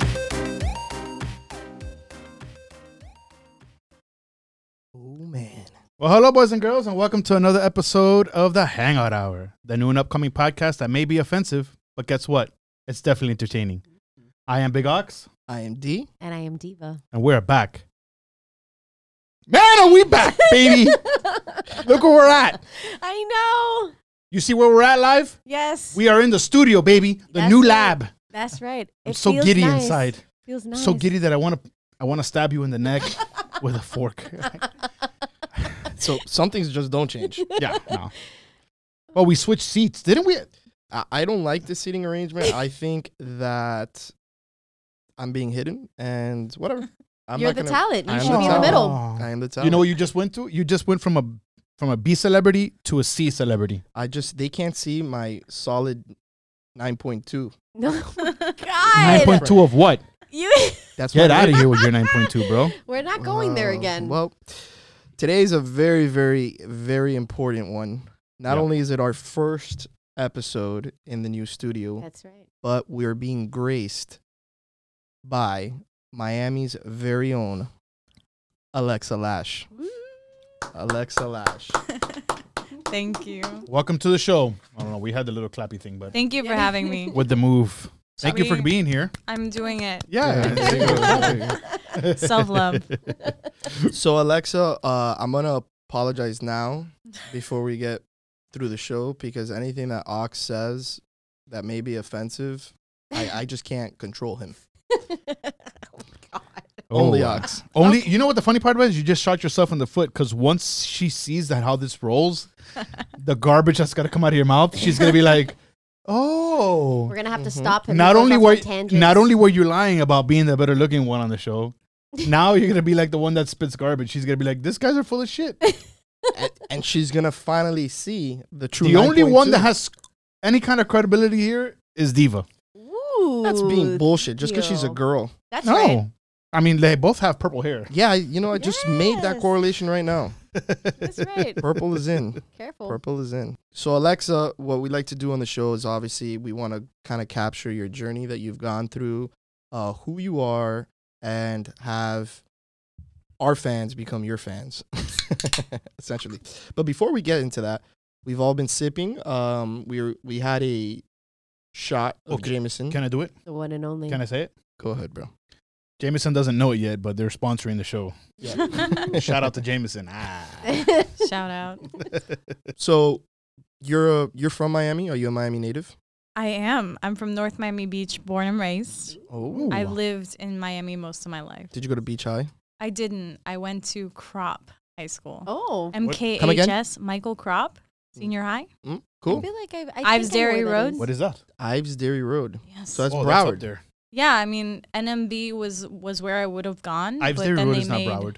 Oh, Well, hello, boys and girls, and welcome to another episode of the Hangout Hour, the new and upcoming podcast that may be offensive, but guess what? It's definitely entertaining. I am Big Ox, I am D. And I am Diva. and we're back. Man, are we back, baby? Look where we're at. I know. You see where we're at live? Yes. We are in the studio, baby, the That's new right. lab. That's right. I'm It so feels giddy nice. inside, Feels nice. so giddy that I want to, I want to stab you in the neck with a fork. So some things just don't change. yeah, no. Well, we switched seats, didn't we? I, I don't like this seating arrangement. I think that I'm being hidden and whatever. I'm Mm-hmm. You're not the gonna- talent. I You am should be in the Oh. talent. middle. I am the talent. You know what you just went to? You just went from a from a B celebrity to a C celebrity. I just they can't see my solid 9.2. No. Nine God. point two of what? you, That's Get my out of here with your nine point two, bro. we're not going there Uh, again. Well, today is a very, very, very important one. Not Yeah. only is it our first episode in the new studio, That's right. but we're being graced by Miami's very own Alexa Lash. Alexa Lash. Thank you. Welcome to the show. I don't know. We had the little clappy thing, but Thank you for having me. with the move. Thank you for Sorry. being here. I'm doing it. Yeah. Self love. so Alexa, uh, I'm gonna apologize now before we get through the show because anything that Ox says that may be offensive, I, I just can't control him. Oh Only Oh. Ox. Only you know what the funny part was? You just shot yourself in the foot because once she sees that how this rolls, the garbage that's gonna come out of your mouth, she's gonna be like, "Oh." We're going to have to Mhm. stop him. Mm-hmm. Not He goes only off were on tangents. not only were you lying about being the better looking one on the show, now you're gonna be like the one that spits garbage. She's gonna be like, "These guys are full of shit." and, and she's gonna finally see the true. the only one 9.2. that has any kind of credibility here is Diva. Ooh, that's being bullshit just because she's a you. girl. That's No, right. I mean they both have purple hair. Yeah, I- you know I just made that Yes. correlation right now. That's right. Purple is in. Careful. Purple is in. So Alexa, what we like to do on the show is obviously we want to kind of capture your journey that you've gone through, uh, who you are, and have our fans become your fans, essentially. But before we get into that, we've all been sipping. Um, we were, we had a shot of Okay. Jameson. Can I do it? The one and only. Can I say it? Go ahead, bro. Jameson doesn't know it yet, but they're sponsoring the show. Shout out to Jameson. Ah. Shout out. So you're a, you're from Miami? Are you a Miami native? I am. I'm from North Miami Beach, born and raised. Oh, I lived in Miami most of my life. did you go to Beach High? I didn't. I went to Crop High School. oh, Come again? MKHS, Michael Crop, senior high. Mm, I cool. feel like I've, I Ives think I know where Dairy that Road? is. What is that? Oh, Ives Dairy Road. Yes. So that's that's up Broward. there. yeah, I mean, NMB was was where I would have Mm, gone. Ives but Dairy then Road they is not made- Broward.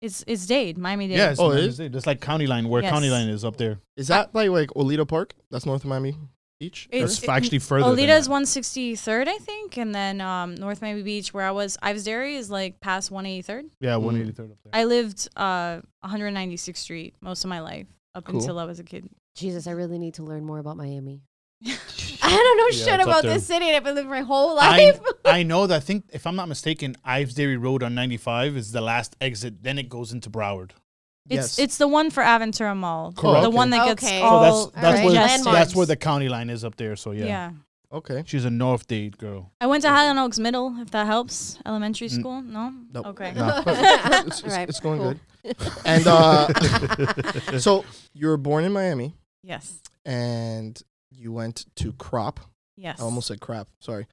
It's, it's Dade, Miami Dade. Yeah, it's, Oh, not- it is? it's like County Line, where County Yes. Line is up there. Is that like like Olita Park? That's North Miami Beach. That's It's- f- actually further. than Olita is that. 163rd, I think, and then um, North Miami Beach, where I was. Ives Dairy is like past 183rd. Yeah, 183rd up there. I lived uh, 196th Street most of my life up Cool. until I was a kid. Jesus, I really need to learn more about Miami. I don't know Yeah, shit it's up about there. this city. and I've been living my whole I, life. I know that. I think, if I'm not mistaken, Ives Dairy Road on 95 is the last exit. Then it goes into Broward. It's it's the one for Aventura Mall, the- Correct. the one that gets Okay. So So Oh, all. that's that's right. where congested. that's where the county line is up there. So yeah, yeah. okay. she's a North Dade girl. I went to Highland Oaks Middle, if that helps. Elementary Mm. school, no. Nope. Okay. No. But it's, it's, Right, it's going cool. good. And uh, so you were born in Miami Yes. and you went to Crop. Yes. I almost said crap. Sorry.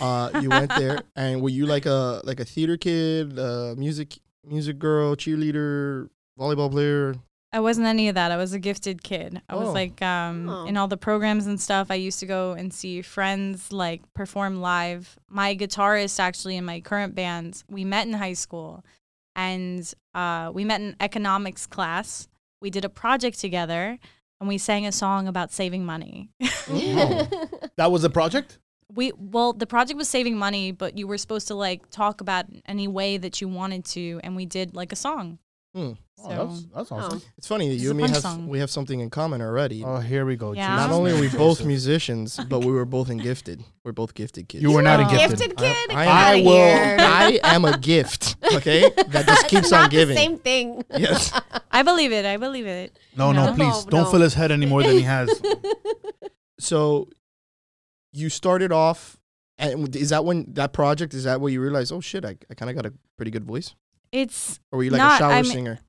Uh, you went there and were you like a like a theater kid, uh, music music girl, cheerleader, volleyball player? I wasn't any of that. I was a gifted kid. I Oh. was like um, Oh. in all the programs and stuff. I used to go and see friends like perform live. My guitarist, actually, in my current band, we met in high school, and uh, we met in economics class. We did a project together, and we sang a song about saving money. That was the project. we well, the project was saving money, but you were supposed to like talk about any way that you wanted to, and we did like a song. Hmm. Oh, that's, that's awesome. It's funny that It's you a and me punch have song. we have something in common already. Oh, here we go. Yeah. Not Jesus. only are we both Joseph. musicians, but we were both in gifted. We're both gifted kids. You were not a You're gifted. Gifted I- kid. Get outta I will- here. I am a gift. Okay, that just It's keeps not on giving. The same thing. Yes. I believe it. I believe it. No, no, No. please No, don't no. fill his head any more than he has. So you started off, and is that when that project? Is that where you realized? Oh shit, I, I kind of got a pretty good voice. It's Or were you like a Not- shower I'm- singer?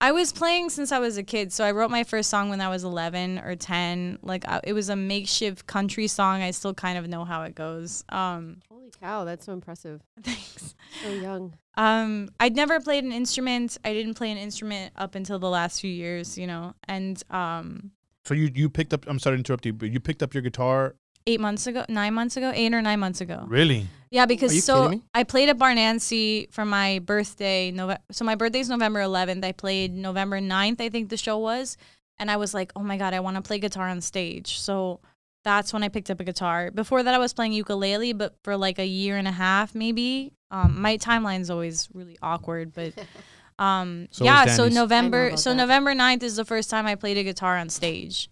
I was playing since I was a kid, so I wrote my first song when I was 11 or 10. Like I, it was a makeshift country song. I still kind of know how it goes. Um, Holy cow, that's so impressive. thanks. So young. Um, I'd never played an instrument. I didn't play an instrument up until the last few years, you know. And um, So you you picked up. I'm sorry to interrupt you, but you picked up your guitar. eight months ago, nine months ago, eight or nine months ago. Really? Yeah, Are you because kidding so me? I played at Barnancy for my birthday. Nove- so my birthday's November 11th. I played November 9th, I think the show was. And I was like, oh my God, I want to play guitar on stage. So that's when I picked up a guitar. Before that, I was playing ukulele, but for like a year and a half, maybe. Um, my timeline's always really awkward, but um, So is yeah. So Danny's. I know November, about so that. November 9th is the first time I played a guitar on stage.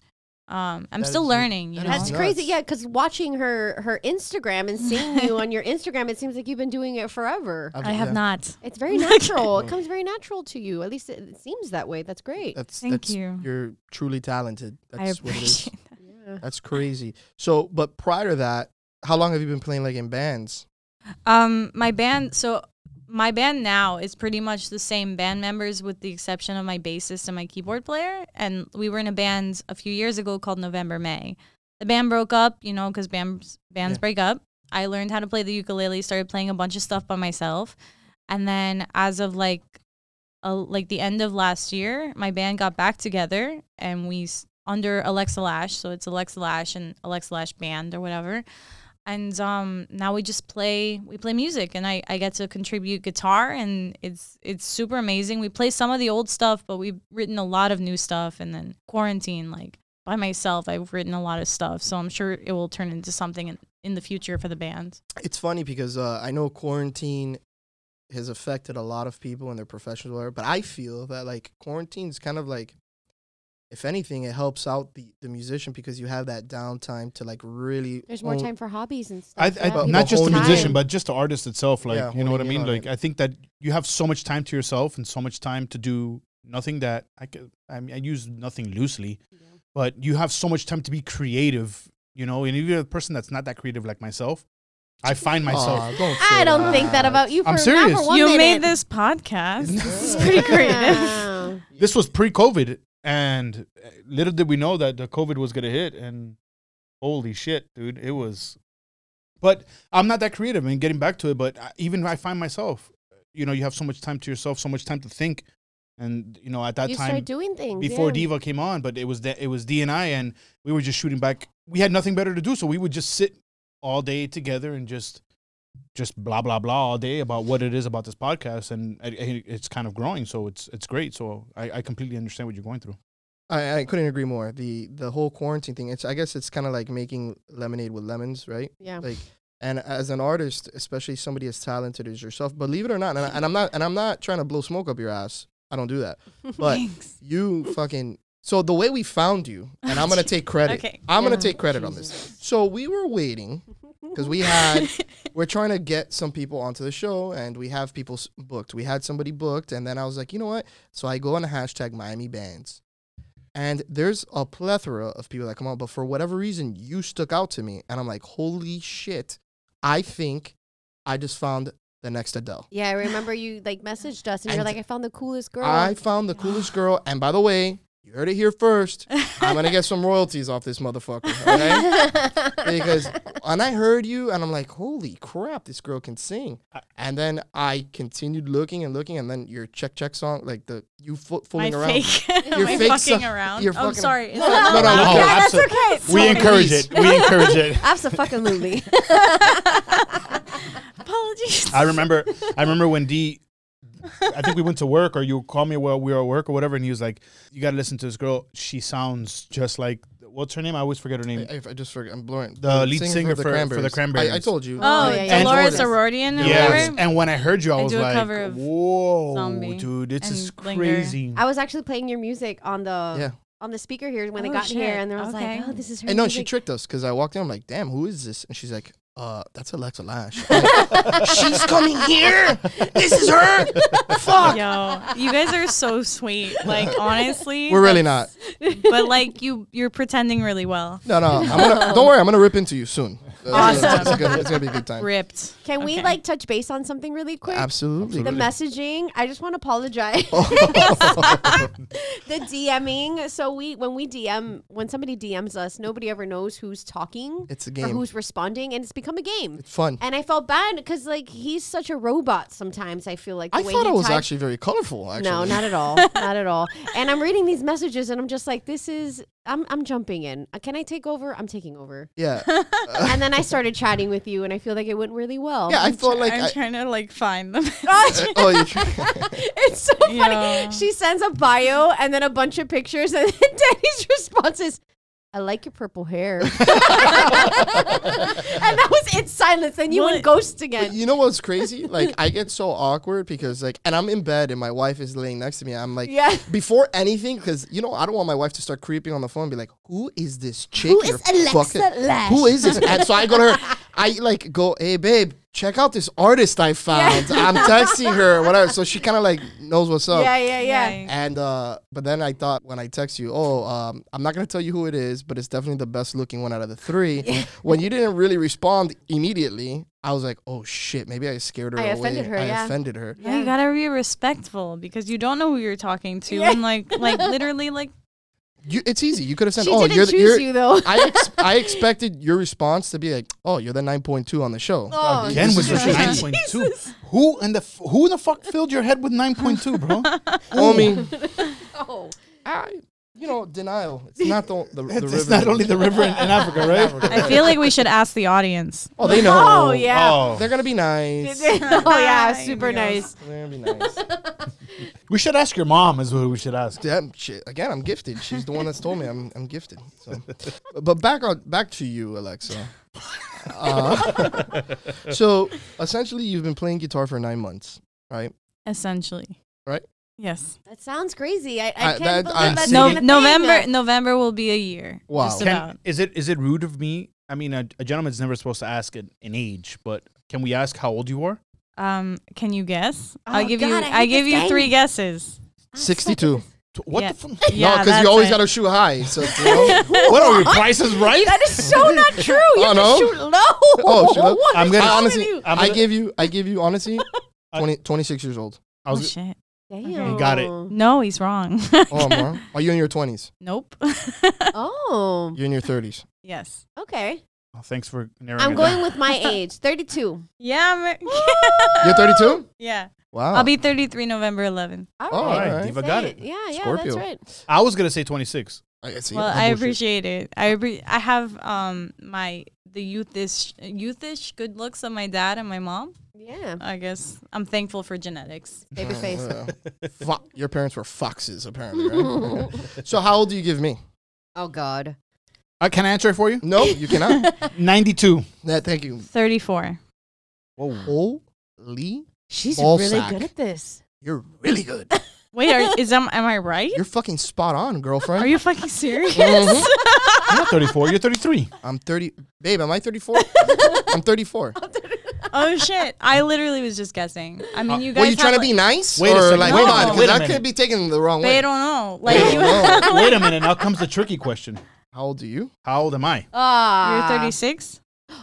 Um, I'm That still is- learning. You that know? That's nuts. crazy. Yeah, because watching her her Instagram and seeing you on your Instagram, it seems like you've been doing it Uh, forever. I've- I have yeah. not. It's very natural. it comes very natural to you. At least it, it seems that way. That's great. That's Thank that's, you. You're truly talented. I That's what it is. appreciate that. yeah. That's crazy. So, but prior to that, how long have you been playing like in bands? Um, my band. So my band now is pretty much the same band members, with the exception of my bassist and my keyboard player. And we were in a band a few years ago called November May. The band broke up, you know, because bands bands Yeah. break up. I learned how to play the ukulele, started playing a bunch of stuff by myself, and then as of like, a, like the end of last year, my band got back together, and we s- under Alexa Lash, so it's Alexa Lash and Alexa Lash Band or whatever and um, now we just play we play music and I, I get to contribute guitar and it's it's super amazing we play some of the old stuff but we've written a lot of new stuff and then quarantine like by myself i've written a lot of stuff so i'm sure it will turn into something in, in the future for the band It's funny because uh, I know quarantine has affected a lot of people in their professional career, but I feel that like quarantine's kind of like, if anything, it helps out the, the musician because you have that downtime to like really. There's more own- time for hobbies and stuff. I, yeah, but- I, people not just the have honing musician, time. but just the artist itself. Like Yeah, you know what I honing in mean. on Like it. I think that you have so much time to yourself and so much time to do nothing. That I could. I mean, I use nothing loosely, but you have so much time to be creative. You know, and if you're a person that's not that creative like myself, I find myself. Aw, don't I say don't think that about you. For, uh, I'm not serious. For one you minute. made this podcast this is pretty creative Yeah. This was pre-COVID, and uh, little did we know that the COVID was gonna hit. And holy shit, dude, it was. But I'm not that creative. I mean, getting back to it, but I- even I find myself, you know, you have so much time to yourself, so much time to think, and you know, at that you time start doing things before yeah. Diva came on, but it was that it was D and I, and we were just shooting back. We had nothing better to do, so we would just sit all day together and just just blah blah blah all day about what it is about this podcast, and I- I- it's kind of growing, so it's it's great. So I, I completely understand what you're going through. I, I couldn't agree more. The the whole quarantine thing. It's I guess it's kind of like making lemonade with lemons, right? Yeah. Like, and as an artist, especially somebody as talented as yourself, believe it or not, and, I, and I'm not, and I'm not trying to blow smoke up your ass. I don't do that. But thanks you fucking. So the way we found you, and I'm gonna take credit. Okay. I'm gonna Yeah. take credit on this. Jesus. So we were waiting because we had we're trying to get some people onto the show and we have people s- booked. We had somebody booked and then I was like, you know what? So I go on a hashtag Miami Bands. And there's a plethora of people that come out, but for whatever reason, you stuck out to me. And I'm like, holy shit. I think I just found the next Adele. Yeah, I remember you like messaged us, and, you're And like, "I found the coolest girl." I found the coolest girl. And by the way, you heard it here first. I'm going to get some royalties off this motherfucker. All right? because and I heard you and I'm like, holy crap, this girl can sing. And then I continued looking and looking, and then your check check song, like the you fo- my fooling around. fake Your my fake fucking self- around your oh, i'm fucking- sorry Is No, that no, no, allowed? no, Okay, no, that's absolutely. okay It's We fine. encourage it. We encourage it. Absolutely. apologies I remember I remember when D I think we went to work or you called me while we were at work or whatever and he was like, You gotta listen to this girl. She sounds just like what's her name? I always forget her name. I, I just forgot. I'm blurring. The lead singer for- for the I, I Cranberries. told you. Oh, yeah, yeah. Dolores And- Arodian or Yes. whatever. And when I heard you, I, I was do a like, cover of "Whoa, Zombie dude, this and is Linger. crazy." I was actually playing your music on the Yeah. on the speaker here when Oh, they got shit. here, and there was Okay. like, oh, this is her. And no, she music. tricked us because I walked in. I'm like, damn, who is this? And she's like, uh, that's Alexa Lash. I'm like, she's coming here. This is her. Fuck. Yo, you guys are so sweet. Like honestly, We're really not. that's- But like you, you're pretending really well. No, no. I'm gonna, don't worry. I'm gonna rip into you soon. Awesome. It's, it's gonna, it's gonna be a good time. Ripped. Can we Okay. like touch base on something really quick? Absolutely. The messaging. I just want to apologize. Oh. the DMing. So we when we DM when somebody DMs us, nobody ever knows who's talking It's a or game. who's responding, and it's become a game. It's fun. and I felt bad because like he's such a robot. Sometimes I feel like the I way thought he I was types- actually very colorful. Actually. No, not at all. not at all. And I'm reading these messages and I'm just like, this is, I'm, I'm jumping in. Uh, Can I take over? I'm taking over. Yeah. And then I started chatting with you and I feel like it went really well. Yeah. I felt like. I'm I, trying to like find them. oh, you try- It's so funny. Yeah. She sends a bio and then a bunch of pictures and then Danny's response is, I like your purple hair. and that was in silence. Then you went What? ghost again. you know what's crazy? Like I get so awkward because like, and I'm in bed and my wife is laying next to me. I'm like, Yeah. Before anything, because you know I don't want my wife to start creeping on the phone, and be like, "Who is this chick? Who you're is Alexa fucking- Lash? Who is this?" And so I go to her. I like go, "Hey babe, check out this artist I found. I'm texting her, or whatever." So she kind of like knows what's up. yeah, yeah, Oh, yeah. And uh, but then I thought when I text you, oh, um, I'm not gonna tell you who it is, but it's definitely the best looking one out of the three. when you didn't really respond immediately, I was like, oh shit, maybe I scared her I away. offended her, I yeah. offended her. Yeah, you gotta be respectful because you don't know who you're talking to, Yeah. and like, like literally, like You, it's easy. You could have sent. She oh, didn't you're the, choose you're, you though. I ex- I expected your response to be like, oh, you're the 9.2 on the show. Oh, Again with This your is nine crazy. point two. Who in the f- who the fuck filled your head with nine point two, bro? Homie, Oh. I, you know, denial. It's not the the, the It's, river. it's not only the river in, in Africa, right? I feel like we should ask the audience. Oh, they know. Oh, yeah. Oh, They're gonna be nice. oh yeah, There super you go. nice. They're gonna be nice. we should ask your mom. Is what we should ask. Damn, shit. Again, I'm gifted. She's the one that's told me I'm I'm gifted. So, but back on back to you, Alexa. Uh, so essentially, you've been playing guitar for nine months, right? Essentially, Right? Yes. That sounds crazy. I, I, I- can't that- believe I that's see. No, even a thing. November, November will be a year. Wow. Just Can- about. Is it is it rude of me? I mean, a, a gentleman's never supposed to ask an, an age, but can we ask how old you are? Um, can you guess? Oh, I'll give you. God, I hate I, give this you game. three guesses. Sixty-two. Tw- What Yeah. the? F- No, Yeah, because you that's always it. gotta shoot high. So you know? what are your prices, right? That is so not true. You Oh, have to no? shoot low. Oh, shoot low? What I'm is gonna- I wrong honestly, with you? I'm I gonna- give you, I give you honestly, I- 20, 26 years old. I Oh, was shit. Damn. Got it. No, he's wrong. Oh, man. are you in your twenties? nope. Oh, You're in your thirties. yes. okay. Oh, thanks for narrowing I'm it going down. with my age, 32. Yeah. I'm, You're thirty-two. yeah. Wow. I'll be 33 November 11th. All Oh, right. alright. Diva Say got it. Yeah, yeah, Scorpio. that's right. I was gonna say 26. I, see, well, no I bullshit. appreciate it. I appre- I have um my the youthish youthish good looks of my dad and my mom. Yeah, I guess I'm thankful for genetics. baby face. Uh, fo- your parents were foxes, apparently, right? so how old do you give me? Oh God. Uh, can I answer it for you? No, you cannot. 92. Nah, thank you. 34. Whoa. Holy, She's Ball really sack. good at this. you're really good. Wait, are, is am, am I right? You're fucking spot on, girlfriend. Are you fucking serious? Mhm. You're not 34. You're 33. I'm 30. Babe, am I 34? I'm 34. oh shit! I literally was just guessing. I mean, you guys. Were Uh, you trying have, to be nice? Wait a or second, like, wait hold a on, minute, wait a because that minute. could be taken the wrong Like, they way. don't know. Wait, Like you. no. Wait a minute. Now comes the tricky question. How old are you? How old am I? Ah. You're 36.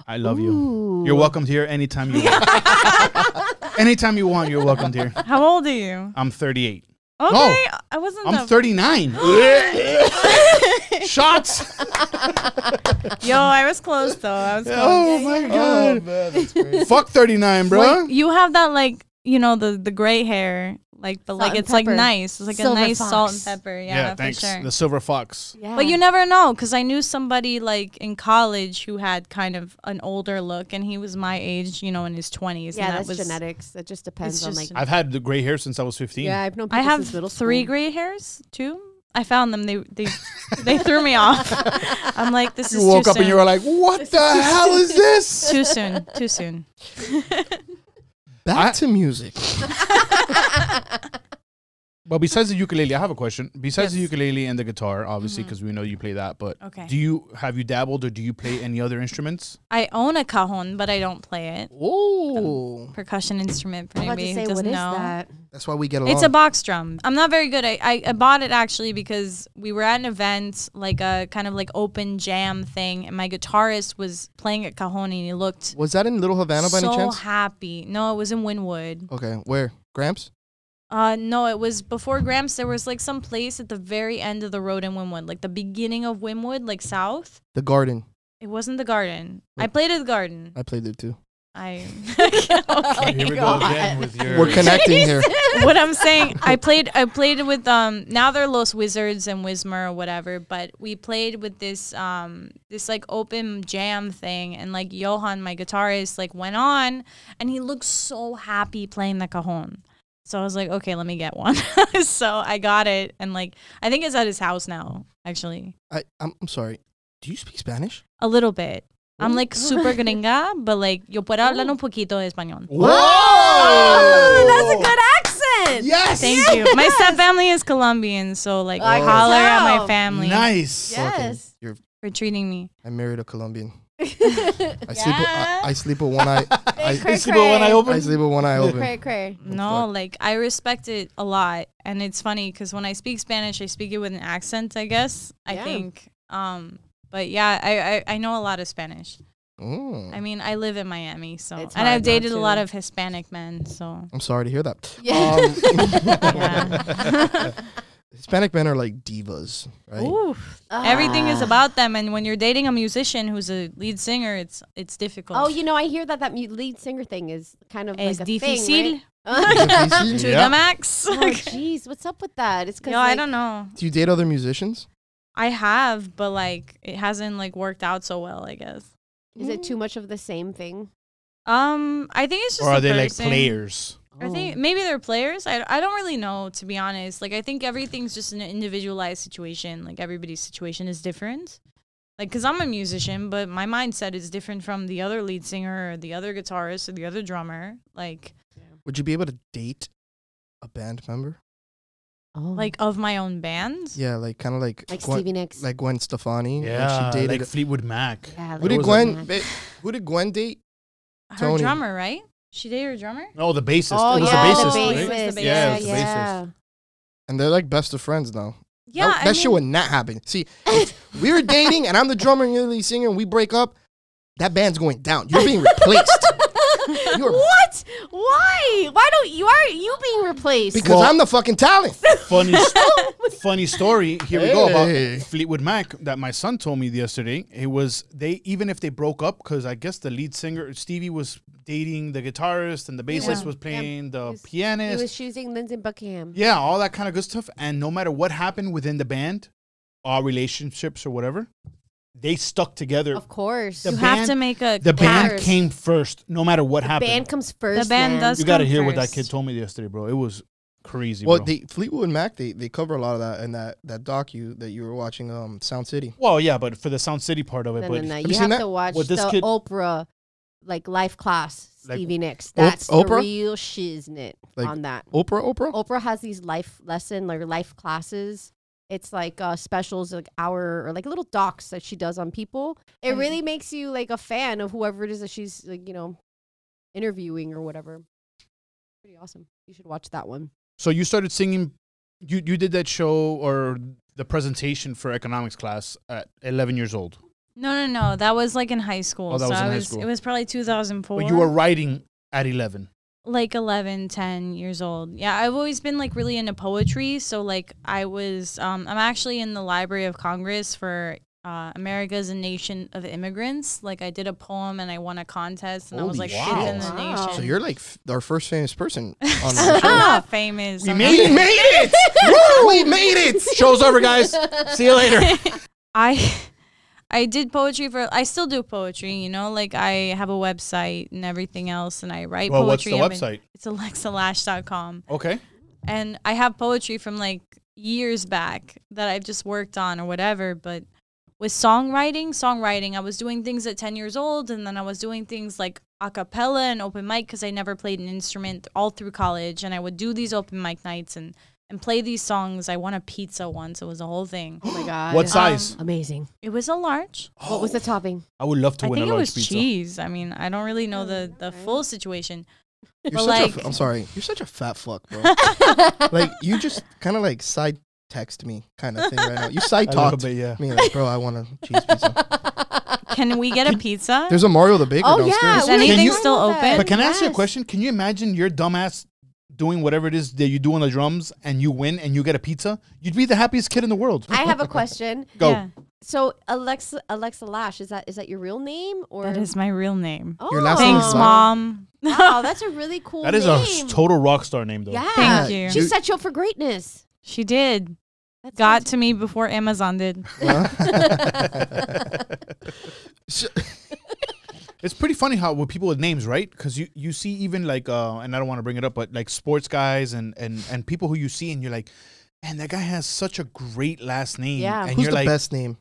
I love you. You're welcomed here anytime you want. anytime you want, you're welcomed here. How old are you? I'm 38. Okay, No. I wasn't. I'm that- 39. Shots. Yo, I was close though. I was close. Oh my Oh, god. man, that's crazy. Fuck 39, bro. Like, you have that like you know the the gray hair like but Salt like and it's like pepper. nice. It's like Silver a nice salt fox. and pepper. Yeah, yeah, for thanks. sure. The silver fox. Yeah. But you never know because I knew somebody like in college who had kind of an older look and he was my age, you know, in his twenties. Yeah, and that that's was, genetics. That just depends on just like. genetic. I've had the gray hair since I was 15. Yeah, I've known people I have since middle three school. gray hairs, two. I found them. They they they threw me off. I'm like, this You is woke too up soon. and you were like, "What the hell is this?" too soon. Too soon. Back I- to music. But besides the ukulele, I have a question. Besides the Yes. ukulele and the guitar, obviously, because we know you play that, but Okay. do you have you dabbled or do you play any other instruments? I own a cajon, but I don't play it. Um, Ooh. Percussion instrument for I'm about to anybody say, who what is doesn't know. that? That's why we get along. It's a box drum. I'm not very good. I, I, I bought it actually because we were at an event, like a kind of like open jam thing, and my guitarist was playing a cajon and he looked Was that in Little Havana by so any chance? happy. No, it was in Wynwood. Okay, where? Gramps? Uh, no, it was before Gramps. There was like some place at the very end of the road in Wynwood, like the beginning of Wynwood, like south. The Garden. It wasn't the garden. I Wait. played at the garden. I played there too. I. Oh, Oh, Here we go again with We're connecting here. what I'm saying, I played I played with um now they're Los Wizards and Wismer or whatever, but we played with this um this like open jam thing and like Johan, my guitarist, like went on and he looked so happy playing the cajon. So I was like, okay, let me get one. so I got it and like I think it's at his house now, actually. I, I'm, I'm sorry. Do you speak Spanish? A little bit. I'm Ooh. like super gringa, but like yo puedo hablar un poquito de español. Whoa! Oh, that's a good accent. Yes. Thank you. My step family is Colombian, so like I can holler at tell. my family Nice. Yeah. Okay, Yes. You're, for treating me. I married a Colombian. I sleep. I, Yeah. I sleep with one eye. I, You see, but when I open, I sleep with one eye open. Cray, cray. No, like I respect it a lot, and it's funny because when I speak Spanish, I speak it with an accent. I guess I Yeah. think. Um, but yeah, I, I I know a lot of Spanish. Mm. I mean, I live in Miami, so It's and hard I've not dated a lot to. of Hispanic men. So I'm sorry to hear that. Yeah. um, Yeah. Hispanic men are like divas, right? Oof. everything is Ah. about them, and when you're dating a musician who's a lead singer, it's it's difficult. Oh, you know, I hear that that mu- lead singer thing is kind of es like a difícil thing, right? Divas. to Yeah. the max. oh, jeez, what's up with that? It's because Yo, I don't know. Do you date other musicians? I have, but like it hasn't like worked out so well, I guess. Is it too much of the same thing? Um, I think it's just. or are the they like person. players? I think Oh. maybe they're players. I, I don't really know to be honest. Like I think everything's just an individualized situation. Like everybody's situation is different. Like cuz I'm a musician, but my mindset is different from the other lead singer or the other guitarist or the other drummer. Like Would you be able to date a band member? Oh. like of my own band. Yeah, like kind of like like Gwen, Stevie Nicks. like Gwen Stefani. like Yeah, she dated. like Fleetwood Mac. yeah, who did was a- Gwen? ba- who did Gwen date? Her Tony. drummer, right? She dated her drummer? Oh, the bassist. Oh, it was yeah, the the bassist. bassist. right? It was the Yeah, bassist. yeah. Yeah, it was the And they're like best of friends now. Yeah, that, I that shit mean- would not happen. See, if we were dating, and I'm the drummer and you're the lead singer, and we break up. That band's going down. You're being replaced You're- what? Why? Why don't you are you being replaced? because Well- I'm the fucking talent. Funny, st- funny story. Here we go Hey. about Fleetwood Mac that my son told me yesterday. It was they even if they broke up because I guess the lead singer Stevie was dating the guitarist and the bassist Yeah. was playing the was- he pianist. was choosing Lindsey Buckingham. yeah, all that kind of good stuff. And no matter what happened within the band, our relationships or whatever, they stuck together. Of course. The you The have to band- make a the band course. came first, no matter what happened. band comes first. band man. does- you got to come hear what that first. kid told me yesterday, bro. It was crazy. Well, bro. they, Fleetwood Mac, they, they cover a lot of that in that that docu that you were watching, um, Sound City. Well, yeah, but for the Sound City part of it, No, no, but no. you You seen have that? to watch What this the kid- Oprah like life class Like, Stevie Nicks. Op- That's the Oprah? real shiznit Like- on that. Oprah, Oprah. Oprah has these life lesson like life classes. It's like uh, specials, like hour or like little docs that she does on people. It Mhm. really makes you like a fan of whoever it is that she's like you know interviewing or whatever. Pretty awesome. You should watch that one. so you started singing. You you did that show or the presentation for economics class at 11 years old, No, no, no. That was like in high school. Oh, that so was in I high was school. it was probably 2004. but you were writing at 11. like 11 10 years old yeah i've always been like really into poetry so like i was um, i'm actually in the library of congress for uh, america is a nation of immigrants like i did a poem and i won a contest and i was Holy like shit. fifth in the Wow. nation So you're like f- our first famous person on i'm the show. not famous We I'm made not- it. made it! Woo! We made it! Show's over, guys. See you later. i i did poetry for i still do poetry you know like i have a website and everything else and i write Well, what's poetry the I've been- website? it's alexalash.com Okay. and I have poetry from like years back that I've just worked on or whatever. But with songwriting, songwriting, I was doing things at 10 years old and then I was doing things like a cappella and open mic because I never played an instrument all through college. And I would do these open mic nights and, and play these songs. I won a pizza once, it was a whole thing. Oh my god. What size? Um, Amazing. It was a large. What was the Oh, topping? I would love to I win a think it large was pizza. cheese. I mean, I don't really know Oh, the, the alright. full situation. You're But such like- a, f- I'm sorry. You're such a fat fuck, bro. like like you just kind of like side text me kind of thing right now. You side A little talked bit, yeah. me like, bro, I want a cheese pizza. Can we get a pizza? There's a Mario the Baker Oh yeah. downstairs. Is we were anything talking still about that. But open? can I ask you a Yes. question? Can you imagine your dumbass doing whatever it is that you do on the drums and you win and you get a pizza? You'd be the happiest kid in the world. I have a question. Go. Yeah, So Alexa Alexa Lash, is that is that your real name or that is my real name. oh. Your last name Thanks, is mom. Wow, that's a really cool That is a s- name. total rock star name, though. yeah. Thank you. She Dude. set you up for greatness. She did. That's Got to me before Amazon did. Huh? So- It's pretty funny how with people with names, right? Because you, you see even like, uh, and I don't want to bring it up, but like sports guys and, and, and people who you see and you're like, man, that guy has such a great last name. Yeah. And Who's you're the like, best name?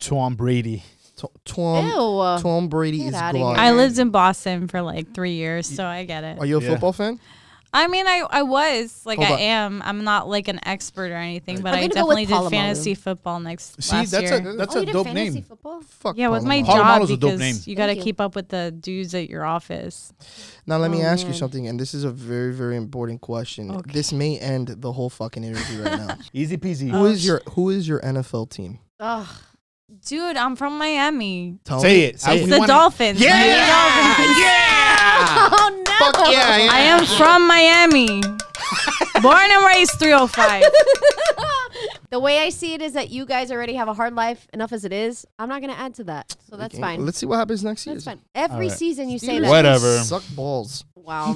Tom Brady. T- awesome. Tom. Um, Ew. Oh, Tom Brady Get is outta here. gone. I lived in Boston for like three years, so I get it. Oh, Are you a Yeah. football fan? I mean, I, I was like Hold I on. am. I'm not like an expert or anything, but I'm I gonna go with definitely Palomalu. did fantasy football next See, last that's year. a that's oh, a you did dope fantasy name. football? Fuck. yeah, with my Palomar. Palomalu's job a dope because name. you got to Thank you. keep up with the dudes at your office. Now let me Oh, ask you man. something, and this is a very, very important question. Okay. This may end the whole fucking interview right now. Easy peasy. Who Oh, is your Who is your NFL team? Ugh. Dude, I'm from Miami. Tell Say me- it. Say I- It's We it. the wanna- Dolphins. Miami Dolphins. yeah! Oh no. Fuck yeah, yeah. I am from Miami. Born and raised 305. the way I see it is that you guys already have a hard life enough as it is. I'm not going to add to that. So Oh, that's Okay, fine. Let's see what happens next year. That's fine. Every Alright. season you say Steelers. that. What? Whatever. Suck balls. Wow.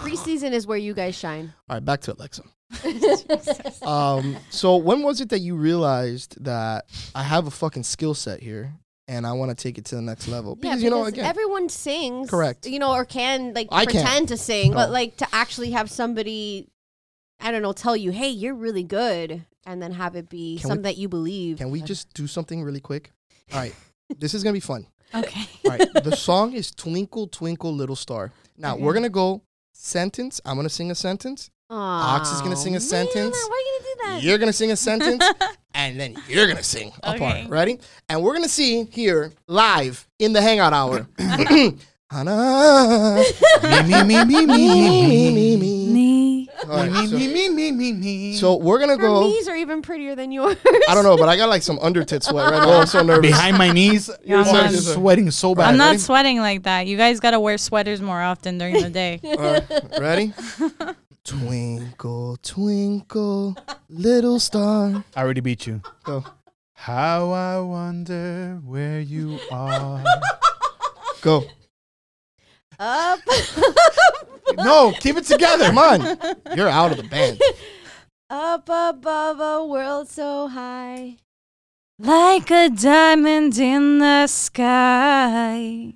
Preseason is where you guys shine. All right, back to Alexa. Um, so when was it that you realized that I have a fucking skill set here and I want to take it to the next level? Because, you know, again, everyone sings. Correct. You know, or can like I can. pretend to sing, but Oh. like to actually have somebody, I don't know, tell you, hey, you're really good, and then have it be Can we- something that you believe. can we just do something really quick? All right, this is gonna be fun. Okay. All right, the song is "Twinkle Twinkle Little Star." Now we're Okay. gonna go sentence. I'm gonna sing a sentence. Ox is gonna sing a sentence. Why are you gonna do that? You're gonna sing a sentence, and then you're gonna sing a Okay. part. Ready? And we're gonna see here live in the Hangout Hour. Hannah, me, me, me, me, me, me, me, me, me, me. Me. All right, so- me, me, me, me. So we're gonna Her go. knees are even prettier than yours. I don't know, but I got like some under tit sweat right now. I'm so nervous. behind my knees, Yeah, oh, I'm I'm not- sweating so bad. I'm not ready? sweating like that. You guys got to wear sweaters more often during the day. All right, ready? twinkle, twinkle, little star. I already beat you. Go, How I wonder where you are. go. Up. no, keep it together. Come on, you're out of the band. Up above a world so high. Like a diamond in the sky.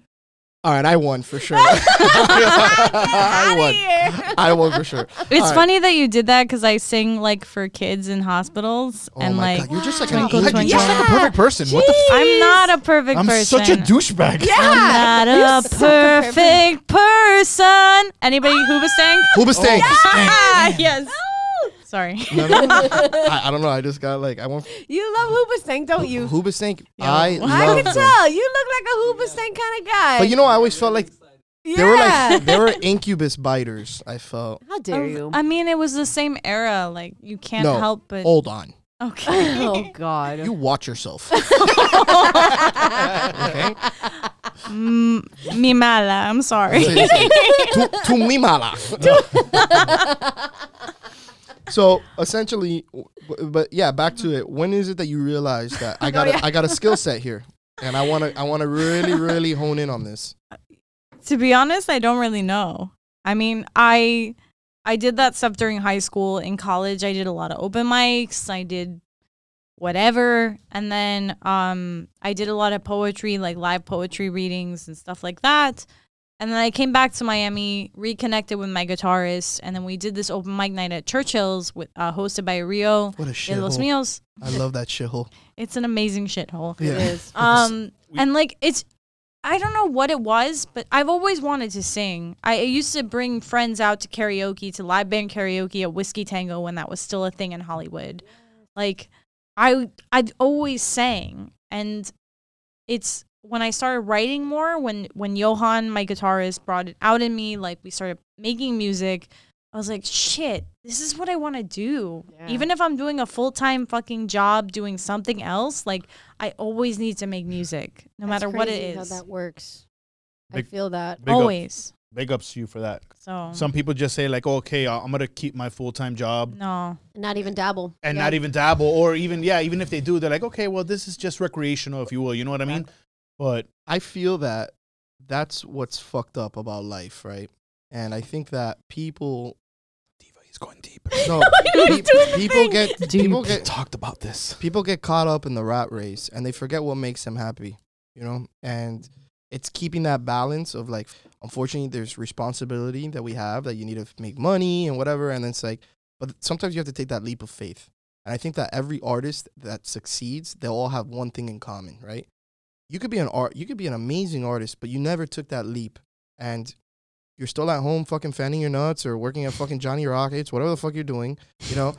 All right, I won for sure. I won. I won for sure. It's All right. funny that you did that because I sing like for kids in hospitals Oh and my like. god, you're just like Twinkle, an You're angel. twinkle. just like a perfect person. What the? F- I'm not a perfect I'm person. such a douchebag. Yeah. I'm You're not a such a perfect- Ah, perfect person. Anybody who was saying? Hooba Stank. Ah, yes. Sorry. No, no, no. I, I don't know. I just got like I want You love Hooba Stank, don't you? Hooba Stank. I love. I can them. tell. You look like a Hooba Stank kind of guy. But you know, I always felt like yeah. they were like they were incubus biters. I felt. How dare you? I mean, it was the same era. Like you can't No. Oh. help but. Hold on. Okay. oh God. You watch yourself. okay. Mm, mi mala. I'm sorry. Say- say, "Tu- tu mi mala." so essentially, w- w- but yeah, back to it. When is it that you realize that I got yeah. a, I got a skill set here, and I want to I want to really really hone in on this? to be honest, I don't really know. I mean, I I did that stuff during high school. In college, I did a lot of open mics. I did whatever, and then um, I did a lot of poetry, like live poetry readings and stuff like that. And then I came back to Miami, reconnected with my guitarist, and then we did this open mic night at Churchill's with uh, hosted by Rio What a de shithole. los Mios. I love that shithole. It's an amazing shithole. Yeah. It is. Um, We- and like it's, I don't know what it was, but I've always wanted to sing. I, I used to bring friends out to karaoke, to live band karaoke at Whiskey Tango when that was still a thing in Hollywood. Like, I I've always sang, and it's when I started writing more. When when Johan, my guitarist, brought it out in me, like we started making music. I was like, shit, this is what I want to do. Yeah. Even if I'm doing a full time fucking job doing something else, like I always need to make music, no That's matter what it crazy is. How that works. I Big- feel that. Big Up, always. big ups to you for that. So Oh. Some people just say like, okay, I- I'm gonna keep my full time job no, Not even dabble. and Yeah. not even dabble, or even yeah, even if they do, they're like, okay, well, this is just recreational, if you will. You know what I mean? But I feel that that's what's fucked up about life, right? And I think that people Diva, he's going deep. no was pe- doing the people thing. get people We get talked about this. people get caught up in the rat race and they forget what makes them happy, you know? And it's keeping that balance of like, unfortunately, there's responsibility that we have that you need to make money and whatever. And it's like, but sometimes you have to take that leap of faith. And I think that every artist that succeeds, they'll all have one thing in common, right? You could be an art, you could be an amazing artist, but you never took that leap. And you're still at home fucking fanning your nuts or working at fucking Johnny Rockets, whatever the fuck you're doing, you know?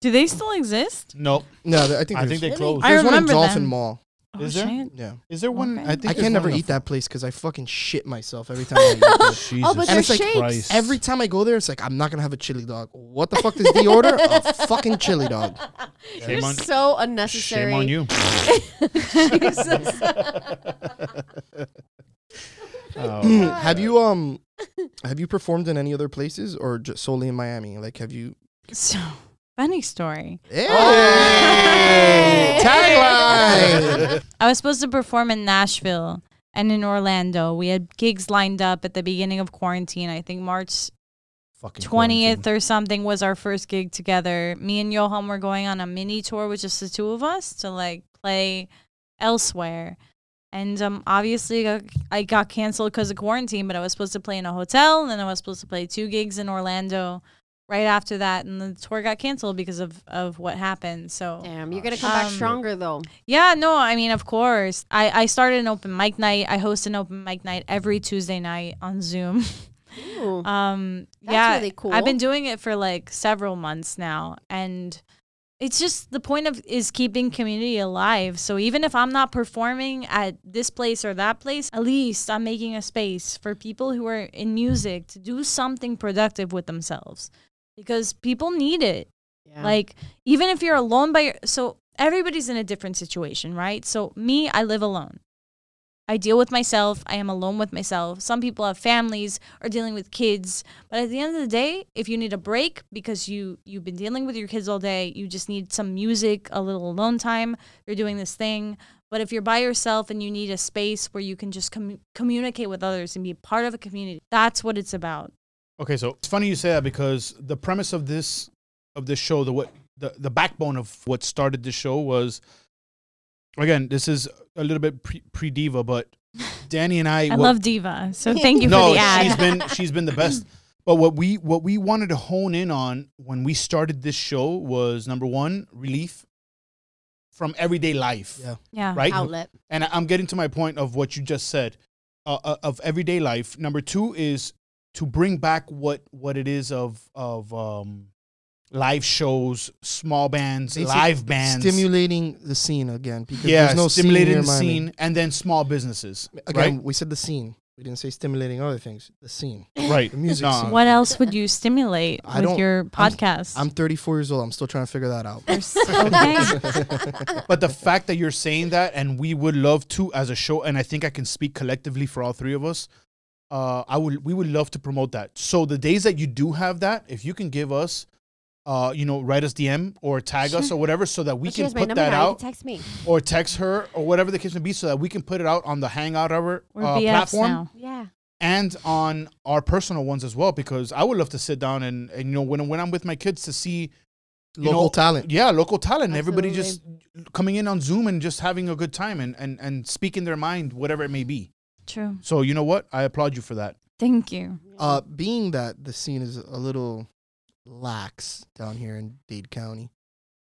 do they still exist? No, No, th- I think I there's, think they Really? closed. I there's one in remember Dolphin them. Mall. Oh, Is there? shit. Yeah. Is there one? Okay. I I think there's can one never in the eat front. that place because I fucking shit myself every time. I eat there. Oh, but Jesus And it's there's like shakes. Christ. Every time I go there, it's like I'm not gonna have a chili dog. What the fuck does the order? A fucking chili dog. Shame You're on- so unnecessary. Shame on you. Jesus. Oh. have you um, have you performed in any other places or just solely in Miami? Like, have you? So funny story. Hey! Hey! Tagline. I was supposed to perform in Nashville and in Orlando. We had gigs lined up at the beginning of quarantine. I think March Fucking twentieth quarantine. or something was our first gig together. Me and Johan were going on a mini tour with just the two of us to like play elsewhere. And um, obviously, I- I got canceled because of quarantine. But I was supposed to play in a hotel, and then I was supposed to play two gigs in Orlando right after that. And the tour got canceled because of of what happened. So Damn, you're gonna come back Um, stronger though. yeah, no, I mean, of course. I, I started an open mic night. I host an open mic night every Tuesday night on Zoom. Ooh. Um, That's yeah, really cool. I've been doing it for like several months now, and it's just the point of is keeping community alive. So even if I'm not performing at this place or that place, at least I'm making a space for people who are in music to do something productive with themselves, because people need it. Yeah. Like even if you're alone by your, so everybody's in a different situation, right? So me, I live alone. I deal with myself. I am alone with myself. Some people have families or dealing with kids, but at the end of the day, if you need a break because you you've been dealing with your kids all day, you just need some music, a little alone time. You're doing this thing. But if you're by yourself and you need a space where you can just commu communicate with others and be part of a community, that's what it's about. Okay, so it's funny you say that because the premise of this of this show, the what the, the backbone of what started this show was again, this is a little bit pre pre diva, but Danny and I I what- love Diva, so thank you no, for the ad. she's been she's been the best. But what we what we wanted to hone in on when we started this show was number one, relief from everyday life. Yeah. yeah, Right? outlet. and I- I'm getting to my point of what you just said uh, uh, of everyday life. Number two is to bring back what what it is of of um, live shows, small bands, Basic live bands, Stimulating the scene again because yeah, there's no stimulating the scene. near Miami. scene, and then small businesses. Again, we said the scene. We didn't say stimulating other things. The scene. Right, right. The music No. scene. What else would you stimulate I with don't- your podcast? I'm 34 years old. I'm still trying to figure that out. okay. But the fact that you're saying that, and we would love to as a show, and I think I can speak collectively for all three of us. Uh, I would, we would love to promote that. So the days that you do have that, if you can give us, uh, you know, write us DM or tag us or whatever, so that we Well, she can has my put number that now. You out can text me. or text her or whatever the case may be, so that we can put it out on the Hangout our We're uh, BFs platform now. Yeah. and on our personal ones as well. Because I would love to sit down and, and you know when when I'm with my kids to see you Local know, talent. yeah, local talent. Everybody just coming in on Zoom and just having a good time and, and, and speaking their mind, whatever it may be. True. So you know what? I applaud you for that. Thank you. Uh, being that the scene is a little lax down here in Dade County,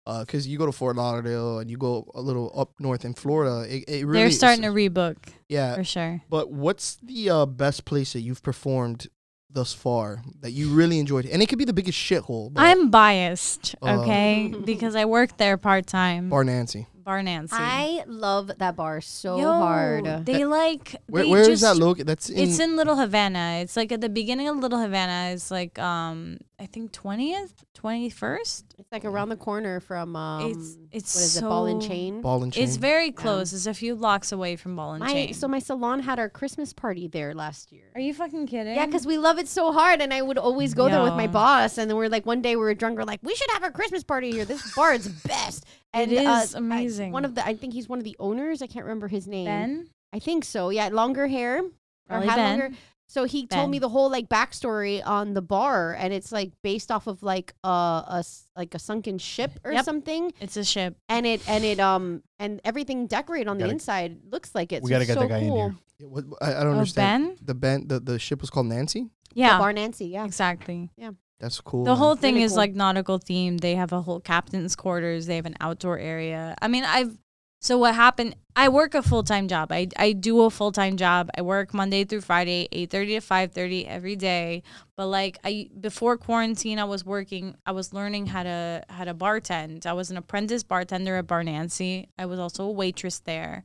because you go to Fort Lauderdale and you go a little up north in Florida, it, it really They're starting to it's- Uh, rebook yeah. for sure. But what's the uh, best place that you've performed thus far that you really enjoyed? And it could be the biggest shithole. but I'm biased, Uh, okay, because I work there part time. Bar-, Bar Nancy. Nancy. I love that bar so Yo, hard. They like. Where, they where is just, that located? That's in. It's in Little Havana. It's like at the beginning of Little Havana. It's like um I think twentieth, twenty first. it's like around the corner from um, It's it's what is so, it? Ball and chain. Ball and Chain. It's very close. It's a few blocks away from Ball and my Chain. so my salon had our Christmas party there last year. Are you fucking kidding? Yeah, because we love it so hard, and I would always go there with my Yeah. boss. And then we're like, one day we were drunk, we're like, we should have a Christmas party here. This bar is best. And, It uh, is I- amazing. one of the, I think he's one of the owners. I can't remember his name. Ben, I think so. Yeah, longer hair or Probably had Ben. longer. So he told me Ben. the whole like backstory on the bar, and it's like based off of like a, a s- like a sunken ship or Yep. something, it's a ship. and it and it um and everything decorated on the Gotta- inside looks like it. we so gotta it's get so that guy in cool. here. Yeah, what- I, I don't Oh, understand. Ben? The band, the, the ship was called Nancy. The Yeah, Bar Nancy, yeah. exactly. That's cool. The man. whole thing Really is cool. like nautical themed. They have a whole captain's quarters. They have an outdoor area. I mean, I've so what happened? I work a full time job. I I do a full time job. I work Monday through Friday, eight thirty to five thirty every day. But like I before quarantine, I was working. I was learning how to how to bartend. I was an apprentice bartender at Bar Nancy. I was also a waitress there.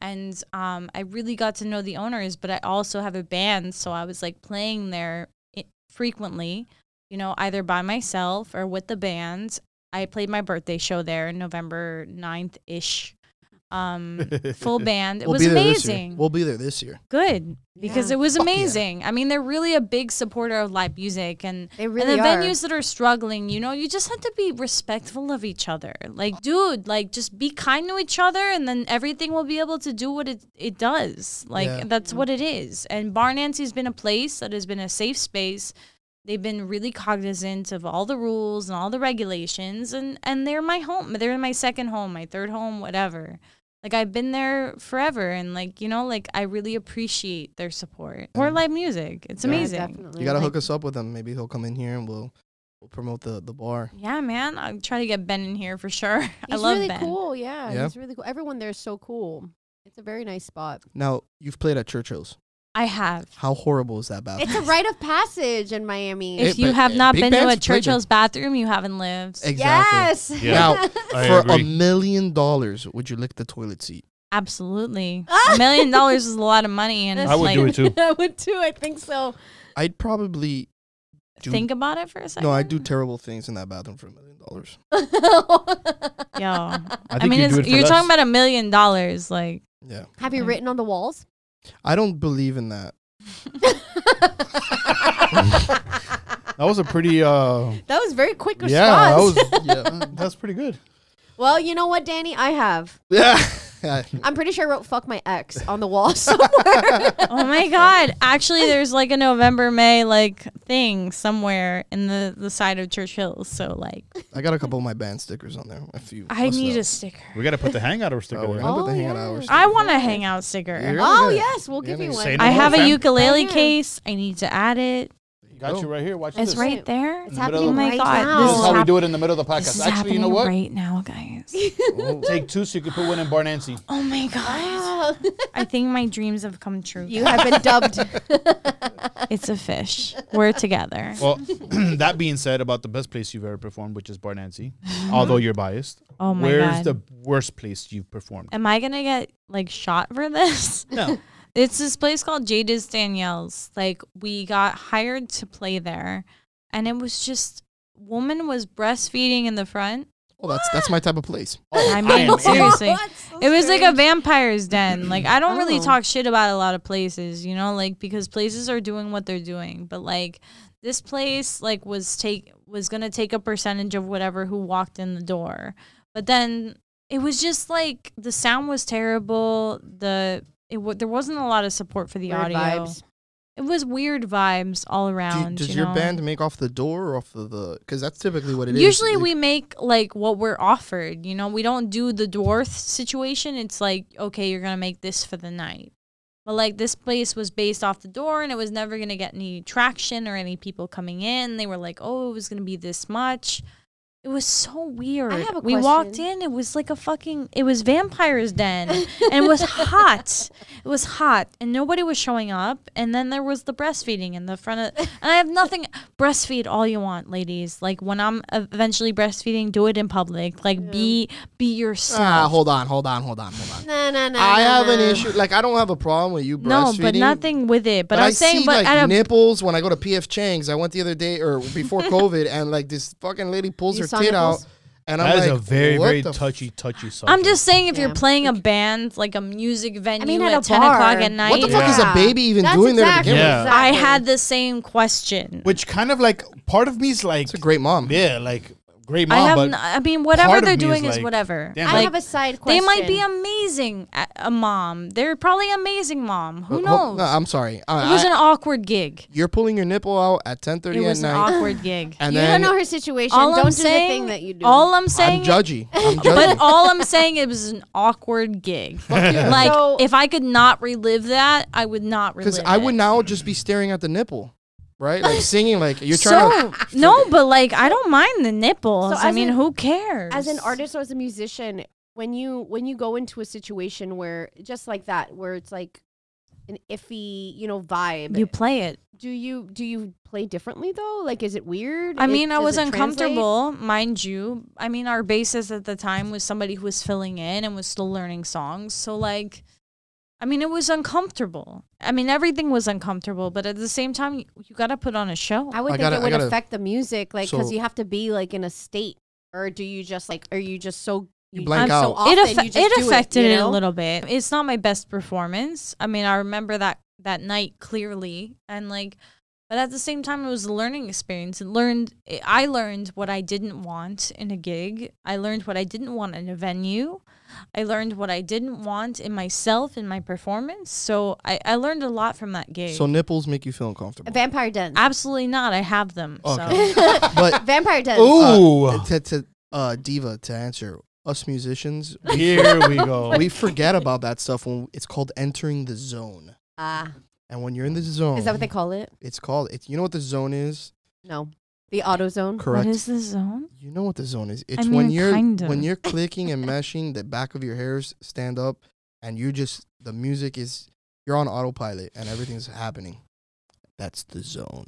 And um, I really got to know the owners, but I also have a band, so I was like playing there i- frequently you know, either by myself or with the band. I played my birthday show there November 9th ish. Um, full band. It was This year. amazing. We'll be there this year. Good because Yeah. it was Fuck yeah. amazing. I mean, they're really a big supporter of live music and They really and the are. venues that are struggling, you know, you just have to be respectful of each other. Like, dude, like just be kind to each other and then everything will be able to do what it, it does. Like Yeah. that's what it is. And Bar Nancy's been a place that has been a safe space. They've been really cognizant of all the rules and all the regulations and and they're my home. They're my second home, my third home, whatever. Like I've been there forever and like, you know, like I really appreciate their support. Or live music. It's Yeah, amazing. You gotta hook us up with him. Maybe he'll come in here and we'll we'll promote the the bar. Yeah, man. I'm trying to get Ben in here for sure. I He's love really Ben. cool. Yeah, Yeah. he's really cool. Everyone there's so cool. It's a very nice spot. Now you've played at Churchill's. I have. How horrible is Uh, that bathroom? It's a rite of passage in Miami. It- If you but, have uh, not Big been to Ben's a played there. Churchill's bathroom, you haven't lived. exactly. Yes. Yeah. Now, I For agree. a million dollars, would you lick the toilet seat? Absolutely. a million dollars is a lot of money, and I would like, do it too. I would too. I think so. I'd probably do. think about it for a second. no, I do terrible things in that bathroom for a million dollars. Yo, I, I think mean, you do it's, it for you're less. talking about a million dollars, like. Yeah, Have you Mm. written on the walls? I don't believe in that. that was a pretty. Uh, That was very quick response. yeah, that was. Yeah, That's pretty good. well, you know what, Danny? I have. yeah. I'm pretty sure I wrote "fuck my ex" on the wall somewhere. Oh my God! Actually, there's like a November May like thing somewhere in the the side of Churchill's. So like, I got a couple of my band stickers on there. If you, I must need know. a sticker. We got to put the hangout or sticker Oh, we're there. gonna put Oh, the hangout yeah. hours. I want a hangout sticker. You're gonna oh get it. yes, we'll give Yeah, you they one. say no I more, have a fam. ukulele Right here. case. I need to add it. Got you Go. right here. Watch It's this. right right there. It's in the middle happening of- Oh my right God, now. This is how hap- we do it in the middle of the This podcast. is Actually, happening you know what? right now, guys. Oh, Take two so you can put one in Bar Nancy. Oh my god! Wow. I think my dreams have come true. you have been dubbed. It's a fish. We're together. Well, that being said, about the best place you've ever performed, which is Bar Nancy, although you're biased, Mm-hmm. Oh my where's god! the worst place you've performed? Am I gonna get like shot for this? No. It's this place called Jada's Danielle's. Like we got hired to play there, and it was just woman was breastfeeding in the front. oh, that's that's my type of place. Oh, I mean, am in. seriously. What? It was like a vampire's den. Like I don't really Oh. talk shit about a lot of places, you know, like because places are doing what they're doing. But like this place like was take was gonna take a percentage of whatever who walked in the door. But then it was just like the sound was terrible. The it w- there wasn't a lot of support for the Weird audio. vibes. It was weird vibes all Do you- around. does you your know? band make off the door or off of the? Because that's typically what it is. Usually You- we make like what we're offered. You know, we don't do the dwarf situation. It's like, okay, you're gonna make this for the night. But like this place was based off the door and it was never going to get any traction or any people coming in. They were like, oh, it was going to be this much. It was so weird. have a we walked question. in, it was like a fucking, it was Vampire's Den and it was hot. It was hot and nobody was showing up. And then there was the breastfeeding in the front of, and I have nothing. breastfeed all you want, ladies. Like when I'm eventually breastfeeding, do it in public. Like be be yourself. Ah, hold on, hold on, hold on, hold on. No, no, no. I no, have an no. issue. Like I don't have a problem with you breastfeeding. no, but nothing with it. But, I I'm saying, see but like at a nipples when I go to PF Chang's. I went the other day or before COVID, and like this fucking lady pulls You her saw tit nipples? out, and I'm That is like, a very, what very the f- touchy, touchy subject. I'm just saying, if Yeah. you're playing a band, like a music venue at at, a 10 bar. o'clock What at the night, what the fuck is Yeah. a baby even That's doing exactly, there to begin Yeah. with? I exactly. had the same question. which kind of like part of me's like, It's a great mom. yeah, like great I mom, have, but n- I mean, whatever part they're of me is doing is, like, whatever. damn, I like- have a side they question. might be amazing, at a mom. They're probably amazing mom. Who Ho- knows? No, I'm sorry. I- it was I- an awkward gig. you're pulling your nipple out at 10:30 It at was an night, awkward gig. and you then don't know her situation. All don't I'm do the thing saying, that you do. all I'm I'm saying, judgy. I'm judgy. but all I'm saying, it was an awkward gig. Fuck yeah. Like, So- if I could not relive that, I would not relive Because I it. would now just be staring at the nipple, right? Like singing, like you're trying so, to. no, but like I don't mind the nipples. So I as mean, an- who cares? as an artist or as a musician, when you when you go into a situation where just like that, where it's like an iffy, you know, vibe. you play it. do you do you play differently though? Like, is it weird? I It- mean, I does was it translate? uncomfortable, mind you. I mean, our bassist at the time was somebody who was filling in and was still learning songs. So like, I mean, it was uncomfortable. I mean, everything was uncomfortable, but at the same time, you, you got to put on a show. I would I think gotta- it I would gotta- affect the music, like because So- you have to be like in a state, or do you just like are you just so You blank so out. often, it, affe- you just it do affected it, it, you a know? little bit. It's not my best performance. I mean, I remember that that night clearly, and like, but at the same time, it was a learning experience. It learned I learned what I didn't want in a gig. I learned what I didn't want in a venue. I learned what I didn't want in myself in my performance. So I, I learned a lot from that gig. So nipples make you feel uncomfortable. Vampire Den. Absolutely not. I have them. Okay. So But Vampire Den. ooh, uh, to, to uh, diva to answer us musicians, here we go. we forget about that stuff when it's called entering the zone. Ah, And when you're in the zone, is that what they call it? It's called. It's you know what the zone is. No, the auto zone. what Correct. is the zone? You know what the zone is. It's Mm-hmm. mean, when you're kinda. when you're clicking and meshing, the back of your hairs stand up, and you just the music is you're on autopilot and everything's happening. That's the zone.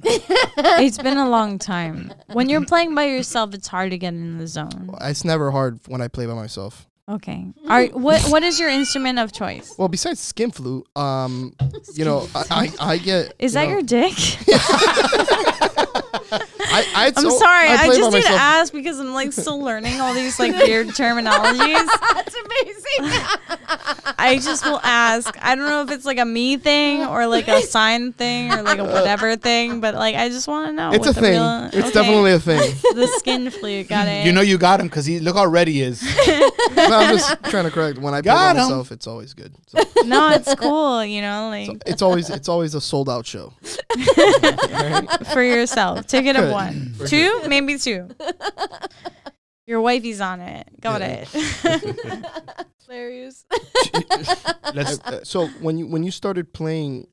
It's been a long time. When you're playing by yourself, it's hard to get in the zone. it's never hard when I play by myself. Okay. All right. What What is your instrument of choice? Well, besides skin flute, um, you know, I I, I get. Is you that know, your dick? I, I, I'm so- sorry. I, play by just need to myself. ask because I'm like still learning all these like weird terminologies. That's amazing. I just will ask. I don't know if it's like a me thing or like a sign thing or like a whatever thing, but like I just want to know. It's a what the thing. real- It's okay. definitely a thing. the skin flute. Got it. You know you got him because he look how red he is. No, I'm just trying to correct. When I play by Got 'em. myself, it's always good. So, no, it's cool. You know, like so it's always it's always a sold out show. for yourself. Ticket of Good. Mm-hmm. one, For two, maybe two. Your wifey's on it. Got Yeah. it. Hilarious. Let's Uh, so when you when you started playing,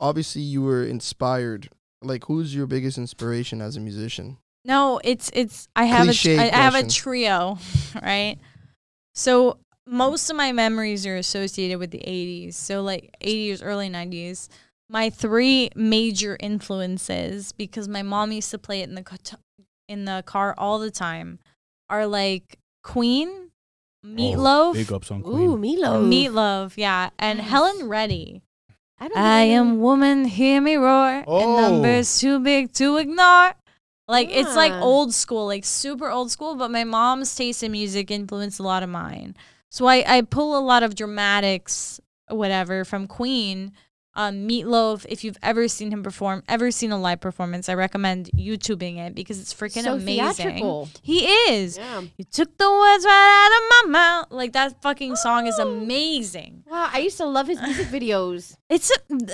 obviously you were inspired. Like, who's your biggest inspiration as a musician? No, it's it's I have Cliche a I, I have a question. trio, right? So most of my memories are associated with the 80s. So like 80s early 90s. My three major influences because my mom used to play it in the ca- in the car all the time are like Queen, Meatloaf, Oh, Big ups on Queen. Ooh, Milo. Meatloaf, yeah, and Nice. Helen Reddy. I, don't I know. am woman, hear me roar. Oh. And numbers too big to ignore. Like it's like Yeah. old school, like super old school, but my mom's taste in music influenced a lot of mine. So I, I pull a lot of dramatics, whatever, from Queen. Um, Meatloaf, if you've ever seen him perform, ever seen a live performance, I recommend YouTubing it because it's freaking so amazing. theatrical. He is. Yeah. You took the words right out of my mouth. Like that fucking song is Oh. amazing Wow, I used to love his music videos. it's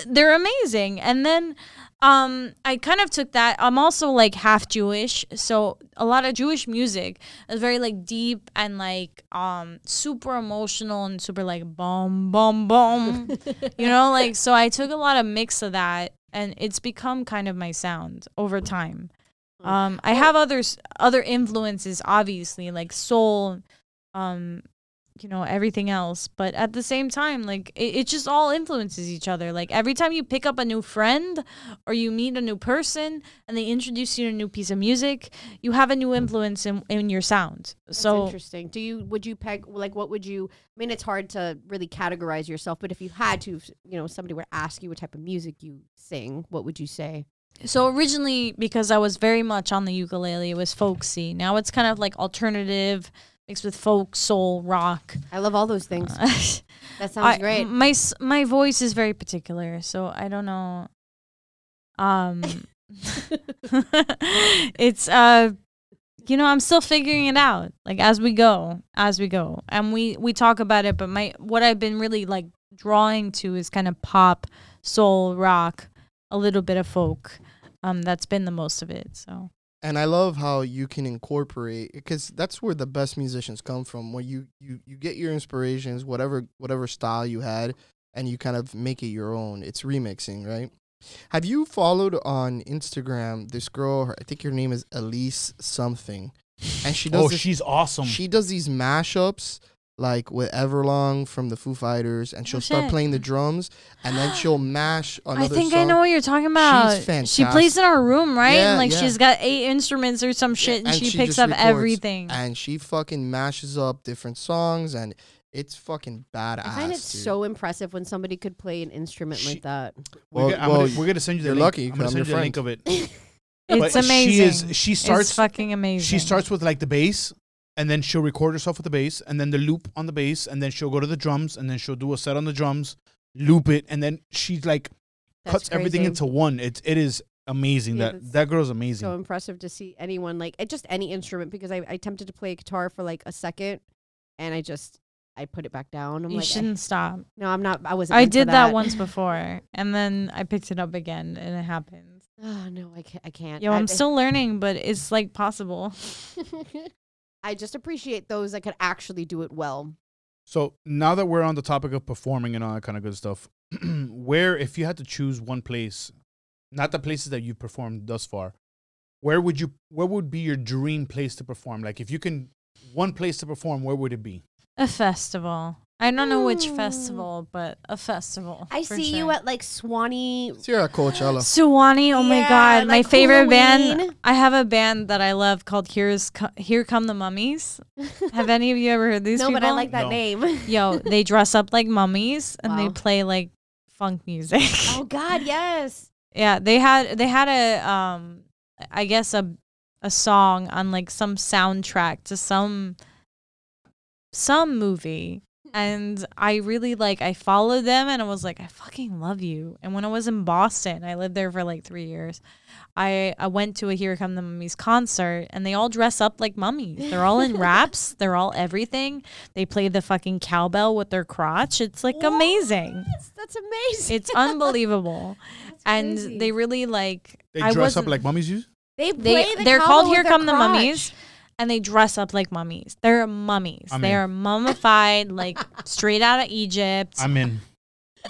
they're amazing and then um i kind of took that i'm also like half jewish so a lot of jewish music is very like deep and like um super emotional and super like boom boom boom you know like so i took a lot of mix of that and it's become kind of my sound over time um i have others other influences obviously like soul um you know everything else but at the same time like it, it just all influences each other like every time you pick up a new friend or you meet a new person and they introduce you to a new piece of music you have a new influence in, in your sound That's so interesting. Do you would you peg like what would you? I mean, it's hard to really categorize yourself, but if you had to, if, you know, somebody were to ask you what type of music you sing, what would you say? so originally because i was very much on the ukulele it was folksy now it's kind of like alternative mixed with folk soul rock I love all those Uh, things. That sounds I- great. My s- my voice is very particular, so I don't know. Um, it's uh, you know, I'm still figuring it out. Like as we go, as we go, and we we talk about it. But my what I've been really like drawing to is kind of pop, soul, rock, a little bit of folk. Um, that's been the most of it. So and I love how you can incorporate because that's where the best musicians come from. Where you you you get your inspirations, whatever whatever style you had, and you kind of make it your own. It's remixing, right? Have you followed on Instagram this girl? her- I think her name is Elise something, and she does Oh, this- she's awesome. she does these mashups like with Everlong from the Foo Fighters, and she'll start Oh, shit. playing the drums, and then she'll mash another. I think song. I know what you're talking about. She plays fantastic. in our room, right? Yeah, and like yeah. she's got eight instruments or some shit, and, and she, she picks just up records everything. and she fucking mashes up different songs and it's fucking badass. I find it dude. so impressive when somebody could play an instrument She- like that. we Well- are gonna, well, we're gonna send you the you're link. lucky, I'm gonna 'cause I'm send you your the link of it. It's But amazing. She is. She starts. it's fucking amazing. she starts with like the bass, and then she'll record herself with the bass, and then the loop on the bass, and then she'll go to the drums, and then she'll do a set on the drums, loop it, and then she's like That's cuts everything crazy. into one. It it is amazing. Yeah, that that's that girl's so amazing. impressive to see anyone like uh, just any instrument because I, I attempted to play guitar for like a second and I just I put it back down. I'm you like, I- shouldn't stop. no, I'm not. I wasn't. I meant for did that. that once before, and then I picked it up again, and it happens. Oh no, I can't. I can't. Yo, I, I'm still learning, but it's like possible. I just appreciate those that could actually do it well. So now that we're on the topic of performing and all that kind of good stuff, where if you had to choose one place, not the places that you've performed thus far, where would you where would be your dream place to perform? Like if you can one place to perform, where would it be? A festival. I don't know which Mm. festival, but a festival. I for see you sure. at like Swanee. It's here at Coachella. Suwannee. Oh my Yeah, god, my like favorite band. Halloween. I have a band that I love called Here's Co- Here Come the Mummies. Have any of you ever heard these no, people? but I like that No. name. Yo, they dress up like mummies and they Wow. play like funk music. oh God, yes. Yeah, they had they had a um I guess a a song on like some soundtrack to some some movie. And I really like I followed them and I was like I fucking love you. And when I was in Boston, I lived there for like 3 years. I I went to a Here Come the Mummies concert and they all dress up like mummies. They're all in wraps, they're all everything. They play the fucking cowbell with their crotch. It's like amazing. Yes, that's amazing. It's unbelievable That's and crazy. they really like They I dress up wasn't- like mummies use? they they play the they're cowbell called with here their come the mummies crotch. and they dress up like mummies they're mummies I'm they in. are mummified like straight out of egypt I'm in.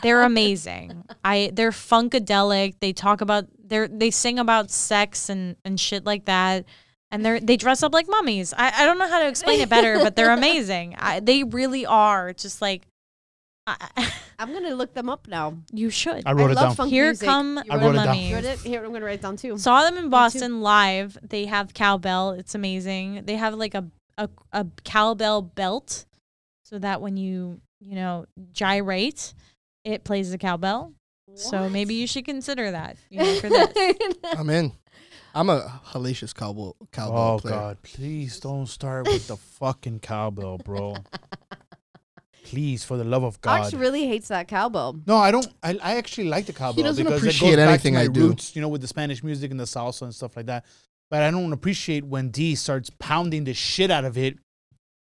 they're amazing i they're funkadelic they talk about they're they sing about sex and and shit like that and they're they dress up like mummies i, I don't know how to explain it better but they're amazing I, they really are just like I, I'm gonna look them up now. you should I wrote it love down. funk here music. come You I the wrote it down. mummies You heard it? Here, I'm gonna write it down too. Saw them in too. Boston live. They have cowbell. It's amazing. They have like a, a a cowbell belt, so that when you you know gyrate, it plays the cowbell. So What? maybe you should consider that. You know, for this. I'm in. I'm a hellacious cowboy cowboy Oh player. God! Please don't start with the fucking cowbell, bro. Please, for the love of Ox God. really hates that cowbell. No, I don't. I, I actually like the cowbell doesn't because appreciate it goes anything back I to my do. roots, you know, with the Spanish music and the salsa and stuff like that. But I don't appreciate when D starts pounding the shit out of it,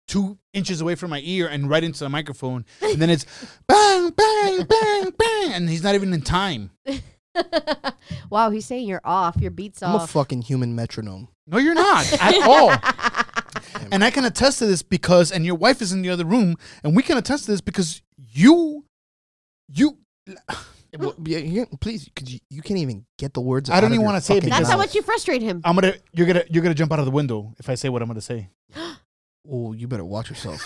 two inches away from my ear and right into the microphone, and then it's bang, bang, bang, bang, and he's not even in time. wow, he's saying you're off. Your beats I'm a off. fucking human metronome. No, you're not at all. And I can attest to this because, and your wife is in the other room, and we can attest to this because you, you, Well, yeah, you- please, because you, you can't even get the words. I out don't of even your wanna say it fucking because- That's how mouth. much you frustrate him. I'm gonna, you're gonna, you're gonna jump out of the window if I say what I'm gonna say. Oh, you better watch yourself.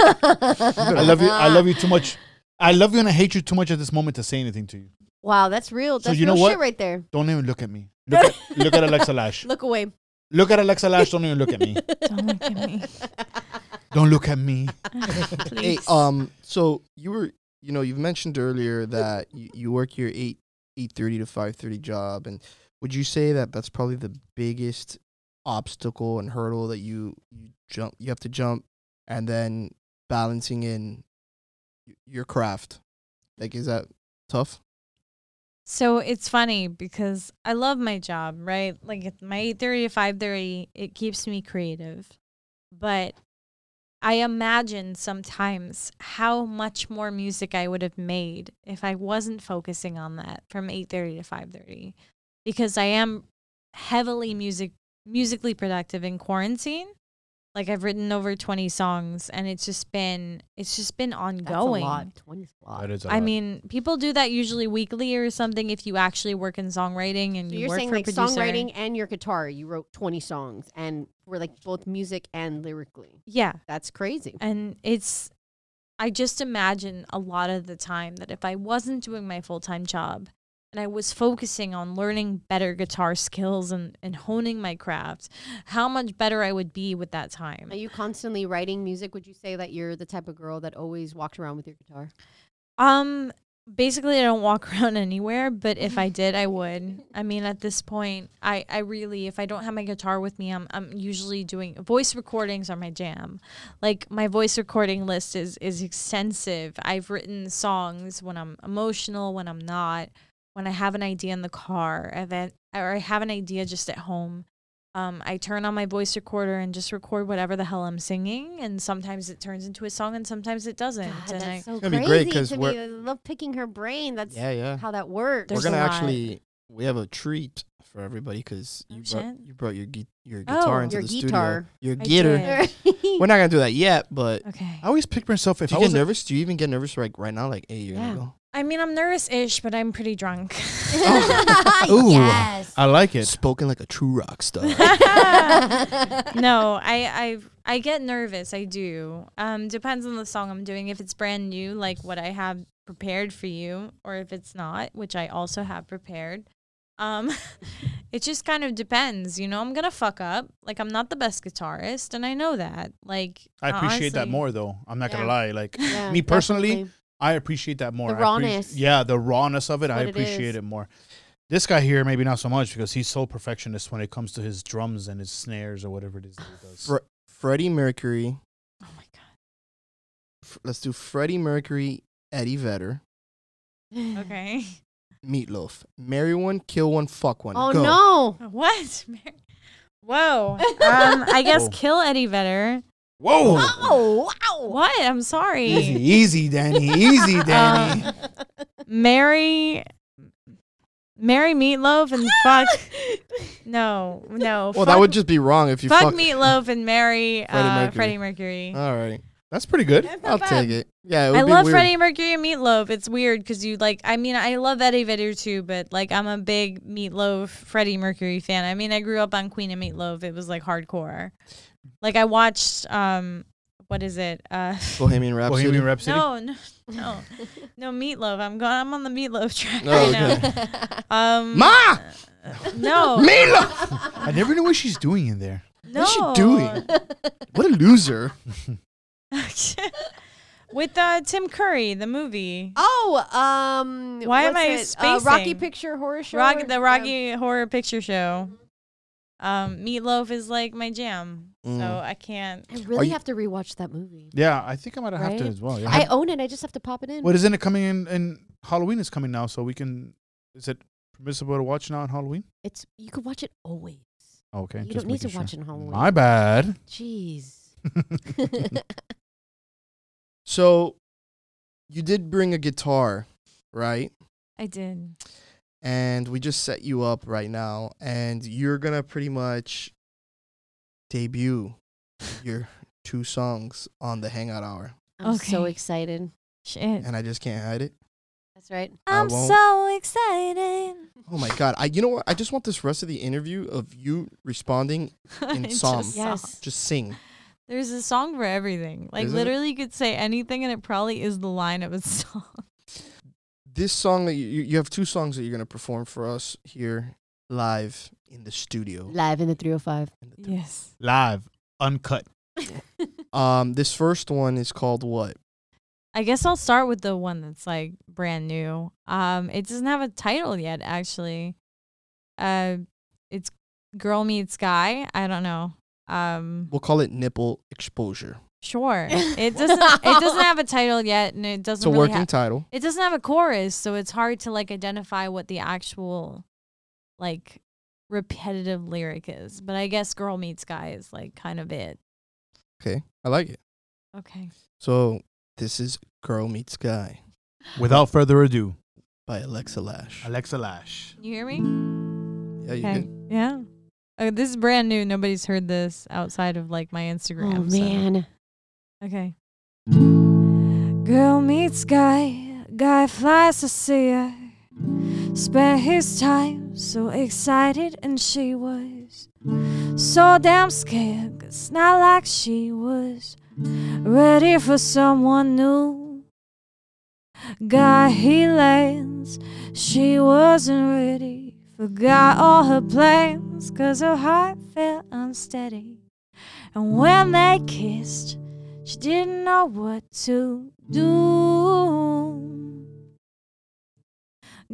I love you. I love you too much. I love you and I hate you too much at this moment to say anything to you. Wow, that's real. So That's you know real what? shit right there. Don't even look at me. Look at, look at Alexa Lash. Look away. Look at Alexa Lash. Don't even look at me. Don't look at me. Don't look at me. hey, Please. um, so you were, you know, you've mentioned earlier that you, you work your eight eight thirty to five thirty job, and would you say that that's probably the biggest obstacle and hurdle that you you jump you have to jump, and then balancing in y- your craft, like is that tough? So it's funny because I love my job, right? Like it's my 8:30 to 5:30, it keeps me creative. But I imagine sometimes how much more music I would have made if I wasn't focusing on that from 8:30 to 5:30 because I am heavily music musically productive in quarantine. Like I've written over 20 songs and it's just been it's just been That's ongoing. a lot. 20 a lot. is. I mean, people do that usually weekly or something if you actually work in songwriting and So you you're work saying for like producer. songwriting and your guitar, you wrote 20 songs and were like both music and lyrically. Yeah. That's crazy. And it's I just imagine a lot of the time that if I wasn't doing my full-time job and I was focusing on learning better guitar skills and, and honing my craft, how much better I would be with that time. Are you constantly writing music? Would you say that you're the type of girl that always walks around with your guitar? Um, basically, I don't walk around anywhere, but if I did, I would. I mean, at this point, I, I really, if I don't have my guitar with me, I'm, I'm usually doing voice recordings are my jam. Like my voice recording list is is extensive. I've written songs when I'm emotional, when I'm not, when I have an idea in the car, event, or I have an idea just at home. Um, I turn on my voice recorder and just record whatever the hell I'm singing, and sometimes it turns into a song, and sometimes it doesn't. God, and I- that's so That'd be crazy great, 'cause to me. we're- I love picking her brain. That's yeah. how that works. There's We're gonna a lot. actually we have a treat for everybody because Oh, you brought shit. you brought your gui- your guitar Oh. into Your the guitar. studio. Your I guitar. did. We're not gonna do that yet, but Okay. I always pick myself if do I you get was. nervous? Do you even get nervous like right now? Like, hey, you're Yeah. gonna go. I mean, I'm nervous-ish, but I'm pretty drunk. Ooh. yes. I like it. Spoken like a true rock star. no, I I I get nervous. I do. Um, depends on the song I'm doing. If it's brand new, like what I have prepared for you, or if it's not, which I also have prepared. Um, it just kind of depends. You know, I'm gonna fuck up. Like I'm not the best guitarist, and I know that. Like I appreciate that honestly. more though. I'm not Yeah. gonna lie. Like Yeah, me personally, definitely. I appreciate that more. The I appreci- rawness. yeah, the rawness of it. I What it is. appreciate it, more. This guy here, maybe not so much because he's so perfectionist when it comes to his drums and his snares or whatever it is that he does. Fr- Freddie Mercury. Oh my god. F- let's do Freddie Mercury, Eddie Vedder, Okay. Meatloaf. Marry one, kill one, fuck one. Oh go. no. what? Whoa. Um, I guess Whoa. kill Eddie Vedder. Whoa! Oh wow. What? I'm sorry. Easy, easy, Danny. Easy, Uh, Danny. marry marry meatloaf and fuck no Well, no fuck, that would just be wrong if you fuck, fuck meatloaf and marry Freddie uh, Mercury. freddie mercury All right, That's pretty good. I'll take it. Yeah, it would i be love weird. freddie mercury and meatloaf it's weird because you like i mean i love eddie vedder too but like i'm a big meatloaf freddie mercury fan i mean i grew up on queen and meatloaf it was like hardcore like i watched um what is it uh Bohemian Rhapsody. Bohemian Rhapsody. no no no no meatloaf i'm going i'm on the meatloaf track Oh, right now. okay. um Ma, no Meatloaf. I never know what she's doing in there. No. is she doing? What a loser. With uh, Tim Curry, the movie. oh, um Why am what's it? I Uh, Rocky spacing? Picture Horror Show? um, Rock, Yeah. the Rocky Horror Picture Show. Um, Meatloaf is like my jam. So Mm. I can't. I really you- have to rewatch that movie. Yeah, I think I might have to Right? as well. Yeah. I own it. I just have to pop it in. what isn't it coming in? And Halloween is coming now, so we can. Is it permissible to watch now on Halloween? It's you could watch it always. Okay. you don't need to making sure. watch it on Halloween. My bad. Jeez. So, you did bring a guitar, right? I did. and we just set you up right now and you're gonna pretty much debut your two songs on the hangout hour I'm so Okay. excited. Shit. and i just can't hide it That's right. I I'm won't- so excited. oh my god i you know what i just want this rest of the interview of you responding In Just Psalm. Yes. just sing There's a song for everything. Like Isn't it? literally you could say anything and it probably is the line of a song. this song that you, you you have two songs that you're gonna perform for us here live in the studio Live in the 305. in the th- Yes. Live, uncut. Oh, um this first one is called what I guess I'll start with the one that's like brand new. Um it doesn't have a title yet actually. Uh it's Girl Meets Guy. I don't know. Um we'll call it nipple exposure sure. It doesn't it doesn't have a title yet and it doesn't it's a really working ha- title it doesn't have a chorus, so it's hard to like identify what the actual like repetitive lyric is. But I guess girl meets guy is like kind of it. okay i like it Okay. so this is girl meets guy Without further ado, by alexa lash Alexa Lash. You hear me? yeah you Okay. good? Yeah. Uh, this is brand new. Nobody's heard this outside of like my Instagram. Oh, so- man. Okay. Girl meets guy, guy flies to see her. Spent his time so excited, and she was so damn scared. 'cause It's not like she was ready for someone new. Guy he lands, she wasn't ready. Forgot all her plans, cause her heart felt unsteady. And when they kissed, she didn't know what to do.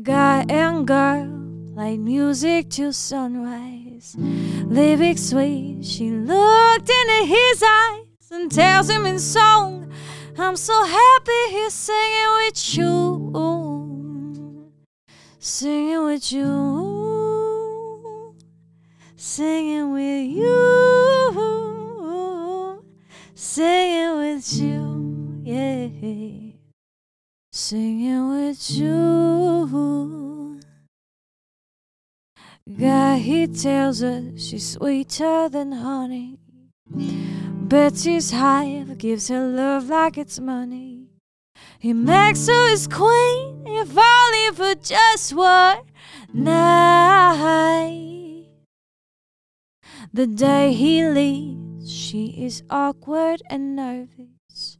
Guy and girl played music till sunrise. Lyrics sweet, she looked into his eyes and tells him in song, I'm so happy he's singing with you. Singing with you. Singing with you singing with you, yeah. Singing with you. Guy, he tells her she's sweeter than honey. Betsy's hive gives her love like it's money. He makes her his queen, if only for just one night. The day he leaves, she is awkward and nervous.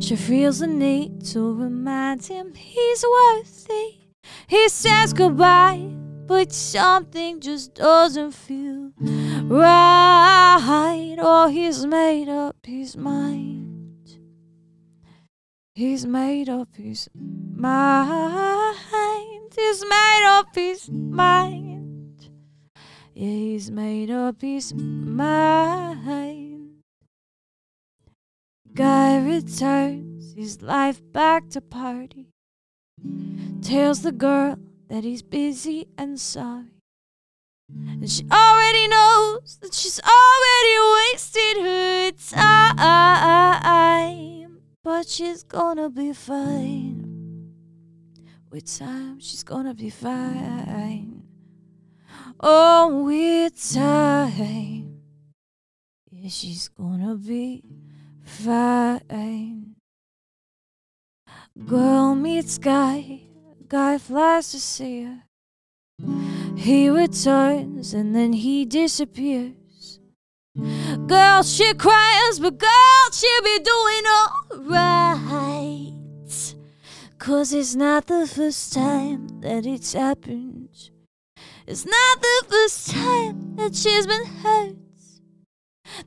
She feels the need to remind him he's worthy. He says goodbye, but something just doesn't feel right. Oh, he's made up his mind. He's made up his mind. He's made up his mind. Yeah, he's made up his mind. Guy returns his life back to party. Tells the girl that he's busy and sorry. And she already knows that she's already wasted her time. But she's gonna be fine. With time, she's gonna be fine. Oh, with time, yeah, she's gonna be fine. Girl meets guy, guy flies to see her. He returns and then he disappears. Girl, she cries, but girl, she be doing alright. Cause it's not the first time that it's happened. It's not the first time that she's been hurt.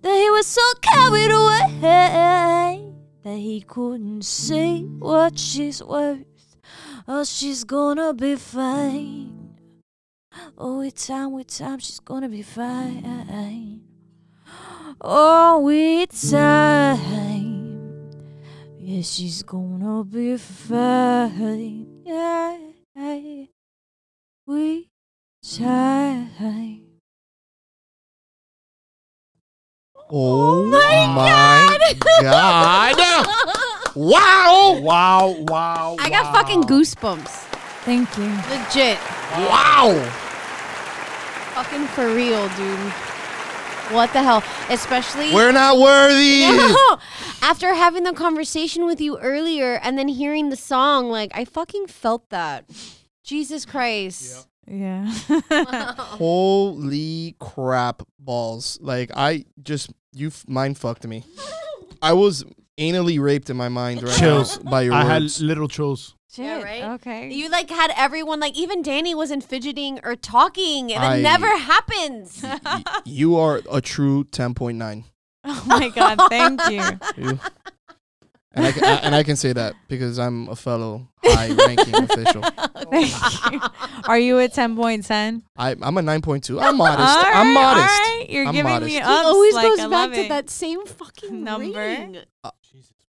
That he was so carried away that he couldn't see what she's worth. Oh, she's gonna be fine. Oh, with time, with time, she's gonna be fine. Oh, with time, yeah, she's gonna be fine. Yeah, we time. oh, my god, wow Wow, wow. I got fucking goosebumps. Thank you. Legit. Wow. Fucking for real, dude. What the hell? Especially We're not worthy. No! after having the conversation with you earlier and then hearing the song, like I fucking felt that. Jesus Christ. Yeah. Wow. Holy crap balls. Like I just you f- mind fucked me. I was anally raped in my mind right Chills. now by your I words. had little chills. Shit. Yeah, right? Okay. You like had everyone like even Danny wasn't fidgeting or talking, and I- it never happens. Y- you are a true 10.9. oh my God. Thank you. You- And I, can, I- and I can say that because I'm a fellow high ranking official. Thank you. Are you at 10.10? I, I'm a 9.2. I'm modest. I'm Alright, modest. alright. You're I'm giving modest. me He ups. like, I love it. same fucking Number.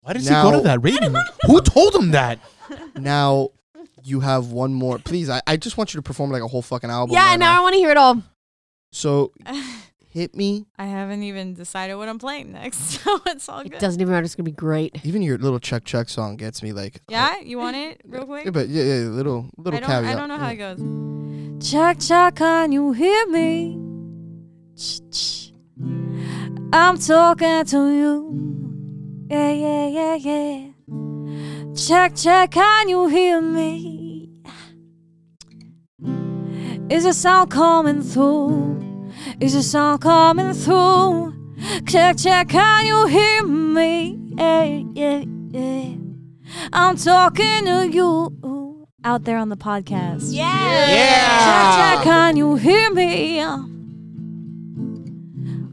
Why does Now- he go to that rating? Who told him that? Now you have one more. Please, I, I just want you to perform like a whole fucking album. Yeah, right and now I want to hear it all. So hit me. I haven't even decided what I'm playing next, so it's all good. It doesn't even matter. It's gonna be great. Even your little check check song gets me like. yeah, you want it real quick? Yeah, but yeah, yeah, little little I don't, caveat. I don't know how yeah. it goes. Check, check, can you hear me? Ch- ch. I'm talking to you. Yeah, yeah, yeah, yeah. Check, check, can you hear me? Is the sound coming through? Is the sound coming through? Check, check, can you hear me? Yeah, yeah, yeah. I'm talking to you out there on the podcast. Yeah. Jack, Jack, can you hear me?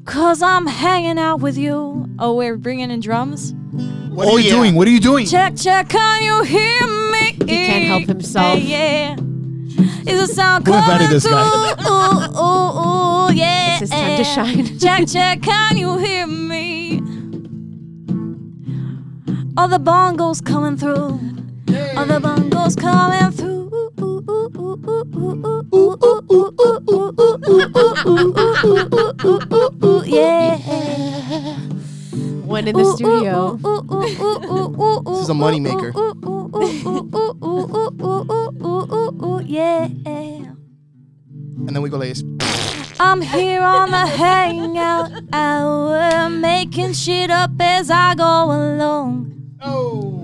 Cause I'm hanging out with you. Oh, we're bringing in drums. What are you doing? What are you doing? Check, check, can you hear me? He can't help himself. Yeah, yeah. Is the sound We'll value coming this guy. through? Ooh, ooh, ooh, yeah. It's his time to shine. Jack, Jack, can you hear me? All the bongos coming through. All the bongos coming through. Yeah. One in the studio. This is a moneymaker. Yeah. And then we go like. this. I'm here on the hangout hour, making shit up as I go along. Oh.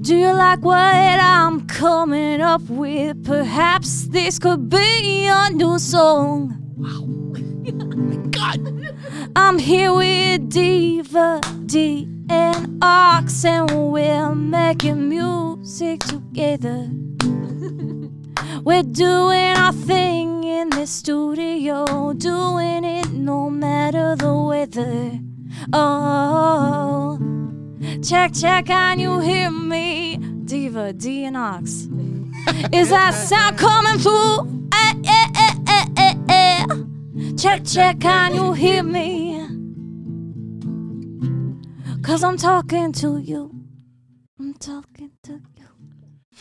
Do you like what I'm coming up with? Perhaps this could be your new song. Wow. God. I'm here with Diva D and Ox, and we're making music together. We're doing our thing in the studio, doing it no matter the weather. Oh, check, check, can you hear me? Diva, D, and Ox. Is that sound coming through? Eh, eh, eh, eh, eh, eh. Check, check, can you hear me? Cause I'm talking to you. I'm talking to you.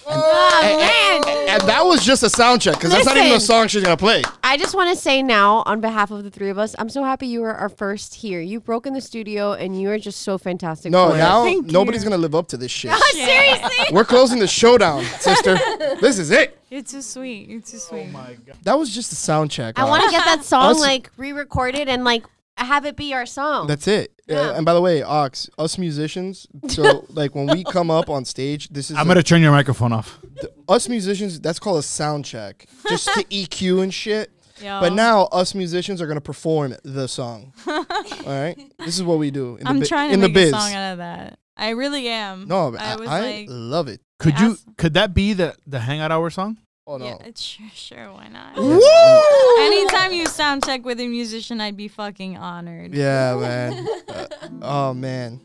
and, and that was just a sound check because that's not even a Listen. song she's gonna play. I just want to say now, on behalf of the three of us, I'm so happy you were our first here. You broke in the studio, and you are just so fantastic. No, for it. now Thank nobody's you. gonna live up to this shit. seriously, We're closing the showdown, sister. this is it. You're too sweet. You're too sweet. Oh That was just a sound check. I all want to get that song Us- like re-recorded and like have it be our song. That's it. Uh, Yeah. and by the way, Ox, us musicians, so like when we come up on stage, this is a- I'm gonna turn your microphone off. us musicians. That's called a sound check, just to EQ and shit. Yo. But now us musicians are gonna perform the song. all right, this is what we do. In the I'm bi- trying to in make the biz. a song out of that. I really am. No, I, I was I like, love it. Could you? Ask- Could that be the the hangout hour song? Oh no, yeah, it's sure, sure, why not? Woo! Anytime you sound check with a musician, I'd be fucking honored. Yeah, man. Uh, oh man.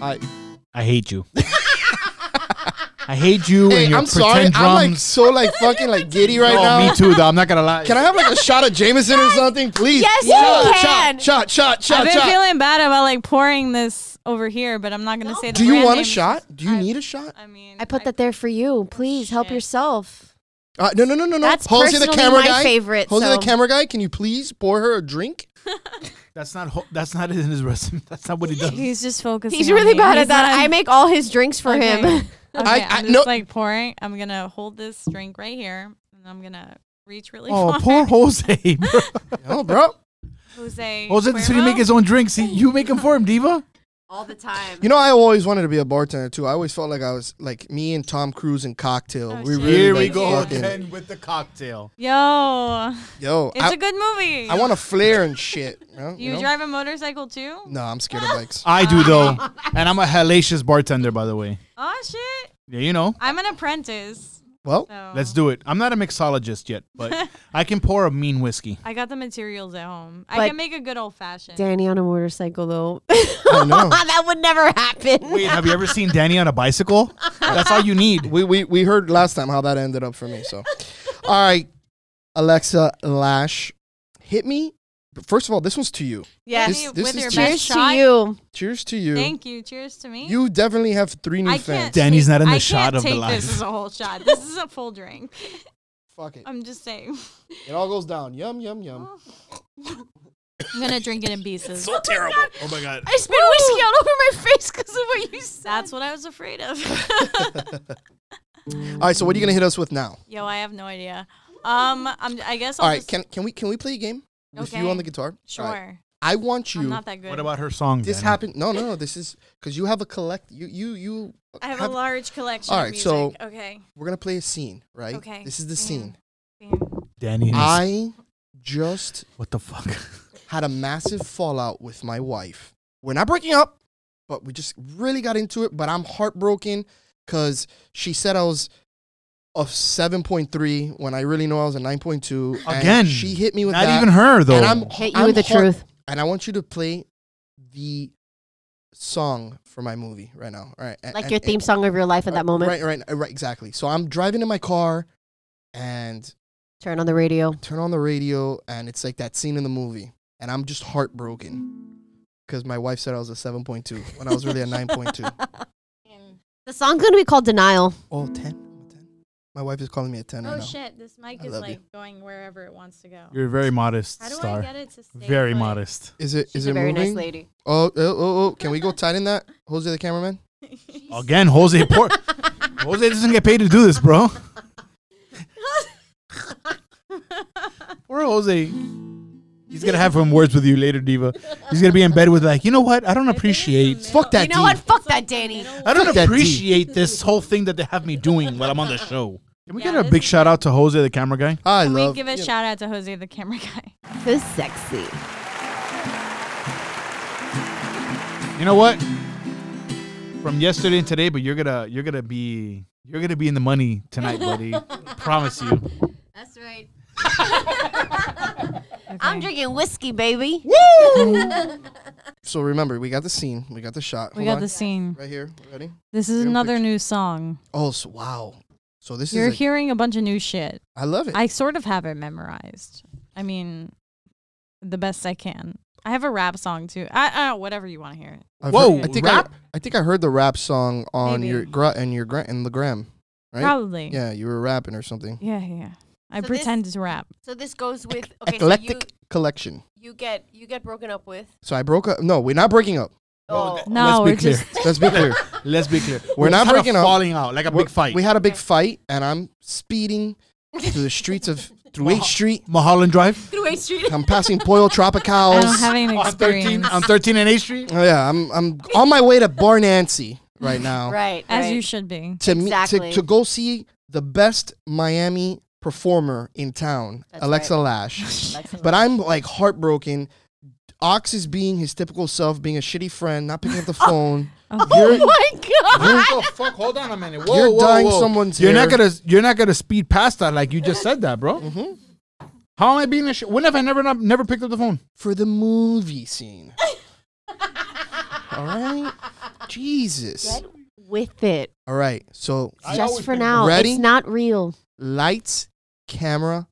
I I hate you. I hate you hey, and your I'm sorry. pretend I'm like drums. so like fucking like giddy right oh, now. me too. Though I'm not gonna lie. Can I have like a shot of Jameson or something, please? Yes, you shot, can. Shot, shot, shot, I've shot. been shot. feeling bad about like pouring this over here, but I'm not gonna say. The Do you brand want a name. shot? Do you I- need a shot? I mean, I put that there for you. Please help shit. yourself. Uh, no, no, no, no, no. That's Jose the personally camera my guy. favorite, Jose the so- camera guy, can you please pour her a drink? That's not ho- that's not in his resume. That's not what he does. He's just focusing. He's on really me. bad He's at that. not- I make all his drinks for Okay. him. Okay, I- I, I- am just no- like pouring. I'm gonna hold this drink right here, and I'm gonna reach really Oh, far. poor Jose. Bro. Oh, bro. Jose. Jose Cuervo? didn't make his own drinks. He, you make them for him, Diva. all the time. You know, I always wanted to be a bartender too. I always felt like I was like me and Tom Cruise in Cocktail. Oh, we shit. really Here we like, go fucking- again with the cocktail. Yo, Yo, it's a I, good movie. I want to flare and shit. You, know, you know? drive a motorcycle too? No, I'm scared of bikes. I do though, and I'm a hellacious bartender, by the way. Oh shit! Yeah, you know. I'm an apprentice. Well, So Let's do it. I'm not a mixologist yet, but I can pour a mean whiskey. I got the materials at home. I But- can make a good old fashioned. Danny on a motorcycle though. I know. that would never happen. Wait, have you ever seen Danny on a bicycle? That's all you need. we, we we heard last time how that ended up for me. So, all right, Alexa Lash, hit me. First of all, this one's to you. Yeah, This- this with is your just- best Cheers to shot. you. Cheers to you. Thank you. Cheers to me. you definitely have three new I fans. can't. Danny's take- not in the I shot can't of the take live. This is a whole shot. This is a full drink. Fuck it. I'm just saying. It all goes down. Yum yum yum. I'm gonna drink it in pieces. terrible. Oh my god. I spit whiskey all over my face because of what you said. That's what I was afraid of. Oh. All right, so what are you gonna hit us with now? Yo, I have no idea. Um, I'm, I guess I'll All right, just, can can we can we play a game with you Okay. on the guitar? sure. All right. I want I'm you. not that good. What about her song? This Danny? happened. No, no, no. This is because you have a collect. You you you. I have, have- a large collection. All All right, right, so- okay. We're gonna play a scene, right? Okay. This is the Yeah. scene. Damn. Danny. and his- I just what the fuck? had a massive fallout with my wife. We're not breaking up, but we just really got into it. But I'm heartbroken because she said I was a 7.3 when I really know I was a 9.2. and Again, she hit me with Not that. even her though. And I'm Hit you I'm with the heart- truth. And I want you to play the song for my movie right now. All right, a- Like and- your and- theme song of your life at right, that moment. Right, right, right, exactly. So I'm driving in my car, and Turn on the radio. turn on the radio and it's like that scene in the movie and i'm just heartbroken because my wife said i was a 7.2 when i was really a 9.2 The song's gonna be called Denial. oh 10 I'm a 10. my wife is calling me a 10 right Oh now shit! This mic I is love like you. going wherever it wants to go. You're a very modest How do I star. get it to stay Very put? modest. is it is She's it a very moving nice lady. oh, oh oh oh can we go tighten that jose the cameraman Again, Jose. Poor, Jose doesn't get paid to do this, bro. Poor Jose. He's gonna have some words with you later, Diva. He's gonna be in bed with like, you know what? I don't appreciate. fuck that You know what? dude Fuck that, Danny. I Fuck don't that D. appreciate this whole thing that they have me doing while I'm on the show. Can we Yeah, get a this big is shout out to Jose, the camera guy? i Can we love give a you know, shout out to Jose, the camera guy? So sexy. You know what? From yesterday and today, but you're gonna you're gonna be you're gonna be in the money tonight, buddy. Promise you. That's right. I'm drinking whiskey, baby. so remember we got the scene we got the shot We Hold got on. the scene. right here ready This is Give him another picture. new song. oh so, wow so this You're is like, hearing a bunch of new shit. i love it I sort of have it memorized. I mean, the best I can. I have a rap song too. I, uh, whatever you want to hear. I've Whoa, heard, I think rap? I, I think I heard the rap song on Maybe. your gra- and your gra- and the gram right Probably. yeah you were rapping or something Yeah, yeah. yeah. I So this- pretend to rap. So this goes with eclectic collection. you get you get broken up with. So I broke up. No, we're not breaking up. Oh, th- No, let's we're be clear. just Let's be clear. Let's be clear. We're not just had a breaking up. Falling out like a We're- big fight. We had a big fight, and I'm speeding through the streets of through Eighth Street. Mulholland Drive. Through A Street. I'm passing Pollo Oh, I don't have Tropicals. any On 13, experience. on 13 and 8th Street. Oh, yeah, I'm I'm on my way to Bar Nancy right now Right. As you should be. to meet to, Exactly. to go see the best Miami performer in town, That's Alexa right. Lash. But I'm like heartbroken. Ox is being his typical self, being a shitty friend, not picking up the phone. Oh my god. Oh fuck! Hold on a minute. You're dying someone's You're not hair. gonna. You're not gonna speed past that like you just said that, bro. How am I being a? Sh- when have I never not, never picked up the phone? for the movie scene. All right. Jesus. With it. All right. So I Just always for think- now. Ready? It's not real. lights, camera,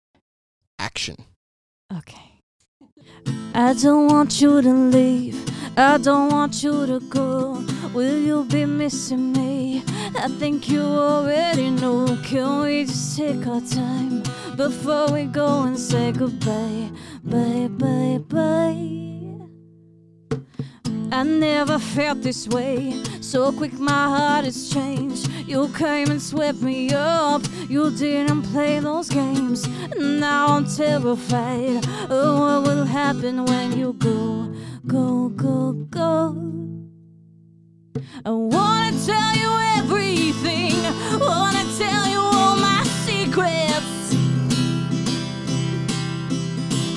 action. Okay. I don't want you to leave. I don't want you to go. Will you be missing me? me. I think you already know. Can we just take our time before we go and say goodbye? Bye, bye, bye. I never felt this way. So quick, my heart has changed. You came and swept me up. You didn't play those games. Now I'm terrified of what will happen when you go, go, go, go. I wanna tell you everything. Wanna tell you all my secrets.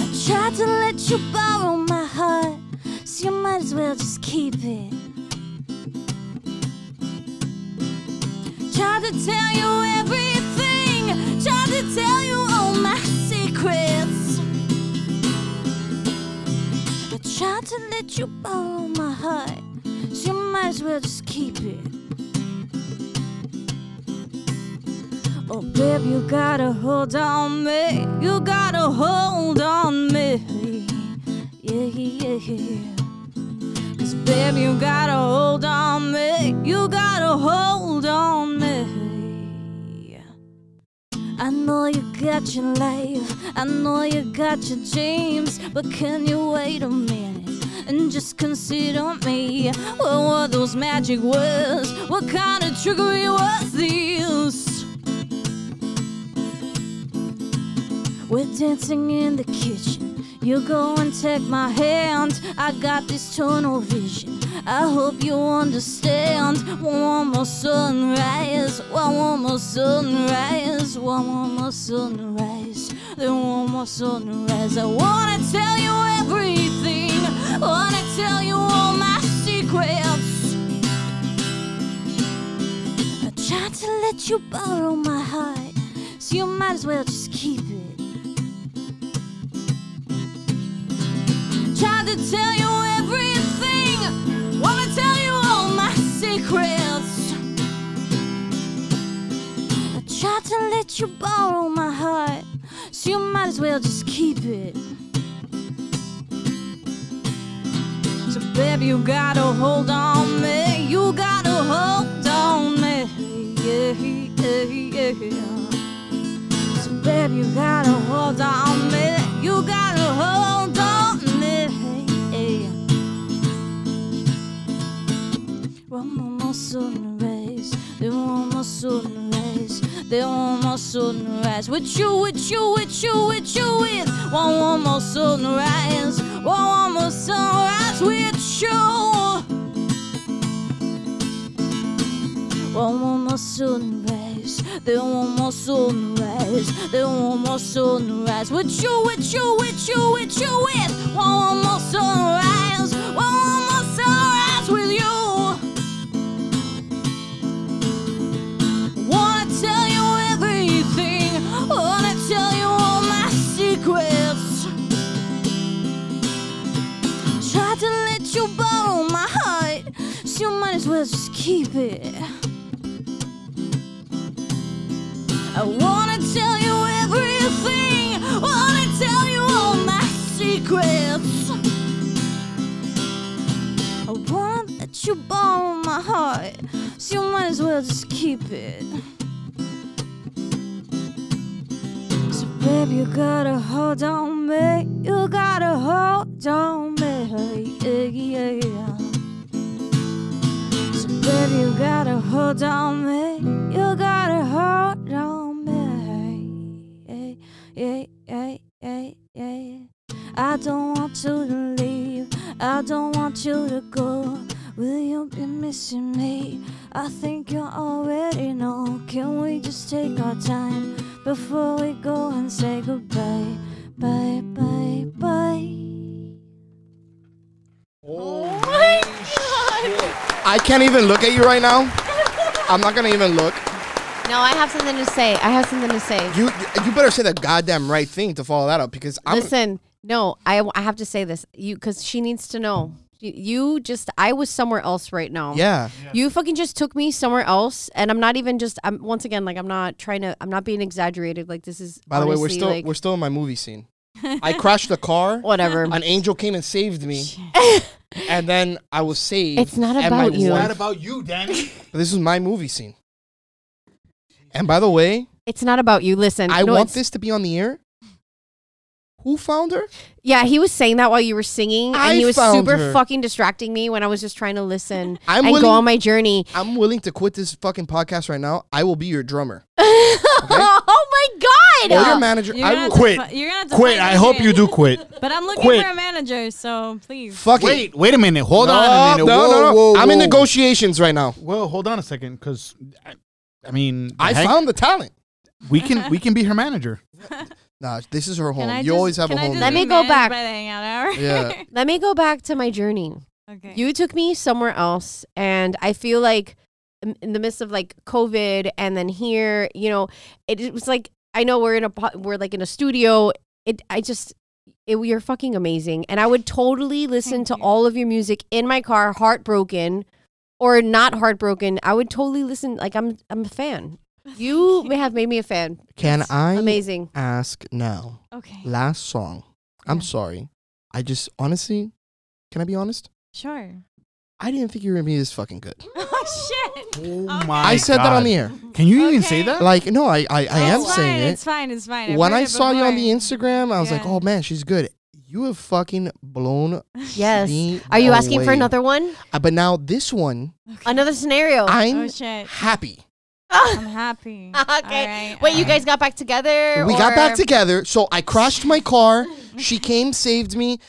I tried to let you borrow my heart, so you might as well just keep it. Tried to tell you everything. Tried to tell you all my secrets. I tried to let you borrow my heart. So you might as well just keep it. Oh, babe, you gotta hold on me. You gotta hold on me. Yeah, yeah, yeah. Cause, babe, you gotta hold on me. You gotta hold on me. I know you got your life, I know you got your dreams, but can you wait a minute and just consider me? What were those magic words? What kind of trickery was this? We're dancing in the kitchen. You go and take my hand. I got this tunnel vision. I hope you understand. One more sunrise, one more sunrise, one more sunrise, then one more sunrise. I wanna tell you everything. Wanna tell you all my secrets. I tried to let you borrow my heart, so you might as well just keep it. tried to tell you everything. Wanna tell you all my secrets. I tried to let you borrow my heart, so you might as well just keep it. So, baby, you gotta hold on me. You gotta hold on me. Yeah, yeah, yeah. So babe, you gotta hold on me. You gotta hold on me. One more, more sunrise. Then one more sunrise. Then one more sunrise. With you, with you, with you, with you, with one, one more sunrise. One, one more sunrise with you. One more sunrise, then one more sunrise, then one more sunrise. With you, with you, with you, with you, with one more sunrise, one more sunrise with you. Wanna tell you everything, wanna tell you all my secrets. Tried to let you borrow my heart, so you might as well just keep it. I wanna tell you everything, wanna tell you all my secrets. I wanna let you borrow my heart, so you might as well just keep it. So, babe, you gotta hold on me. You gotta hold on me. Yeah, yeah, yeah. So, babe, you gotta hold on me. You gotta hold on me. Yeah, yeah, yeah, yeah. I don't want you to leave. I don't want you to go. Will you be missing me? I think you already know. Can we just take our time before we go and say goodbye? Bye, bye, bye. Oh, I can't even look at you right now. I'm not gonna even look. No, I have something to say. I have something to say. You you better say the goddamn right thing to follow that up because I'm Listen, no, I, I have to say this. You because she needs to know. You, you just I was somewhere else right now. yeah. You fucking just took me somewhere else, and I'm not even just. I'm once again like I'm not trying to. I'm not being exaggerated. Like this is. By the way, we're honestly, still like- we're still in my movie scene. I crashed the car. Whatever. An angel came and saved me, and then I was saved. It's not and my about you. It's wife- not about you, Danny. this was my movie scene. And by the way, it's not about you. Listen, I no, want it's- this to be on the air. Who found her? Yeah, he was saying that while you were singing, and I he was found super her. fucking distracting me when I was just trying to listen I'm and willing. go on my journey. I'm willing to quit this fucking podcast right now. I will be your drummer oh my or your god! manager. You're I gonna will have to Quit. fi- you're gonna have to quit. find I me hope here. you do quit. But I'm looking Quit. for a manager, so please. fuck it. Wait, wait a minute. Hold on a No, minute. no, whoa, no, no. Whoa, I'm in whoa. negotiations right now. Well, hold on a second, because I, I mean, I Hank- found the talent. we can we can be her manager. Nah, this is her Can home. I You just- always have can a I home. just Let be me game. go managed back. By the hangout hour. Yeah. Let me go back to my journey. Okay. You took me somewhere else, and I feel like in- in the midst of like COVID, and then here, you know, it, it was like I know we're in a po- we're like in a studio. It I just it, you're fucking amazing, and I would totally listen Thank to you. all of your music in my car, heartbroken or not heartbroken. I would totally listen. Like I'm I'm a fan. You may have made me a fan. Can I Amazing. ask now? Okay. Last song. I'm Yeah. sorry. I just honestly, can I be honest? Sure. I didn't think you were gonna be this fucking good. Oh shit. Oh Okay. my! I said that on the air. Can you even Okay. say that? Like, no, I I, I am it's fine, saying It's fine. It's fine. it. I've When heard I it saw you on the before. Instagram, I was like, Yeah. oh man, she's good. You have fucking blown. Yes. Me Are you asking for away. another one? Uh, But now this one, Okay. Another scenario. Oh I'm shit. happy. I'm happy. okay. All right, Wait, all you right. guys got back together? We got or- back together. So I crashed my car. She came, saved me.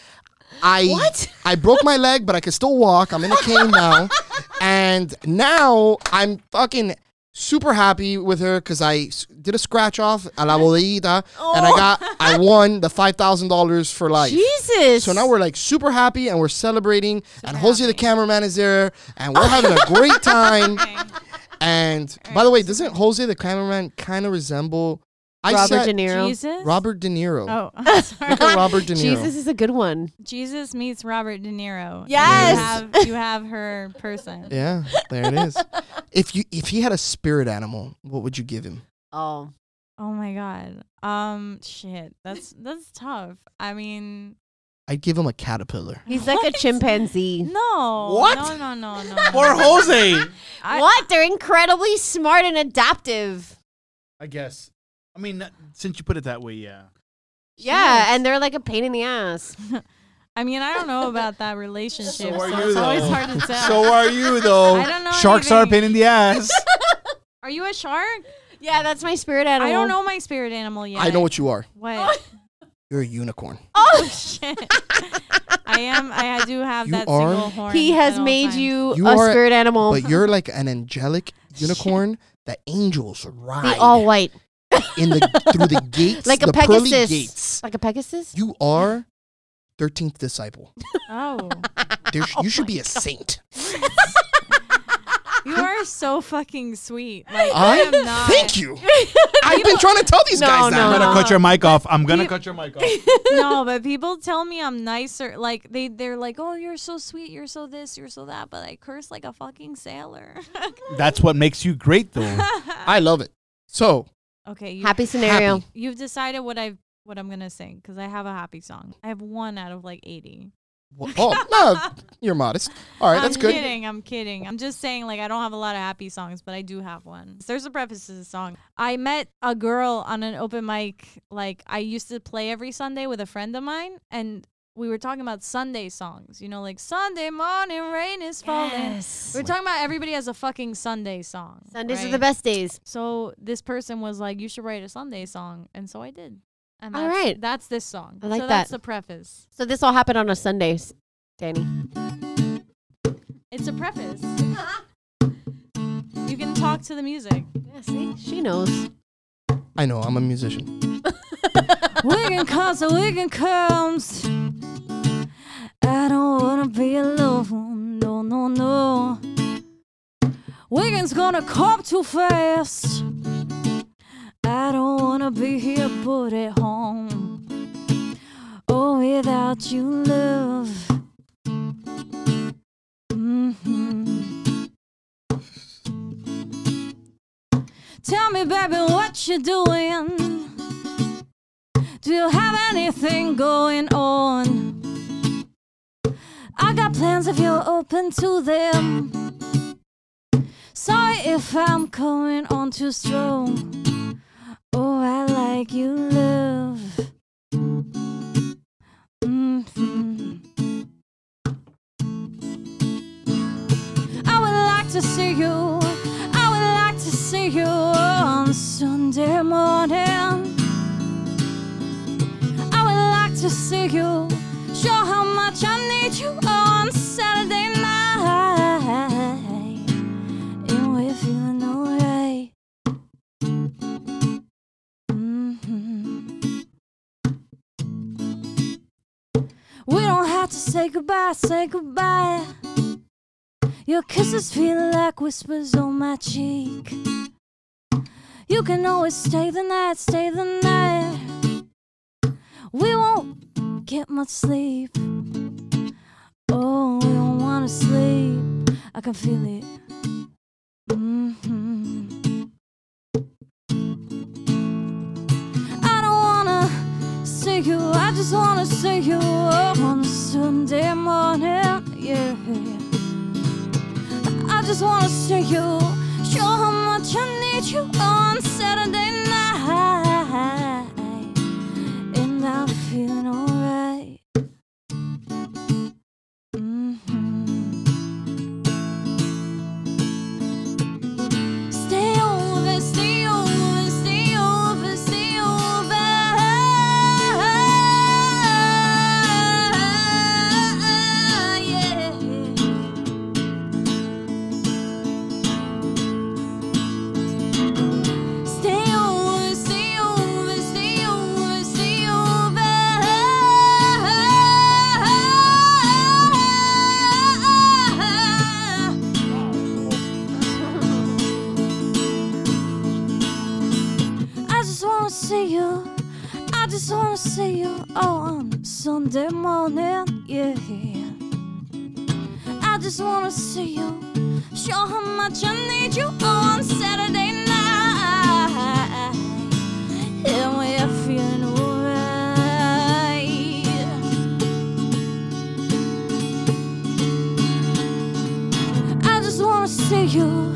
I What? I broke my leg, but I can still walk. I'm in a cane now, and now I'm fucking super happy with her because I s- did a scratch off a la bolita, and I got Oh. I won the five thousand dollars for life. Jesus. So now we're like super happy and we're celebrating, and Jose the cameraman is there, and we're having a great time. And by the way, doesn't Jose the cameraman kind of resemble? I Robert said- De Niro. Jesus. Robert De Niro. Oh, I'm sorry. Look at Robert De Niro. Jesus is a good one. Jesus meets Robert De Niro. and Yes. You have, you have her person. Yeah, there it is. if you if he had a spirit animal, what would you give him? Oh. Oh my god. Um. Shit. That's that's tough. I mean. I'd give him a caterpillar. He's like a What? chimpanzee. No. What? No. No. No. No. Or Jose? I- what? They're incredibly smart and adaptive. I guess. I mean, not- since you put it that way, yeah. Yeah, and they're like a pain in the ass. I mean, I don't know about that relationship. So, are you, it's always though. hard to tell. So are you though? I don't know Sharks are a anything. pain in the ass. Are you a shark? Yeah, that's my spirit animal. Oh, I don't know my spirit animal yet. I know what you are. What? You're a unicorn. oh shit! I am. I do have You that are- single horn. He has at all made times. you, You a are- spirit animal. But you're like an angelic unicorn that angels ride the all white. in the through the gates, Like a the pearly Pegasus. gates. Like a Pegasus? You are thirteenth disciple. Oh, There, you should be a saint. you are so fucking sweet. Like, I, I am not. thank you. I've been trying to tell these No, guys I'm that. no, gonna no. cut your mic off. I'm gonna You- cut your mic off. No, but people tell me I'm nicer. Like they, they're like, "Oh, you're so sweet. You're so this. You're so that." But I curse like a fucking sailor. That's what makes you great, though. I love it. So okay, you Happy scenario. happy. You've decided what I've what I'm gonna sing because I have a happy song. I have one out of like eighty. Wha- Oh no, you're modest. All right, I'm that's good. kidding. I'm kidding. I'm just saying like I don't have a lot of happy songs, but I do have one. There's a preface to the song. I met a girl on an open mic. Like I used to play every Sunday with a friend of mine, and we were talking about Sunday songs. You know, like Sunday morning rain is falling. We're talking about everybody has a fucking Sunday song. Sundays are right? the best days. So this person was like, "You should write a Sunday song," and so I did. And All that's, right. that's this song. I like so That's that. the preface. So this all happened on a Sunday, s- Danny. It's a preface. you can talk to the music. Yeah, see? She knows. I know. I'm a musician. Wiggin comes and wiggin comes. I don't wanna be alone, no, no, no. Wiggins gonna come too fast. I don't wanna be here, but at home. Oh, without you, love. hmm Tell me, baby, what you doing? Do you have anything going on? I got plans if you're open to them. Sorry if I'm going on too strong. Oh, I like you, love. Mhm. I would like to see you. I would like to see you on Sunday morning. I would like to see you. Show how much I need you on Saturday night. And we're feeling alright. Mhm. We don't have to say goodbye, say goodbye. Your kisses feel like whispers on my cheek. You can always stay the night, stay the night. We won't get much sleep. Oh, we don't wanna sleep. I can feel it. hmm I don't wanna see you. I just wanna see you on Sunday morning. Yeah. I just wanna see you. Show how much I need you on Saturday night and I'm feeling alright. Mhm. Stay over, stay over, stay over, stay over. Yeah. Stay over, stay over, stay over, stay over. I just wanna see you. I just wanna see you Oh, on Sunday morning, yeah. I just wanna see you. Show how much I need you on Saturday night. And we're feeling alright. I just wanna see you.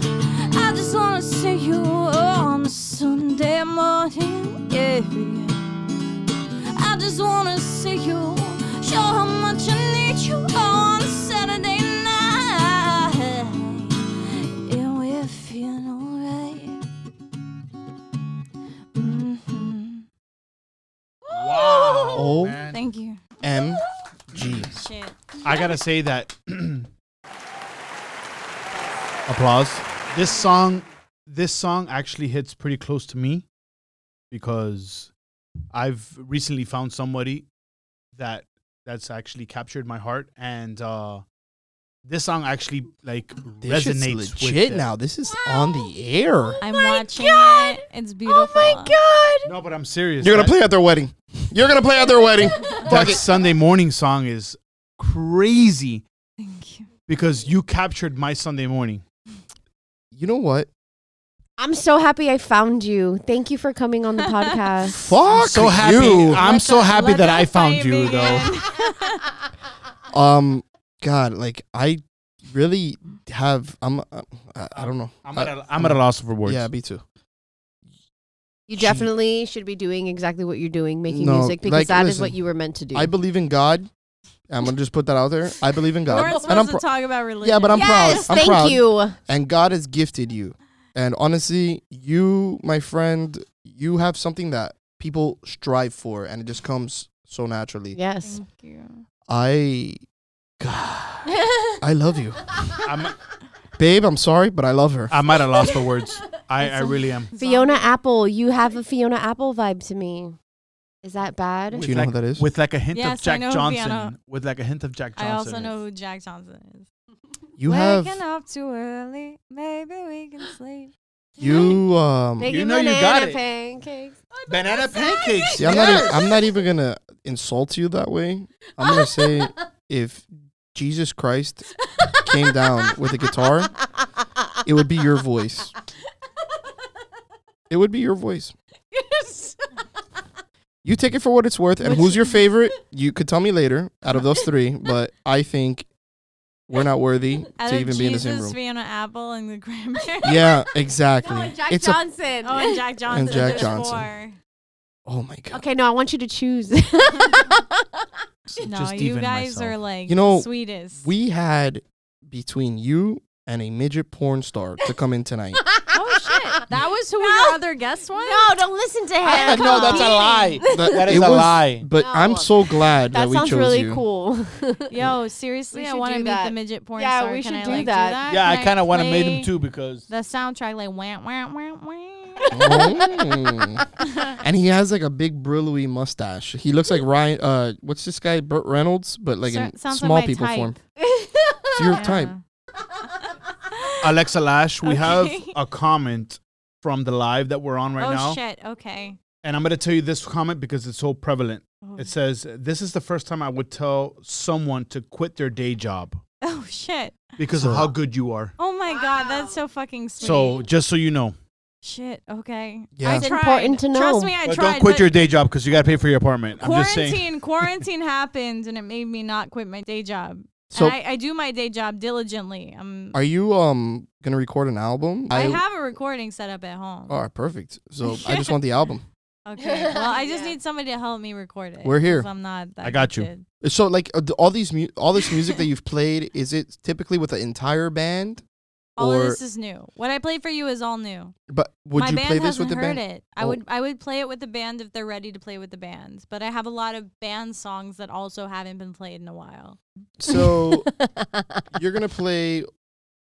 I just wanna see you on Sunday morning. Yeah. I just wanna see you. Show how much I need you on Saturday night. And we're feeling alright. Mhm. Wow. Oh. man. Thank you. M G. Shit. I gotta say that. applause. This song, this song actually hits pretty close to me because I've recently found somebody that that's actually captured my heart, and uh, this song actually like This shit's resonates legit with now. This is on the air. I'm my watching God. it. It's beautiful. Oh my god! No, but I'm serious. You're gonna That- play at their wedding. You're gonna play at their wedding. that Fuck it. Sunday morning song is crazy Thank you. because you captured my Sunday morning. You know what? I'm so happy I found you. Thank you for coming on the podcast. Fuck so happy. you. I'm Let so the- happy let that the I found fight you, though. begin. Um, God, like I really have. I'm. Uh, I, I don't know. I'm at a, I'm at a loss for words. Yeah, me too. She- You definitely should be doing exactly what you're doing, making No, music, because that like, is listen, what you were meant to do. I believe in God. I'm gonna just put that out there. I believe in We God, weren't supposed and I'm to pro- talk about religion. Yeah, but I'm proud. yes, I'm thank proud. you. and God has gifted you. And honestly, you, my friend, you have something that people strive for, and it just comes so naturally. Yes. Thank you. I, God, I love you, I'm, babe. I'm sorry, but I love her. I'm at a loss for words. I, I really am. Fiona Apple, you have a Fiona Apple vibe to me. Is that bad? Do With you know like, who that is? With like a hint Yes, of I Jack know who Johnson. Vienna- With like a hint of Jack I Johnson. also know who Jack Johnson is. You have Waking up too early. Maybe we can sleep. you. Um, You know you got it. pancakes. Banana pancakes. see, I'm not. Even, I'm not even gonna insult you that way. I'm gonna say if Jesus Christ came down with a guitar, it would be your voice. It would be your voice. You take it for what it's worth. And Which- who's your favorite? You could tell me later out of those three, but I think we're not worthy Out to of even Jesus, be in the same room. Fiona Apple, and the Grandparents. Yeah, exactly. No, and Jack it's a, Johnson. Oh, and Jack Johnson. Jack there's Johnson. four. oh my god. okay, no, I want you to choose. No, Just you even guys myself. are like You know, sweetest. We had between you and a midget porn star to come in tonight. oh shit, that was who No. your other guest was. no, don't listen to him. Ah, no, that's a lie. That- That it is was- a lie. But I'm No. so glad that, That we chose sounds really you. cool. Yo, seriously, We I should want to do meet the that. midget porn Yeah, star. we Can should I, do like, that. Yeah, I kind of want to play meet him too because The soundtrack, like wah wah wah wah. Oh. and he has like a big brillowy mustache. He looks like Ryan. Uh, what's this guy? Burt Reynolds, but like So- in sounds small like my people type. form. It's your type. Alexa Lash, we have Okay. a comment from the live that we're on right oh now, shit. Okay. and I'm gonna tell you this comment because it's so prevalent. Oh, It says, "This is the first time I would tell someone to quit their day job oh, shit. because of how good you are." Oh my god, that's so fucking sweet. So, just so you know, shit. Okay. Yeah. I It's tried. important to know. Trust me, I but tried. don't quit but your day job because you gotta pay for your apartment. I'm just saying. quarantine. quarantine happened, and it made me not quit my day job. So and I, I do my day job diligently. Um, Are you um gonna record an album? I, have a recording set up at home. All right, perfect. So I just want the album. Okay. Well, I just Yeah. need somebody to help me record it. We're here. 'cause I'm not. That I got you. gifted. So like uh, th- all these mu- all this music that you've played is it typically with an entire band? All of Or- this is new. What I played for you is all new. But would My you band play this hasn't with the heard band? it. I Oh. would I would play it with the band if they're ready to play with the band. But I have a lot of band songs that also haven't been played in a while. So you're gonna play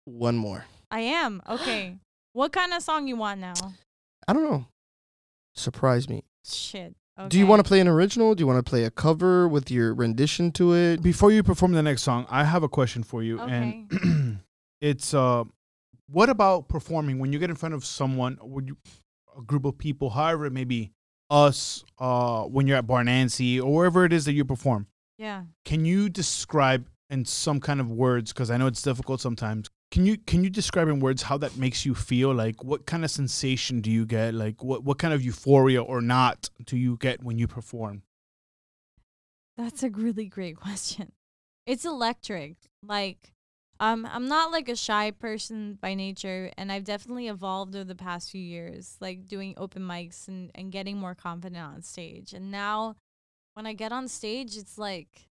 one more. I am okay. what kind of song you want now? I don't know. Surprise me. Shit. Okay. Do you want to play an original? Do you want to play a cover with your rendition to it? Before you perform the next song, I have a question for you, and it's uh, what about performing when you get in front of someone, or you, a group of people, however it may be, us, uh, when you're at Barnancy or wherever it is that you perform. Yeah. can you describe in some kind of words because i know it's difficult sometimes can you can you describe in words how that makes you feel like what kind of sensation do you get like what, what kind of euphoria or not do you get when you perform That's a really great question. It's electric. Like, um, I'm not like a shy person by nature, and I've definitely evolved over the past few years, like doing open mics and, and getting more confident on stage. And now, when I get on stage, it's like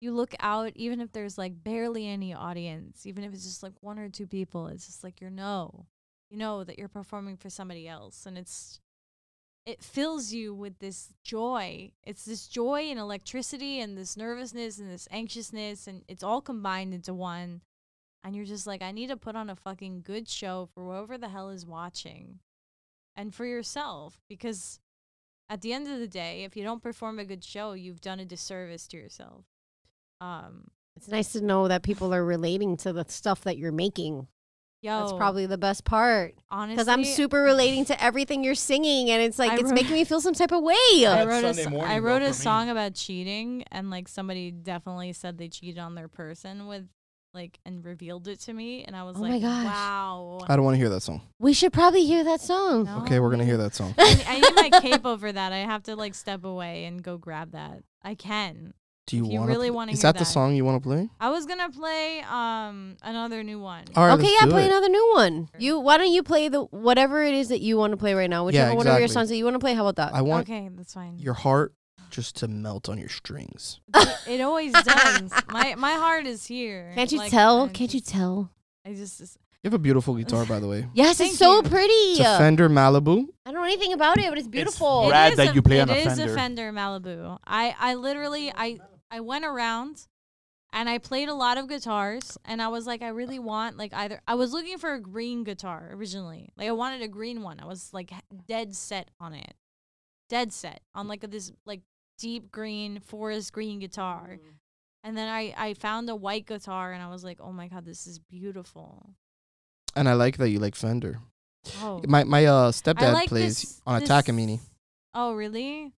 you look out, even if there's like barely any audience, even if it's just like one or two people, it's just like you know, you know that you're performing for somebody else, and it's it fills you with this joy. It's this joy and electricity and this nervousness and this anxiousness and it's all combined into one. And you're just like, I need to put on a fucking good show for whoever the hell is watching and for yourself because at the end of the day, if you don't perform a good show, you've done a disservice to yourself. Um, it's nice to know that people are relating to the stuff that you're making. yo, That's probably the best part. honestly Because I'm super relating to everything you're singing, and it's like I it's wrote- making me feel some type of way. I That's wrote, a, Sunday so- morning, I though, wrote for a me. song about cheating, and like somebody definitely said they cheated on their person with like and revealed it to me, and I was Oh my like, gosh. wow. I don't want to hear that song. We should probably hear that song. No, Oh, Okay, we're gonna maybe- hear that song. I, I need my cape over that. I have to like step away and go grab that. I can. Do you If you want? really wanna Is hear that the that. song you want to play? I was gonna play um another new one. All right. okay, let's yeah, do play it. another new one. You why don't you play the whatever it is that you want to play right now? Whichever one of your exactly. songs that you want to play, how about that? I want okay, that's fine. your heart just to melt on your strings. It always does. My my heart is here. Can't you Like, tell? I Can't you just- tell? I just You have a beautiful guitar, by the way. Yes, Thank it's so you. pretty. It's a Fender Malibu. I don't know anything about it, but it's beautiful. rad is that you play on a It is Fender. a Fender Malibu. I, I literally I I went around and I played a lot of guitars and I was like I really want like either I was looking for a green guitar originally. Like I wanted a green one. I was like dead set on it. Dead set on like this like deep green forest green guitar. And then I, I found a white guitar and I was like, oh my god, this is beautiful. And I like that you like Fender. Oh, My my uh I stepdad like plays this- on a this- Takamine. Oh, really?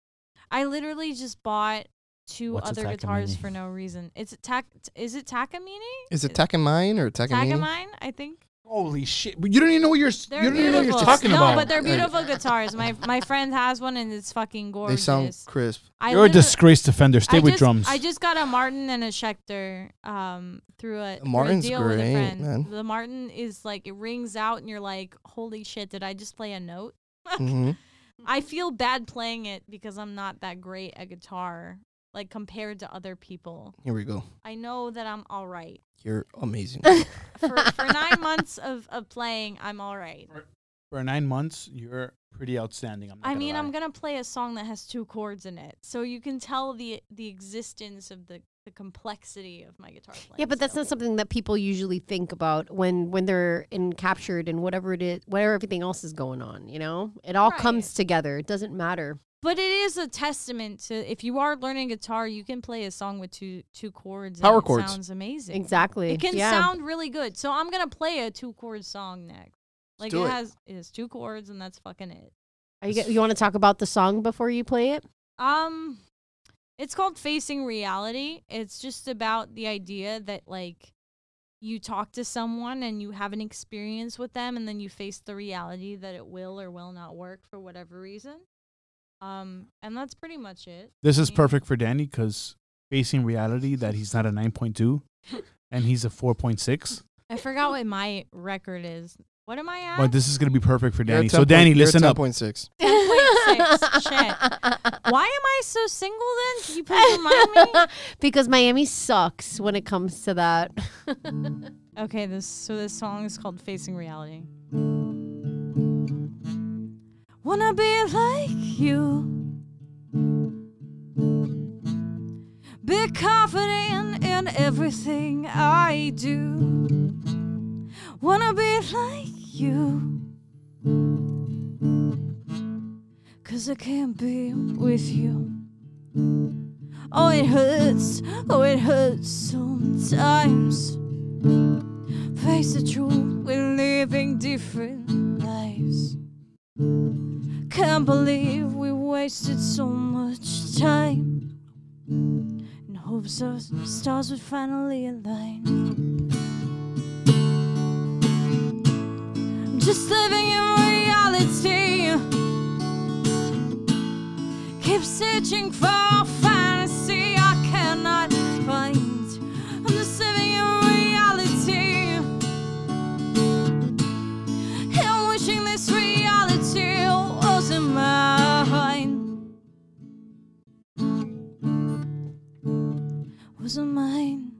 I literally just bought two What's a other guitars Takamine? for no reason. It's a tac. Is it Takamine? Is it Takamine or Takamine? Takamine, I think. Holy shit! But you don't even know what you're. s- They're you don't even know what beautiful. you're talking no, about. but they're Hey. beautiful guitars. My my friend has one and it's fucking They gorgeous. sound crisp. I you're a literally- disgraced offender. Stay I with just, drums. I just got a Martin and a Schecter um, through a through a Martin's deal with a great, friend. man. The Martin is like it rings out and you're like, holy shit, did I just play a note? hmm I feel bad playing it because I'm not that great at guitar, like compared to other people. Here we go. I know that I'm all right. You're amazing. For, for nine months of, of playing, I'm all right. For nine months, you're pretty outstanding. I'm not I gonna mean, lie. I'm gonna play a song that has two chords in it, so you can tell the the existence of the, the complexity of my guitar playing. Yeah, but that's skill. not something that people usually think about when when they're in captured and whatever it is, whatever everything else is going on. You know, it all Right. comes together. It doesn't matter. But it is a testament to if you are learning guitar, you can play a song with two two chords. Power and it chords. sounds amazing. Exactly. It can yeah. sound really good. So I'm gonna play a two chord song next. Like do it, it. has it has two chords and that's fucking it. Are you, g- you want to talk about the song before you play it? Um, it's called Facing Reality. It's just about the idea that like you talk to someone and you have an experience with them, and then you face the reality that it will or will not work for whatever reason. Um, and that's pretty much it. This is Yeah. perfect for Danny because facing reality that he's not a 9.2 and he's a 4.6. I forgot what my record is. What am I at? But this is going to be perfect for You're a Danny. 10 So, point- Danny, you're a listen up. 10.6. 10.6. Why am I so single then? Can you please remind me? because Miami sucks when it comes to that. Okay, this so this song is called Facing Reality. Wanna be like you. Be confident in everything I do. Wanna be like you. Cause I can't be with you. Oh, it hurts. Oh, it hurts sometimes. Face the truth, we're living different lives. Can't believe we wasted so much time in hopes our stars would finally align. I'm just living in reality. Keep searching for a fantasy I cannot find. I'm just living in reality and wishing this reality wasn't mine. Wasn't mine.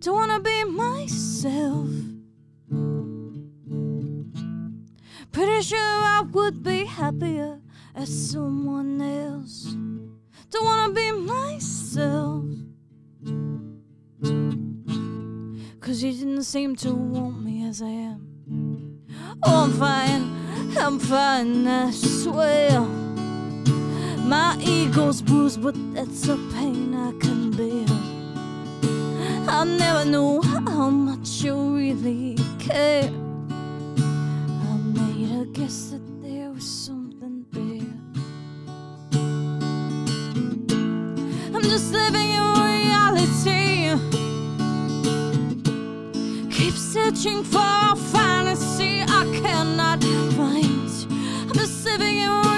Don't wanna be myself. Pretty sure I would be happier as someone else. Don't wanna be myself. Cause you didn't seem to want me as I am. Oh, I'm fine, I'm fine, I swear. My ego's bruised, but that's a pain I can bear. I never knew how much you really care. I made a guess that there was something there. I'm just living in reality. Keep searching for a fantasy I cannot find. I'm just living in reality.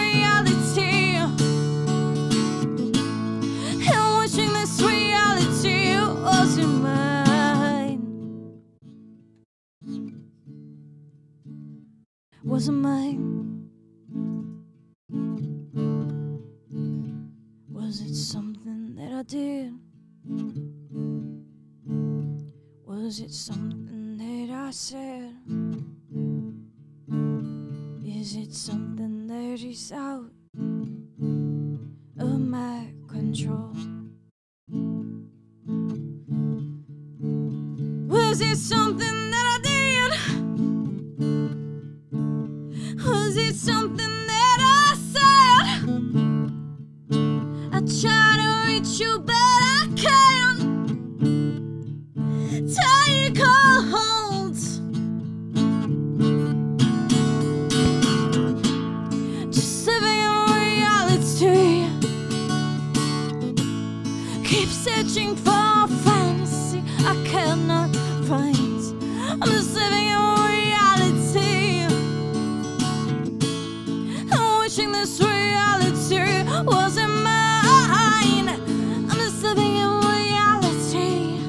And wishing this reality wasn't mine. Wasn't mine. Was it something that I did? Was it something that I said? Is it something that is out of my control? Was it something that I did? Was it something that I said? I try to reach you, but I can't take hold. Just living in reality. Keep searching for Wishing this reality wasn't mine. I'm just living in reality.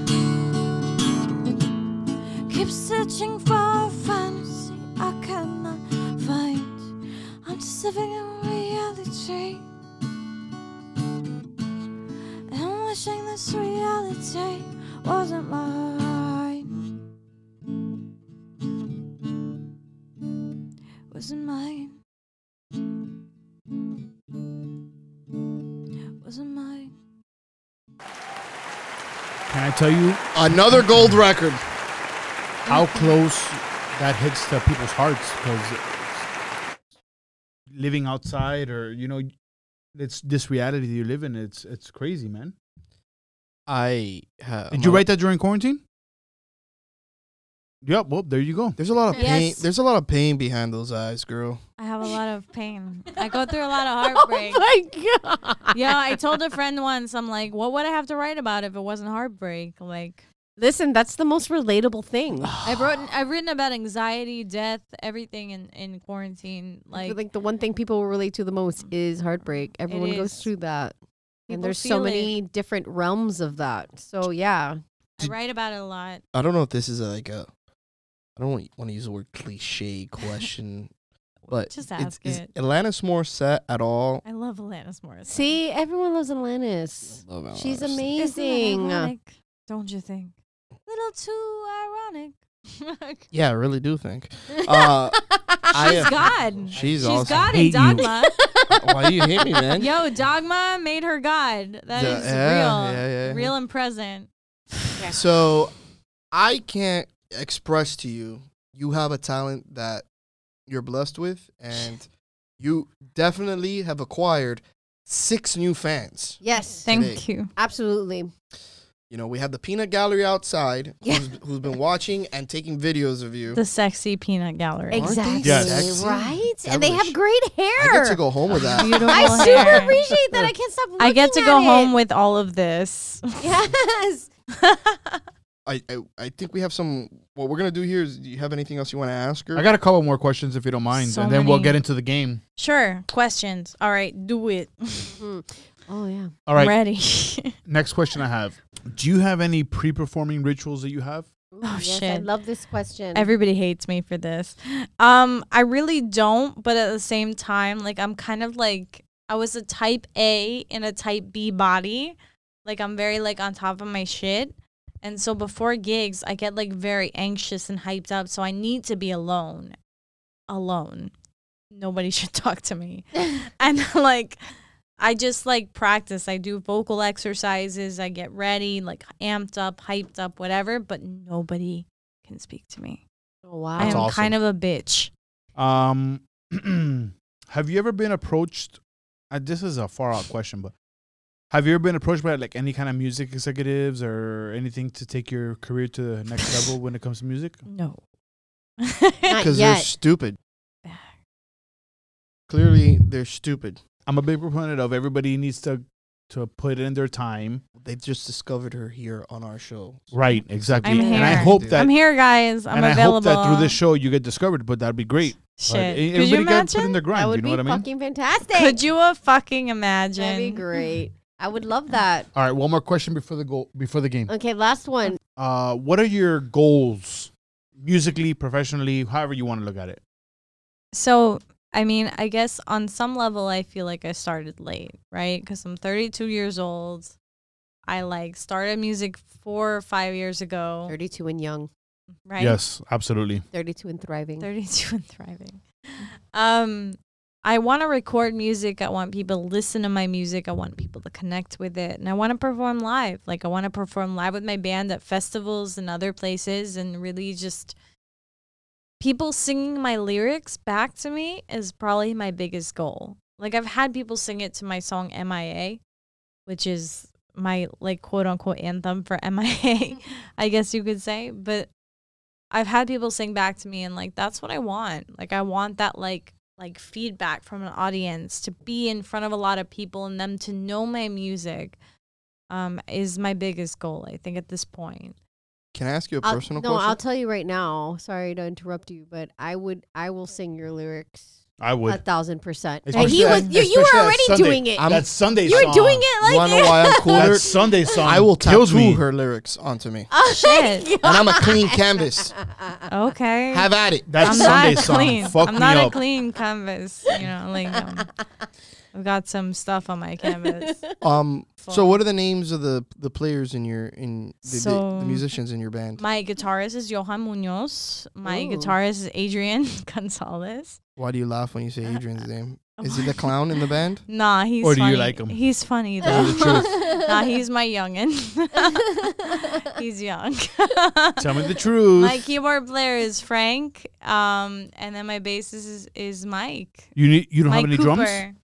Keep searching for a fantasy I cannot find. I'm just living in reality. And wishing this reality wasn't mine. Wasn't mine. Wasn't mine. Can I tell you Another gold record. how close that hits to people's hearts because living outside or you know it's this reality that you live in it's it's crazy man I have. did you write that during quarantine yep well there you go There's a lot of pain. Yes. There's a lot of pain behind those eyes, girl. I have a lot of pain. I go through a lot of Oh heartbreak. my god. yeah, I told a friend once, I'm like, what would I have to write about if it wasn't heartbreak? Like, Listen, that's the most relatable thing. I've written, I've written about anxiety, death, everything in, in quarantine. Like, Like, like the one thing people will relate to the most is heartbreak. Everyone goes is. through that. People and there's so feel many different realms of that. So yeah. I write about it a lot. I don't know if this is like a. I don't want to use the word cliche question, but Just it's- ask is it. Alanis Moore set at all? I love Alanis Morris. See, everyone loves Alanis. Oh, She's amazing. Don't you think? Little too ironic. Yeah, I really do think. Uh, I She's am- God. She's She's awesome. God Hate in you. Dogma. Why you hate me, man? Yo, Dogma made her God. That Yeah, is yeah, real. yeah, yeah, yeah. Real and present. So I can't express to you you have a talent that you're blessed with and you definitely have acquired six new fans. Yes. Thank Today. you. Absolutely. You know, we have the peanut gallery outside Yeah. who's, who's been watching and taking videos of you. The sexy peanut gallery. Aren't they Exactly. Yes. Right? And they have Devilish. great I hair. get to go home with that. Beautiful I super hair. appreciate that. I can't stop looking I get to at go it. home with all of this. Yes. I, I, I think we have some. What we're going to do here is do you have anything else you want to ask her? i got a couple more questions if you don't mind So and then we'll many. get into the game sure. Questions. All right, do it. Oh yeah. all right I'm ready. next question i have do you have any pre-performing rituals that you have Ooh, Oh, yes, I shit. love this question. Everybody hates me for this. Um, I really don't, but at the same time, like I'm kind of like I was a type A in a type B body. Like I'm very like on top of my shit. And so before gigs, I get like very anxious and hyped up. So I need to be alone. Alone. Nobody should talk to me. and like I just like practice. I do vocal exercises. I get ready, like amped up, hyped up, whatever, but nobody can speak to me. oh, wow. I That's am awesome. kind of a bitch. Um, have you ever been approached? Uh, this is a far out question, but have you ever been approached by like any kind of music executives or anything to take your career to the next level when it comes to music? No. Not Because they're yet. stupid. Clearly, they're stupid. I'm a big proponent of everybody needs to to put in their time. They've just discovered her here on our show. Right, exactly. I'm and I here. hope that I'm here, guys. I'm and available. I hope that through this show you get discovered. But that'd be great. But Shit. e- Could you everybody got put in imagine? their that grind. would You know be what I mean? fucking fantastic. Could you a fucking imagine? That'd be great. I would love that. All right, one more question before the goal before the game. Okay, last one. Uh, what are your goals, musically, professionally, however you want to look at it? So, I mean, I guess on some level, I feel like I started late, right? Because I'm 32 years old. I like started music four or five years ago, 32 and young, right? Yes, absolutely. 32 and thriving. 32 and thriving. Um, I want to record music. I want people to listen to my music. I want people to connect with it. And I want to perform live. Like, I want to perform live with my band at festivals and other places and really just people singing my lyrics back to me is probably my biggest goal. Like, I've had people sing it to my song MIA, which is my like quote unquote anthem for MIA, I guess you could say. But I've had people sing back to me and like that's what I want. Like I want that like like feedback from an audience to be in front of a lot of people and them to know my music um is my biggest goal I think at this point. Can I ask you a I'll- personal no, question? I'll tell you right now. Sorry to interrupt you, but I would I will sing your lyrics I a would. thousand percent. Especially And he was that- you, you especially were that already Sunday- doing it. I'm- that Sunday you were song. doing it You like wanna know why I'm cooler? That Sunday song. I will kills tattoo me. her lyrics onto me, Oh, Shit. my and I'm a God. clean canvas. Okay. Have at it. That I'm Sunday not song. clean. Fuck I'm me not a up. clean canvas. You know, like um, I've got some stuff on my canvas. Um. So Fuck. what are the names of the the players in your in the, the- the, So- musicians in your band? My guitarist is Johan Munoz. My Ooh. guitarist is Adrian Gonzalez. Why do you laugh when you Uh, say Adrian's name? oh Is he the clown in the band? Nah, he's Or do you funny. like him? He's funny Tell though. me the truth. nah, he's my youngin. he's young. Tell me the truth. my keyboard player is Frank. Um, and then my bassist is, is Mike. you need. You don't Mike have any Cooper. drums.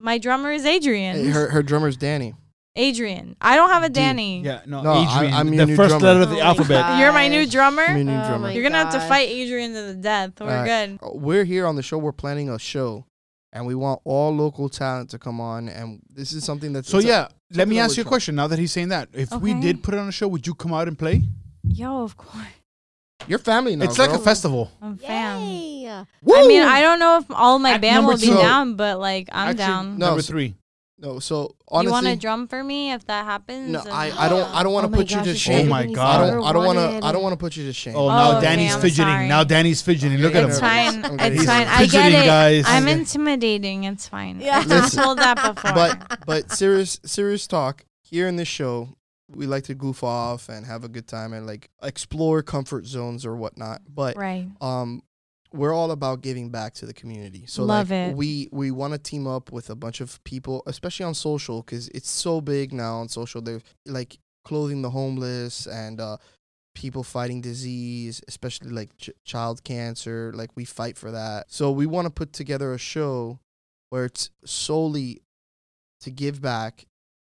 My drummer is Adrian. Hey, her her drummer's Danny. Adrian. I don't have a Dude, Danny. Yeah. No. No, I- Adrian. I'm your the new first drummer. letter of Oh the my alphabet. God. You're my new Gosh. drummer. I'm your new Oh drummer. my You're gonna have to gosh. fight Adrian to the death. We're Alright. good. Uh, We're here on the show. We're planning a show, and we want all local talent to come on. And this is something that's So it's a- yeah, let me that ask we're you a trying. question. Now that he's saying that, if we Okay. did put it on a show, would you come out and play? Yo, of course. your family now. it's like girl. a festival. I'm fam. Yay. I mean, I don't know if all my Act band number will be two. down, but like I'm Actually, down. No, Number so- three. no. So you want to honestly, drum for me if that happens? no. And- I, I don't I don't want Oh to my put you gosh, to it's Oh shame. my everything he's God. I ever don't I don't want wanted. to I don't want to put you to shame. Oh, now okay, Danny's I'm fidgeting. sorry. Now Danny's fidgeting. Look at It's him. fine. I'm getting It's He's fine. I get fidgeting, it. guys. I'm intimidating. It's fine. Yeah. I've been Listen. told that before. but but serious serious talk here in this show we like to goof off and have a good time and like explore comfort zones or whatnot but right. um we're all about giving back to the community so Love like it. we we want to team up with a bunch of people especially on social because it's so big now on social they're like clothing the homeless and uh people fighting disease especially like ch- child cancer like we fight for that so we want to put together a show where it's solely to give back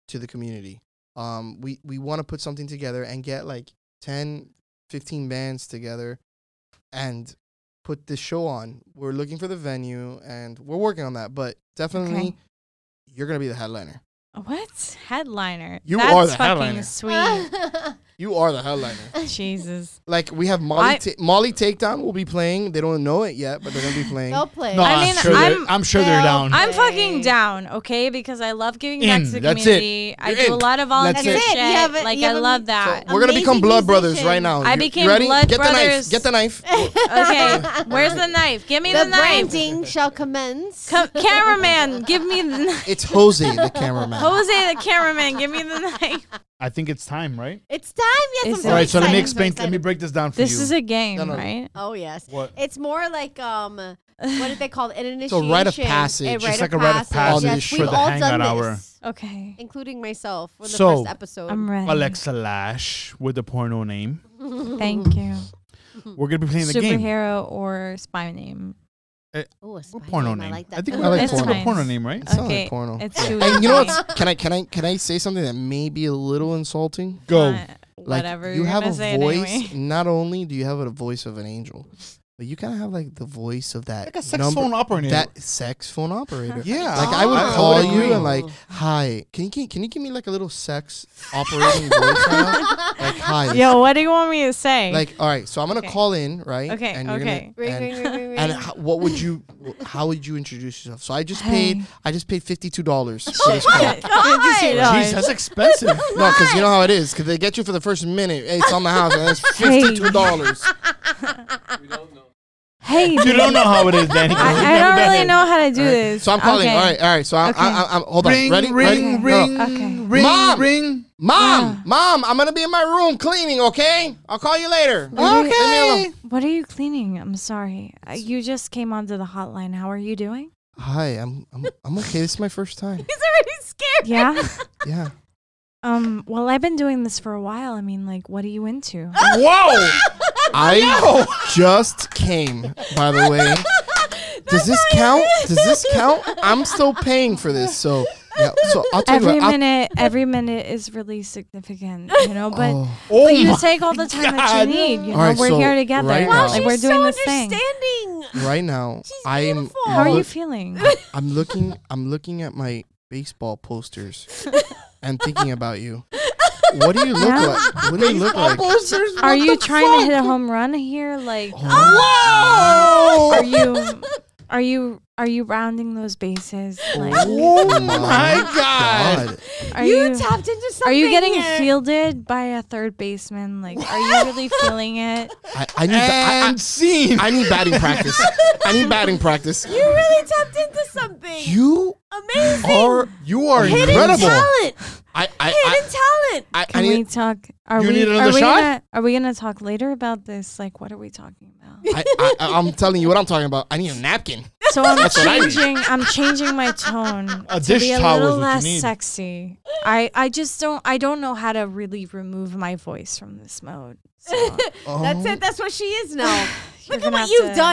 to the community um we we want to put something together and get like 10 15 bands together and put this show on we're looking for the venue and we're working on that but definitely Okay. you're gonna be the headliner What headliner? You That's are the fucking headliner. sweet. you are the headliner Jesus. like we have molly I- ta- molly takedown will be playing they don't know it yet but they're gonna be playing They'll play. No, I I am mean, sure I'm- they're, I'm sure they're Well, down. I'm Okay. fucking down, okay? Because I love giving In, back to the that's it. community. I You're do in. a lot of volunteer That's it. shit. You have a- like you I have a love mi- So that. we're gonna become Amazing blood brothers musician. right now. I You- you became ready? Blood Get Brothers. the knife. Get the knife. okay, where's the knife? Give me the, The knife. branding shall commence. Come, cameraman, give me the knife. it's Jose, the cameraman. Jose, the cameraman, give me the knife. I think it's time, right? it's time. Yes, It's I'm So All right. So let me excited, explain. so Let me excited. break this down for This you. is a game, No, no, no. right? Oh yes. what? It's more like um, what did they call it? An a initiation. rite of passage. A It's like a rite of passage Yes, for we've the all hangout done hour. this, Okay. including myself for the So, first episode. I'm ready. Alexa Lash with the porno name. Thank you. Mm-hmm. We're gonna be playing the game. Superhero or spy name. Ooh, a Or spy porno name. name. I like that. think I we like it's porno. the porno name, right? It sounds Okay, like porno. It's Yeah. too Oh. And you know easy. what? Can I can I can I say something that may be a little insulting? Go. Uh, Like Whatever. you you're have gonna a say it voice. anyway. Not only do you have a voice of an angel, but you kind of have like the voice of that like a sex number, phone operator. that sex phone operator. yeah. Like I would I would call agree. you and like, hi, can you gi- can you give me like a little sex operating voice? Right now? Like hi, this- Yo, what do you want me to say? like all right. So I'm gonna Okay. call in, right? Okay, And you're okay. gonna Ring, and, ring, ring, ring, ring. and h- what would you? How would you introduce yourself? So I just Hey. paid. I just paid fifty two dollars for this call. Jeez, that's expensive. No, because you know how it is. Because they get you for the first minute. Hey, it's on the house. And it's Hey. fifty two dollars. hey, you don't know how it is, Danny. I, I don't really know how to do this. So I'm calling. Okay. All right, all right. So I'm. Okay. I, I, I'm hold on. Ring, ready? Ready? ring, No, no. ring, Okay. ring, Mom! ring. Mom, mom, I'm gonna be in my room cleaning. Okay, I'll call you later. Leave What me Are alone. you, what are you cleaning? I'm sorry. Uh, You just came onto the hotline. How are you doing? Hi, I'm I'm I'm okay. This is my first time. He's already scared. Yeah. Yeah. um. Well, I've been doing this for a while. I mean, like, what are you into? Whoa! I just came, by the way. Does this count? Does this count? I'm still paying for this, so yeah. So I'll tell Every you what. I'll, minute, every minute is really significant, you know. But, oh, Oh but you my take all the time that God. you need. You know, All right, we're so here together. right Wow, now- like, she's we're doing so this thing. understanding. right now, She's I'm. beautiful. How are you look- feeling? I'm looking. I'm looking at my baseball posters and thinking about you. What do you look Yeah. like? What do you look like? posters. Are you trying to hit a home run here? Like, Oh, are you? Are you are you rounding those bases? Like, Oh my my god. are you, you, tapped into something. are you getting here. fielded by a third baseman? Like, are you really feeling it? I, I need. ba- I- And scene. I, I need batting practice. I need batting practice. You really tapped into something. You Amazing. are. you are Hidden incredible. talent. I. I. I, Hidden talent. I, I Can we need. talk? Are You we need another are we shot? gonna are we gonna talk later about this? Like, what are we talking about? I, I, I'm telling you what I'm talking about. I need a napkin. So I'm That's what I need. changing. I'm changing my tone A to dish be a towel is little what you less need. sexy. I I just don't I don't know how to really remove my voice from this mode. So That's it. That's what she is now. you're Look at gonna what have you've to-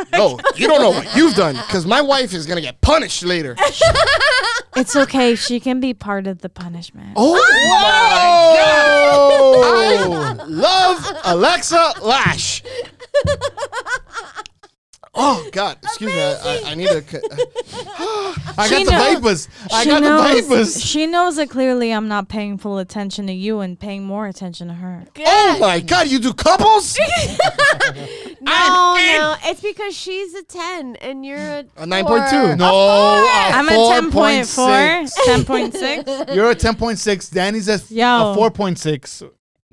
done. No, you don't know what you've done because my wife is gonna get punished later. It's okay. She can be part of the punishment. Oh my god! I love Alexa Lash. Oh god! Excuse me. I- I, I need to. I She got the knows- vapors. I she got knows, the vapors. She knows that clearly I'm not paying full attention to you and paying more attention to her. Oh my god! You do couples? No, no. It's because she's a 10 and you're a, A 9.2. four. No, a I'm at 4.6. 10.4, 10.6. You're a 10.6. Danny's a, Yo. a 4.6. You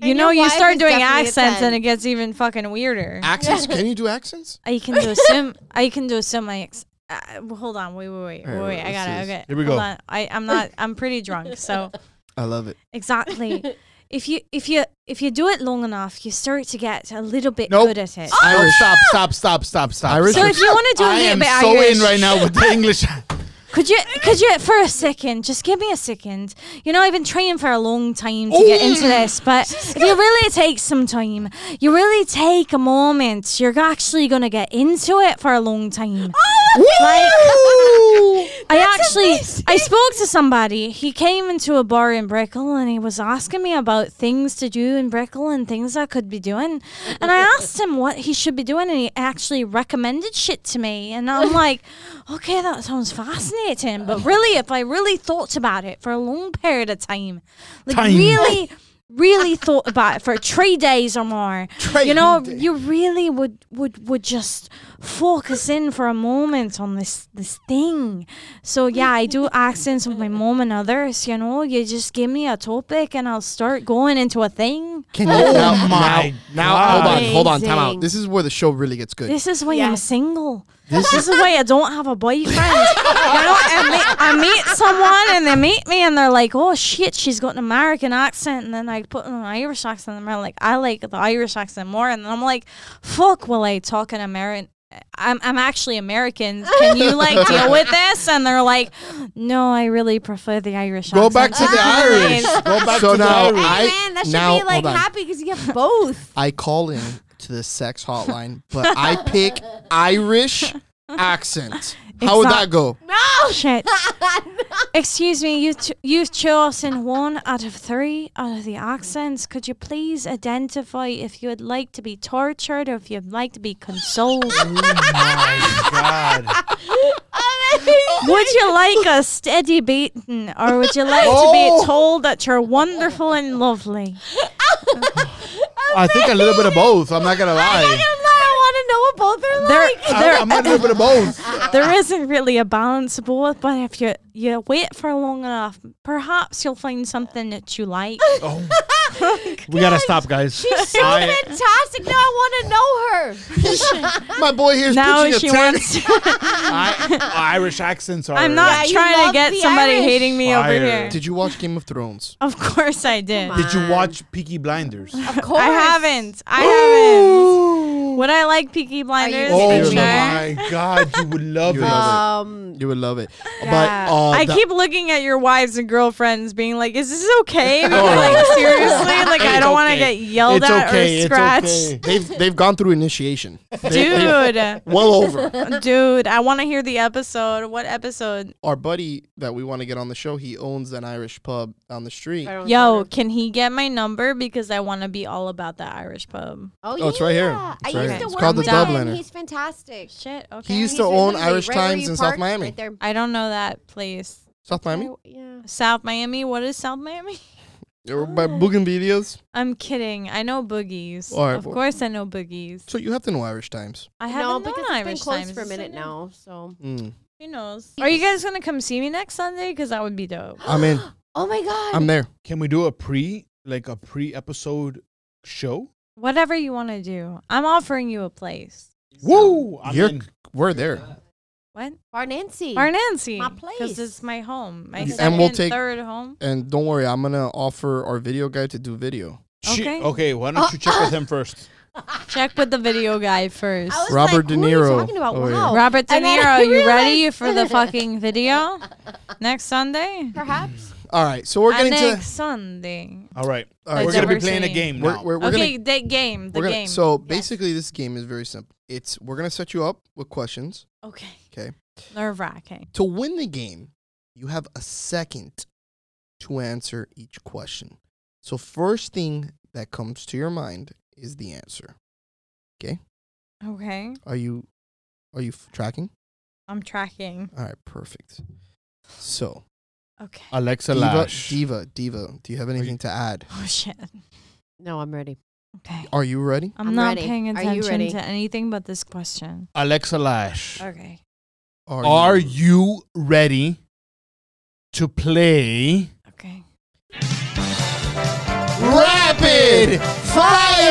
And know, your you wife start is doing definitely a accents 10. and it gets even fucking weirder. Accents? Can you do accents? I can do a sim. I can do a sim. I ex- uh, well, hold on. Wait, wait, wait, All right, wait. wait I let's gotta. do this. Okay, Here we hold go. On. I I'm not. I'm pretty drunk. So I love it. exactly. If you if you if you do it long enough, you start to get a little bit Nope. good at it. No, stop, stop, stop, stop, stop. Irish Oh, So stop. or- if you want to do a I little am bit so Irish, in right now with the English. could you could you for a second just give me a second? You know I've been training for a long time to get into this, but if you really take some time, you really take a moment, you're actually gonna get into it for a long time. Like, I actually I spoke to somebody. He came into a bar in Brickell and he was asking me about things to do in Brickell and things I could be doing. And I asked him what he should be doing and he actually recommended shit to me. And I'm like, okay, that sounds fascinating. But really if I really thought about it for a long period of time, like Time. really really thought about it for three days or more you know you really would would would just focus in for a moment on this this thing so yeah i do accents with my mom and others you know you just give me a topic and i'll start going into a thing Can you? Oh now, my Now, God. hold on, hold on, time Amazing. out. This is where the show really gets good. this is why i'm Yes. single this, is why i don't have a boyfriend you know I meet, I meet someone and they meet me and they're like oh shit she's got an american accent and then i put on an irish accent and they're like i like the irish accent more and then i'm like fuck will i talk in american I'm, I'm actually American. Can you like deal with this? And they're like, no, I really prefer the Irish. Go accent back to the Irish. Canadian." Go back So to now the Irish. I- Hey, man, that should now- be like hold on. happy because you have both. I call in to the sex hotline, but I pick Irish accent. How would that go? No. Oh, Shit. Excuse me, you t- you've chosen one out of three out of the accents. Could you please identify if you would like to be tortured or if you'd like to be consoled? Oh my God. would you like a steady beating or would you like to Oh. be told that you're wonderful and lovely? I think a little bit of both. I'm not going to lie. I want to know what both are There, like. there, I'm a little bit of both. there isn't really a balance board, but if you, you wait for long enough, perhaps you'll find something that you like. We got to stop, guys. So fantastic. Now I want to know her. My boy here's now pitching a she tent. wants. I, Irish accents are. I'm Yeah, not you trying love to get the somebody Irish. hating me Fire. over here. Did you watch Game of Thrones? Of course I did. Come Did you on. watch Peaky Blinders? Of course. I haven't. I haven't. Would I like Peaky Blinders? Oh sure. kidding me? Oh my God. You would love You it. would love Um. You would love it. Yeah. But uh, I the- keep looking at your wives and girlfriends, being like, "Is this okay?" Because, no. like seriously, like I Oh, It's don't want to okay. get yelled It's at okay, or it's scratched, they've they've gone through initiation. They- dude. well over. Dude, I want to hear the episode. What episode? Our buddy that we want to get on the show, he owns an Irish pub down the street. I don't Yo, know. can he get my number? Because I want to be all about that Irish pub. Oh, Oh, it's right here. yeah. It's I right used here. to It's work called the with him. Dubliner. He's fantastic. Shit. Okay. He used He's to in own Liberty, Irish right where Times you in South parked, Miami. Right there. I don't know that place. South Miami. Yeah. South Miami. What is South Miami? Or by Boogan videos. I'm kidding. I know boogies. All right, of well- course, I know boogies. So you have to know Irish times. I haven't No, known because it's Irish been closed times. for a It's just minute like, now. So. Mm. Who knows? Are you guys gonna come see me next Sunday? Because that would be dope. I'm in. Oh my god. I'm there. Can we do a pre like a pre episode show? Whatever you want to do, I'm offering you a place. Woo! I'm You're- in. We're there. What? Bar Nancy. Bar Nancy. My Because place. it's my home. My And second, we'll take- third home. And don't worry, I'm gonna offer our video guy to do video. Shit. Okay. Uh, okay, why don't you check with him first? Check with the video guy first. I was Robert De like, who are you Niro. talking about? Oh, yeah. wow. Robert De And then Niro, I are you ready realized- for the fucking video next Sunday? Perhaps. All right. So we're Uh, getting next to. Sunday. All right. All Like right. We're going So to be Jefferson. playing a game we're, now. we're, we're okay, gonna. the game, the we're gonna- game. So basically, this game is very simple. It's we're gonna set you up with questions. okay, Okay. nerve wracking. To win the game, you have a second to answer each question. So first thing that comes to your mind is the answer. Okay, Are you are you f- tracking? I'm tracking. All right, perfect. So, Okay. Alexa Diva, Lash. Diva, Diva, do you have anything to add? Oh shit. No, I'm ready. Okay. Are you ready? I'm, I'm not ready. paying Are you attention ready? to anything but this question. Alexa Lash. Okay. Are, Are you ready to play Okay. rapid fire?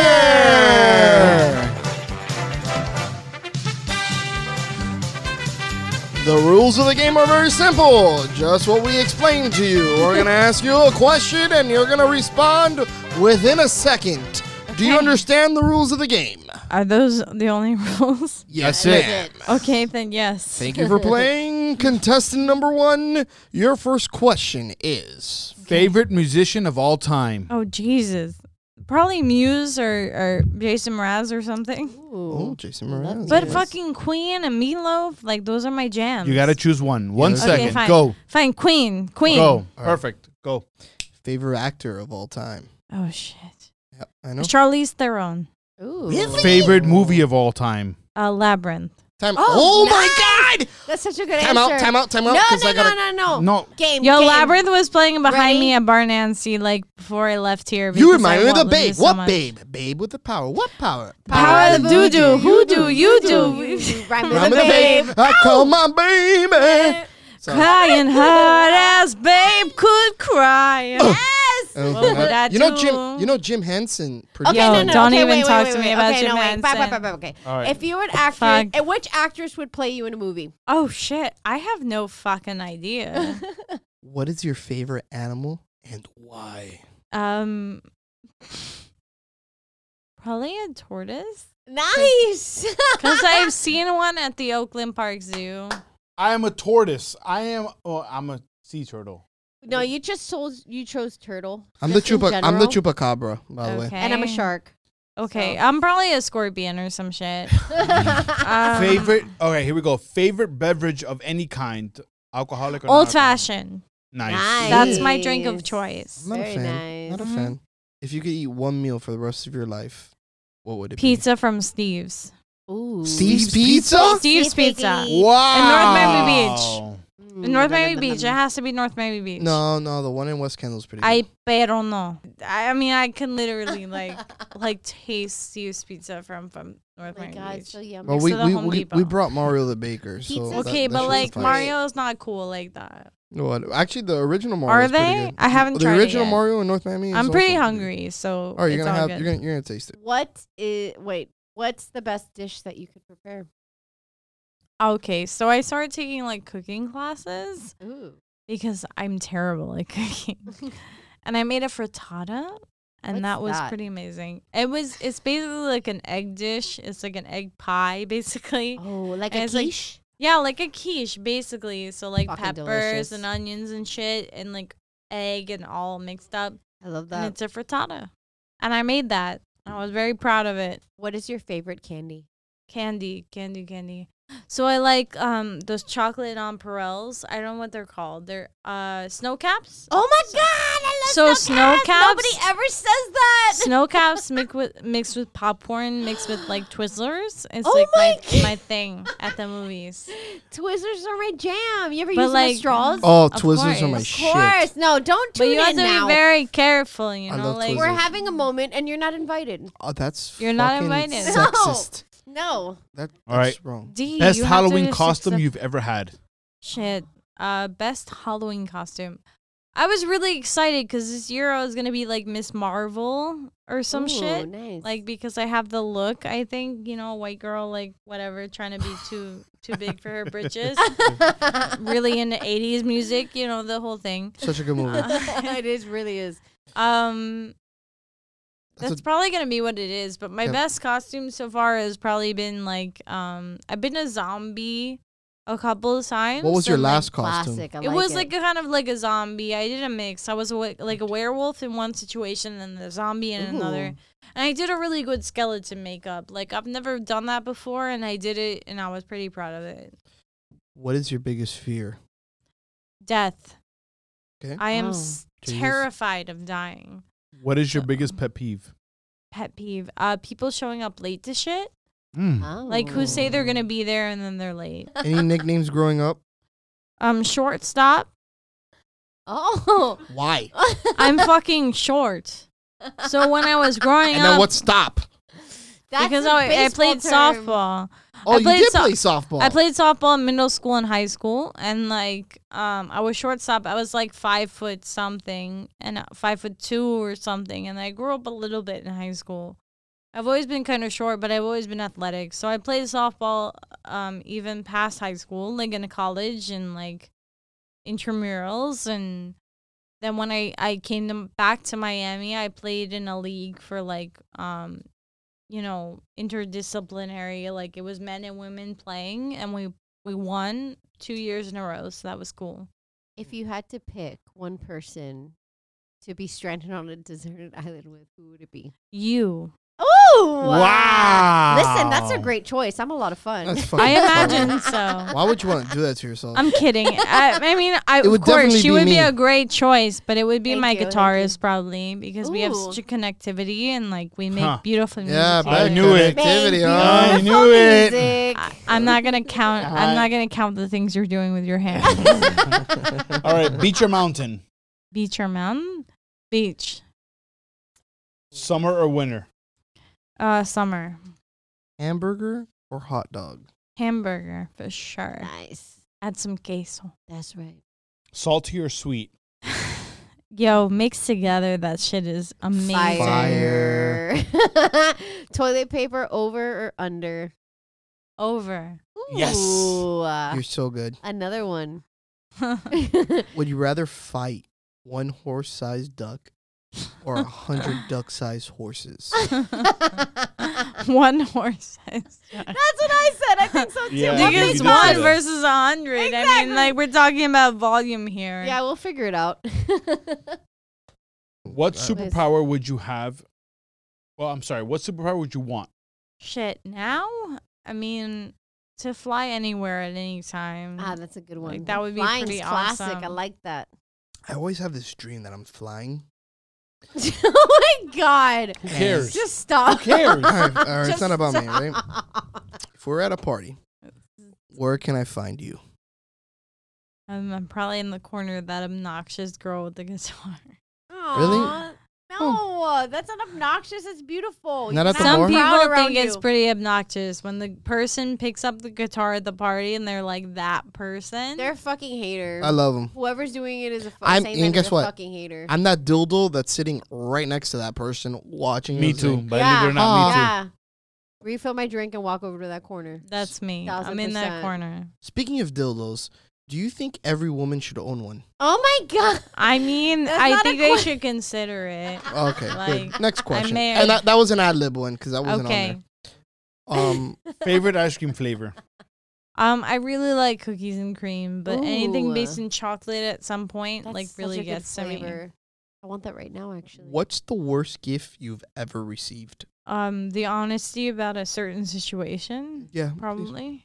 The rules of the game are very simple. Just what we explained to you. We're going to ask you a question and you're going to respond within a second. Do you Okay. understand the rules of the game? Are those the only rules? Yes, ma'am. Okay, then yes. Thank you for playing. Contestant number one, your first question is favorite musician of all time? oh Jesus. Probably Muse or, or Jason Mraz or something. Oh, Ooh. Jason I love Mraz. But Yes. fucking Queen and Meatloaf, like those are my jams. You got to choose one. One Okay, second. fine. Go. Fine, Queen, Queen. Go. right. Perfect. Go. favorite actor of all time. Oh shit. Yep, I know. Charlize Theron. Ooh. Really? Favorite movie of all time? Uh, Labyrinth. Time. Oh, Oh, my God! That's such a good Time answer. out! Time out! Time out! No, no, 'cause I gotta- no, no, Oh. no. No. Game. Yo, game. Labyrinth was playing behind Ready? me at Bar Nancy like before I left here. You because remind I me of the wanted babe. it so what much. babe? Babe with the power. What power? Power of the doo doo. voodoo. Who do you You do? do. Rhyme I'm with the the babe. babe. I call my baby. So, uh, Crying hard as babe could cry. Yes. uh, What would I you know Jim. do? You know Jim Henson. Okay, Yo, no, no, don't okay, even wait, wait, talk wait, to me wait, about okay, Jim no, wait. Bye, bye, Henson. bye, bye, okay. All right. If you were an actor, Fuck. eh, which actress would play you in a movie? Oh shit! I have no fucking idea. What is your favorite animal and why? um, probably a tortoise Nice. because I've seen one at the Oakland Park Zoo. I am a tortoise. I am. Oh, I'm a sea turtle. no, you just chose you chose turtle. I'm the just in chupa. I'm the general. chupacabra. By the way. Okay, And I'm a shark. Okay, so- I'm probably a scorpion or some shit. Um, Favorite. Okay, here we go. Favorite beverage of any kind, alcoholic or Old non-alcoholic? fashioned. Nice. That's my drink of choice. I'm not Very a fan. nice. Not a Mhm. fan. If you could eat one meal for the rest of your life, what would it Pizza from Steve's. Ooh. be? Steve's Pizza? Steve's Pizza. Wow. Miami Mm, In North nom, Miami nom, Beach. It nom. has to be North Miami Beach. No, no, the one in West Kendall's pretty good. I pero no. I I mean, I can literally like like taste Steve's Pizza from from Oh North my Miami god, Beach. so yummy. well, next we, to the we, Home we, Depot. we brought Mario the Baker. So Pizza's that- okay, that but should like suffice. Mario's not cool like that. What? Actually, the original Mario. Are they? I haven't The tried it original yet. Mario in North Miami. is I'm also pretty good. hungry, so All right, you're it's gonna have all good. you're gonna you're gonna taste it. What is wait? What's the best dish that you could prepare? Okay, so I started taking like cooking classes Ooh. because I'm terrible at cooking. and I made a frittata, and What's that was that? pretty amazing. It was it's basically like an egg dish. It's like an egg pie, basically. Oh, like And a it's like- quiche. Yeah, like a quiche, basically. So like Fucking peppers delicious. and onions and shit, and like egg and all mixed up, I love and that. it's a frittata. And I made that. I was very proud of it. What is your favorite candy? Candy, candy, candy. So I like um those chocolate on Perels. I don't know what they're called. They're uh snow caps. Oh my god, I love So snow, snow caps. caps- Nobody ever says that. Snow caps mixed with mixed with popcorn, mixed with like Twizzlers. It's Oh like my my- my thing at the movies. Twizzlers are my jam. You ever But use them as like- straws? Oh, Of Twizzlers are my course. Of of shit. course. No, don't But tune you have in to now. be very careful, you I know, love like We're Twizzlers. having a moment and you're not invited. Oh, that's You're not fucking invited. No. Sexist. No. That, that's All right. wrong. D, Best you have to Halloween just costume accept- you've ever had. Shit. Uh, best Halloween costume. I was really excited because this year I was gonna be like Miss Marvel or some Ooh, shit. Nice. Like because I have the look, I think you know, white girl, like whatever, trying to be too too big for her britches. really into '80s music, you know, the whole thing. Such a good movie. it is really is. Um, That's that's, a- probably gonna be what it is. But my Yeah. best costume so far has probably been like, um, I've been a zombie a couple of times. What was your and, like, last costume? Classic. I it was like a kind of like a zombie. I did a mix. I was a, we- like a werewolf in one situation and a zombie in another. Ooh. And I did a really good skeleton makeup. Like I've never done that before, and I did it, and I was pretty proud of it. What is your biggest fear? Death. Okay. I am Wow. s- Jesus. terrified of dying. What is your biggest pet peeve? Pet peeve. Uh, people showing up late to shit. Mm. Oh. Like who say they're gonna be there and then they're late. Any nicknames growing up? Um, shortstop. Oh. Why? I'm fucking short. So when I was growing And up, then what stop? That's because a I, I baseball played term. softball. Oh, I you played did so- play softball. I played softball in middle school and high school, and like um, I was shortstop. I was like five foot something and uh, five foot two or something, and I grew up a little bit in high school. I've always been kind of short, but I've always been athletic. So I played softball um, even past high school, like in college and like intramurals. And then when I, I came to, back to Miami, I played in a league for like um, you know interdisciplinary like it was men and women playing and we we won two years in a row so that was cool If you had to pick one person to be stranded on a deserted island with, who would it be? you Oh. Wow. Listen, that's a great choice. I'm a lot of fun. That's fucking i funny. imagine so Why would you want to do that to yourself? i'm kidding I, I mean i It would of course definitely she be would me. be a great choice but it would be Thank my you, thank you. guitarist probably because we have Ooh. such a connectivity and like we make Huh. beautiful music yeah, I bad together. knew it. Thank connectivity, you. huh? I knew it. Music. I, i'm not gonna count Alright. i'm not gonna count the things you're doing with your hands All right, beach or mountain? beach or mountain beach Summer or winter? uh summer Hamburger or hot dog? hamburger for sure Nice. add some queso That's right. Salty or sweet? Yo, mixed together, that shit is amazing. Fire. Toilet paper over or under? Over. Yes. Ooh, uh, You're so good. another one. a Ooh, Would you rather fight one horse-sized duck or a hundred duck-sized horses? one horse. That's That's what I said. I think so too. Yeah, We'll I think you Niggas, figure did say one it that. out. versus a hundred. I Exactly. mean, like we're talking about volume here. Yeah, we'll figure it out. What Uh, super- superpower would you have? Well, I'm sorry. What superpower would you want? Shit. Now, I mean, to fly anywhere at any time. ah, that's a good one. Like, that would be Flying's pretty classic. I awesome. like that. I always have this dream that I'm flying. oh my god. Who Yes. cares? Just stop. Who cares? All right, all right, it's Just not about me, stop. right? If we're at a party, where can I find you? I'm, I'm probably in the corner of that obnoxious girl with the guitar. Really? Aw, No, that's not obnoxious. It's beautiful. Not You at the can have bar? Or- Some crowd people around think it's you. pretty obnoxious when the person picks up the guitar at the party and they're like that person. They're a fucking hater. I love them. Whoever's doing it is a, fu- I'm- same and man is guess a what? fucking hater. I'm that dildo that's sitting right next to that person watching. Me us too. like- But believe it or not, me too. yeah. Refill my drink and walk over to that corner. That's me. I'm in percent. that corner. Speaking of dildos, do you think every woman should own one? Oh my god. I mean, That's I not a think they que- should consider it. Okay, good. Like, Next question. may- and that, that was an ad lib one because I wasn't Okay. on there. Um, Favorite ice cream flavor? Um, I really like cookies and cream, but anything based Ooh. in chocolate at some point, That's like, such a really good gets to me. flavor. I want that right now, actually. what's the worst gift you've ever received? Um, the honesty about a certain situation, Yeah, please. probably.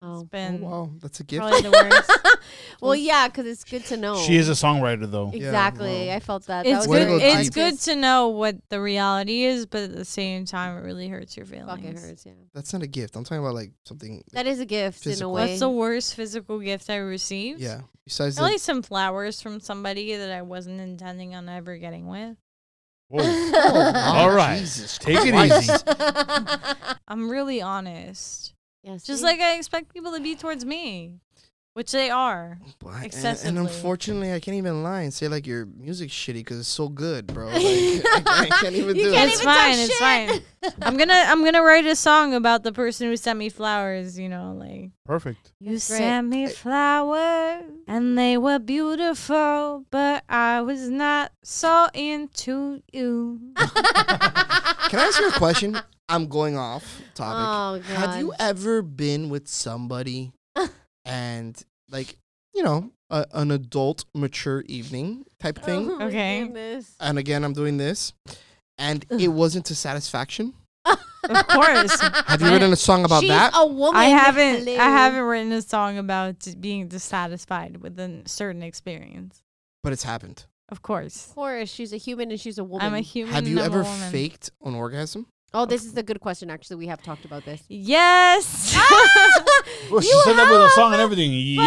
Oh. It's been oh, wow, that's a gift. probably the worst. well, yeah, because it's good to know. She is a songwriter, though. Yeah, Exactly. well, I felt that. that It's was Way to good. go, very It's deep. good to know what the reality is, but at the same time, it really hurts your feelings. Fucking hurts. Yeah. That's not a gift. I'm talking about like something. That is a gift Physical. Oh, in a way. That's the worst physical gift I received. yeah. Besides I the, like some flowers from somebody that I wasn't intending on ever getting with. Whoa. Oh, All right. Jesus Take it Christ. easy. I'm really honest. Yes, Just see? like I expect people to be towards me, which they are. But- and- and, Excessively. unfortunately, I can't even lie and say like your music's shitty because it's so good, bro. Like, I, I can't even You do can't it. It's even talk fine, shit. it's I'm gonna I'm gonna write a song about the person who sent me flowers, you know, like Perfect. You That's great. sent me flowers and they were beautiful, but I was not so into you. Can I ask you a question? I'm going off topic. Oh god. Have you ever been with somebody and like you know a, an adult mature evening type thing? Oh, my Okay. goodness. And again, I'm doing this, and it wasn't to satisfaction. Of course. Have you written a song about She's that? a woman. I haven't Hello. I haven't written a song about d- being dissatisfied with a certain experience. But it's happened. Of course. Of course, she's a human and she's a woman. I'm a human. Have you and I'm ever a woman. faked an orgasm? oh, this is a good question. Actually, we have talked about this. Yes. Well, she said that with a song and everything. Oh, I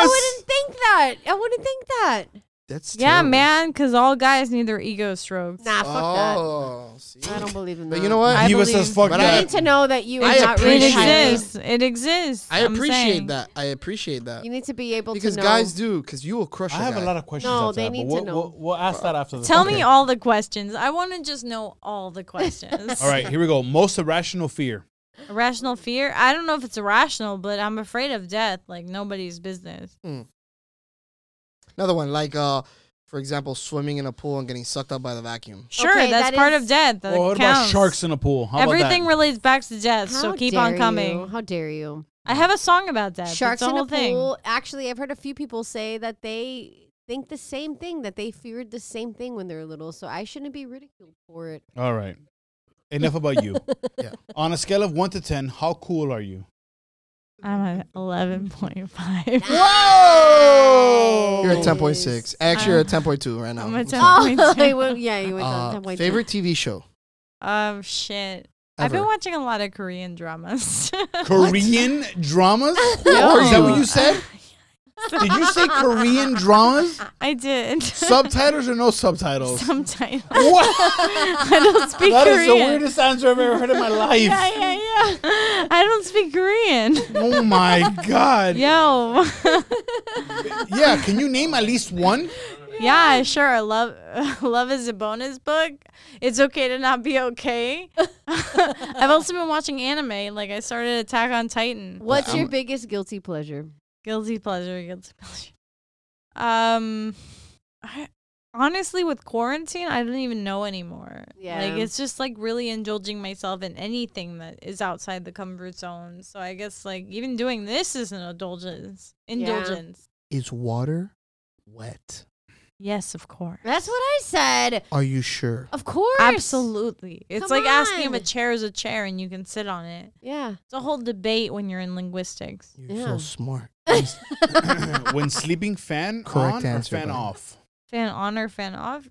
Yes. wouldn't think that. I wouldn't think that. That's yeah, terrible. man, cuz all guys need their ego strokes. Nah, fuck Oh, see? that. I don't believe in that. But you know what? I He was believe- says, fuck But You I- that. need to know that you are I not It really appreciate that. happy. exists. It exists. I I'm appreciate saying. that. I appreciate that You need to be able because to know. guys do. Because you will crush. I have a lot of questions. No, after they that, but need to we'll, know. We'll, we'll ask that after the Tell podcast. me all the questions. I want to just know all the questions. All right, here we go. Most irrational fear. Irrational fear. I don't know if it's irrational, but I'm afraid of death. Like nobody's business. Hmm. Another one, like uh, for example, swimming in a pool and getting sucked up by the vacuum. Sure, Okay, that's that part is- of death. That Well, what about counts. sharks in a pool? How Everything about relates back to death, How so keep dare on you. coming. How dare you? I have a song about that. Sharks that's in the a whole thing. pool. Actually, I've heard a few people say that they think the same thing that they feared the same thing when they were little. So I shouldn't be ridiculed for it. that? All right. Enough about you. Yeah. On a scale of one to ten, how cool are you? I'm at 11.5. Oh. Whoa! You're at ten point six. Actually, you're at ten point two right now. I'm at I'm sorry. 10.2. Oh, I went- yeah, you went Uh, down ten point two. favorite TV show Oh shit! I've ever. been watching a lot of Korean dramas. Korean dramas? are Is that what you? you said? Did you say Korean dramas? I did. Subtitles or no subtitles? Sometimes What? I don't speak That is Korean. the weirdest answer I've ever heard in my Yeah, life. yeah, yeah. I don't speak Korean. Oh my god. Yo. Yeah, can you name at least one? yeah, sure. I Love Love is a bonus book. It's okay to not be okay. I've also been watching anime. Like I started Attack on Titan. What's I'm- your biggest guilty pleasure? Guilty pleasure, guilty pleasure. Um I, honestly with quarantine, I don't even know anymore. Yeah. Like it's just like really indulging myself in anything that is outside the comfort zone. So I guess like even doing this is an indulgence. Indulgence. Is water wet? Yes, of course. That's what I said. Are you sure? Of course. Absolutely. It's Come like asking on. if a chair is a chair and you can sit on it. Yeah. It's a whole debate when you're in linguistics. You're Yeah. so smart. when sleeping, fan Correct on answer, or fan buddy. off? Fan on or fan off?